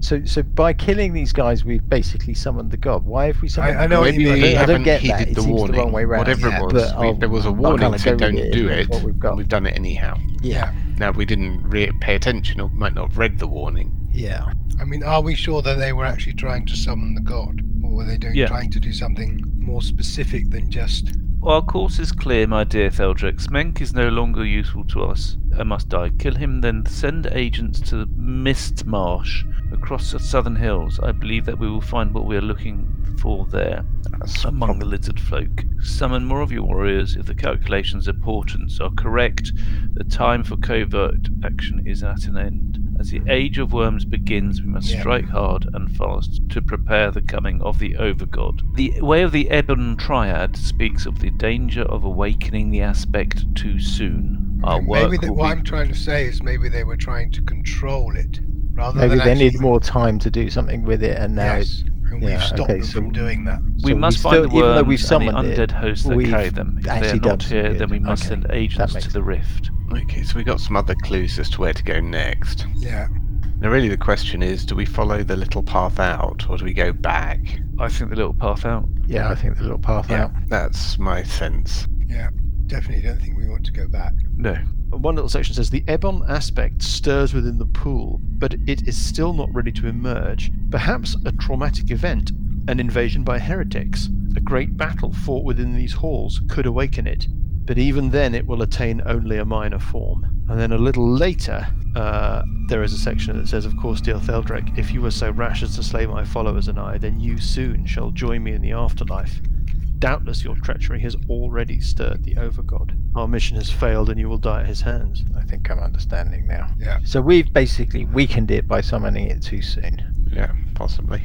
So, so by killing these guys, we've basically summoned the god. Why have we summoned? I the know god? what you mean. Maybe we I don't haven't get that. heeded It the seems the warning. wrong way round. Whatever Yeah, it was, but we, I'll- there was a I'll warning kinda saying go don't with it, do isn't it, it. what we've got. We've done it anyhow. Yeah. Now, we didn't re- pay attention or might not have read the warning. Yeah. I mean, are we sure that they were actually trying to summon the god, or were they doing Yeah. trying to do something more specific than just? Our course is clear, my dear Feldrix. Menk is no longer useful to us and must die. Kill him, then send agents to Mist Marsh across the southern hills. I believe that we will find what we are looking for there among the lizard folk. Summon more of your warriors if the calculations of portents are correct. The time for covert action is at an end. As the age of worms begins, we must Yeah. strike hard and fast to prepare the coming of the Overgod. The way of the Ebon Triad speaks of the danger of awakening the aspect too soon. Our work maybe that, will what be- I'm trying to say is maybe they were trying to control it rather Maybe than they need actually- more time to do something with it, and now it's Yes, and yeah, we've stopped okay, them so- from doing that. we so we must still- find the even though worms we've and summoned the it, undead hosts that we've carry them. If they are actually done not some here, good. then we must Okay, send that agents makes to the rift. Okay, so we got some other clues as to where to go next. Yeah, Now, really, the question is do we follow the little path out or do we go back? I think the little path out. yeah. I think the little path Yeah, out. that's my sense. yeah. Definitely don't think we want to go back. No. one little section says the ebon aspect stirs within the pool, but it is still not ready to emerge. Perhaps a traumatic event, an invasion by heretics, a great battle fought within these halls could awaken it, but even then it will attain only a minor form. And then a little later, uh, there is a section that says, Of course, dear Theldrek, if you were so rash as to slay my followers and I, then you soon shall join me in the afterlife. Doubtless your treachery has already stirred the Overgod. Our mission has failed and you will die at his hands. I think I'm understanding now. Yeah. So we've basically weakened it by summoning it too soon. Yeah, possibly.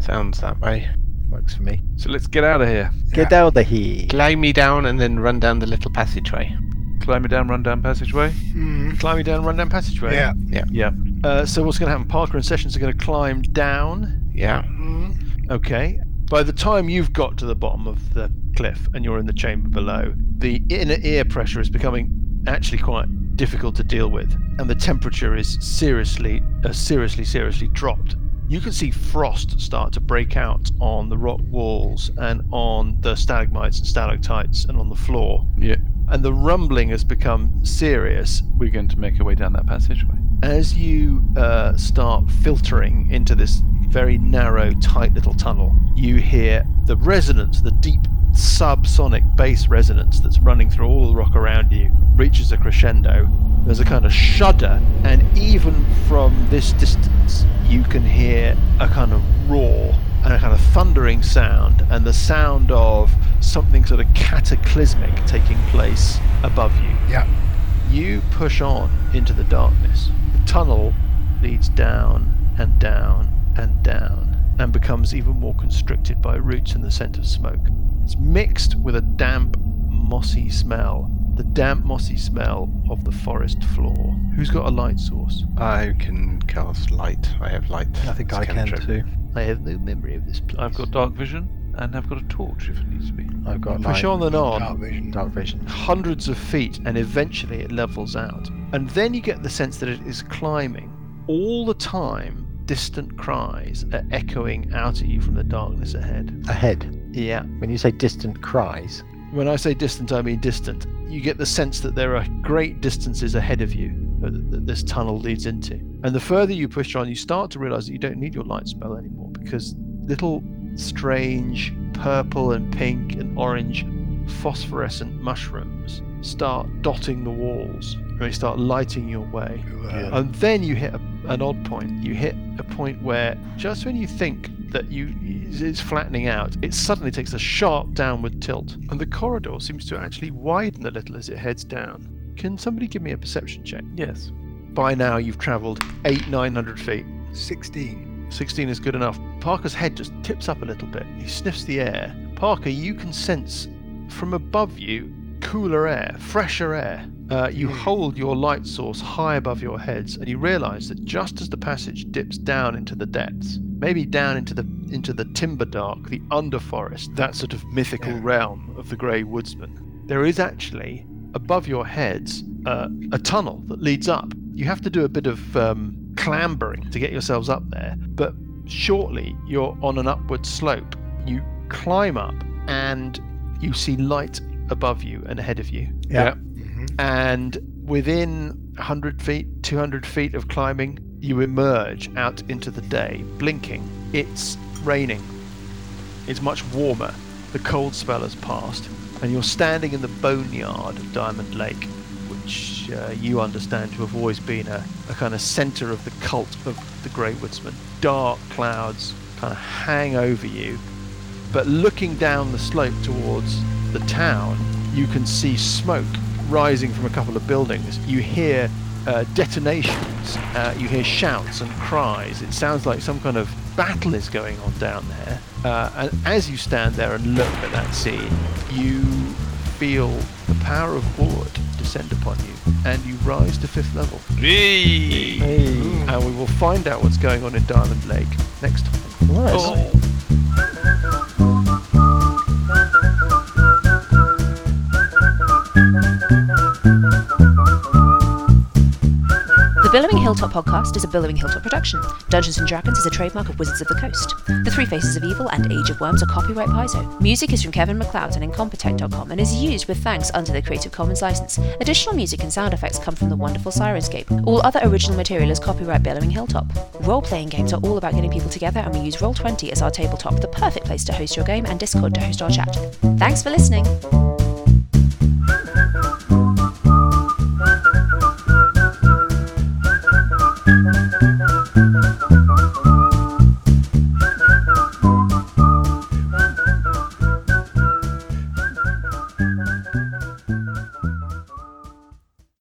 Sounds that way. Works for me. So let's get out of here. Get out of here. Climb me down and then run down the little passageway. Climb it down, run down passageway. Mm. Hmm. Climbing down rundown passageway. Yeah. Yeah. Yeah. Uh, so what's going to happen? Parker and Sessions are going to climb down. Yeah. Mm-hmm. Okay. By the time you've got to the bottom of the cliff and you're in the chamber below, the inner ear pressure is becoming actually quite difficult to deal with, and the temperature is seriously, uh, seriously, seriously dropped. You can see frost start to break out on the rock walls and on the stalagmites and stalactites and on the floor. Yeah. And the rumbling has become serious We're going to make our way down that passageway. as you uh, start filtering into this very narrow, tight little tunnel, you hear the resonance, the deep subsonic bass resonance that's running through all the rock around you, reaches a crescendo. There's a kind of shudder, and even from this distance, you can hear a kind of roar and a kind of thundering sound, and the sound of something sort of cataclysmic taking place above you. Yeah. You push on into the darkness. The tunnel leads down and down and down and becomes even more constricted by roots and the scent of smoke. It's mixed with a damp, mossy smell. The damp, mossy smell of the forest floor. Who's got a light source? I can cast light. I have light. I think It's I a can cantrip. too. I have no memory of this place. I've got dark vision and I've got a torch if it needs to be. I've got Push light, on and on. Dark vision. dark vision. hundreds of feet and eventually it levels out. And then you get the sense that it is climbing. All the time, distant cries are echoing out at you from the darkness ahead. Ahead. Yeah. When you say distant cries, When I say distant, I mean distant. You get the sense that there are great distances ahead of you that that this tunnel leads into. And the further you push on, you start to realize that you don't need your light spell anymore because little strange purple and pink and orange phosphorescent mushrooms start dotting the walls. and They start lighting your way. uh, And then you hit a, an odd point. You hit a point where just when you think that you it's flattening out, it suddenly takes a sharp downward tilt, and the corridor seems to actually widen a little as it heads down. Can somebody give me a perception check? Yes. By now, you've travelled eight, nine hundred feet. 16. 16 is good enough. Parker's head just tips up a little bit. He sniffs the air. Parker, you can sense from above you cooler air, fresher air. Uh, you hold your light source high above your heads, and you realise that just as the passage dips down into the depths, maybe down into the into the timber dark, the underforest, that sort of mythical realm of the Grey Woodsman, there is actually above your heads uh, a tunnel that leads up. You have to do a bit of um, clambering to get yourselves up there, but shortly you're on an upward slope. You climb up and you see light above you and ahead of you. Yeah. And within 100 feet, 200 feet of climbing, you emerge out into the day, blinking. It's raining. It's much warmer. The cold spell has passed, and you're standing in the boneyard of Diamond Lake, which uh, you understand to have always been a, a kind of center of the cult of the Grey Woodsman. Dark clouds kind of hang over you, but looking down the slope towards the town, you can see smoke rising from a couple of buildings. You hear uh, detonations, uh, you hear shouts and cries. It sounds like some kind of battle is going on down there. Uh, and as you stand there and look at that scene, you feel the power of Ord descend upon you, and you rise to fifth level. And we will find out what's going on in Diamond Lake next time. The Billowing Hilltop podcast is a Billowing Hilltop production. Dungeons and Dragons is a trademark of Wizards of the Coast. The Three Faces of Evil and Age of Worms are copyright Paizo. Music is from Kevin McLeod and Incompetech.com and is used with thanks under the Creative Commons license. Additional music and sound effects come from the wonderful Sirenscape. All other original material is copyright Billowing Hilltop. Role playing games are all about getting people together, and we use Roll20 as our tabletop, the perfect place to host your game and Discord to host our chat. Thanks for listening!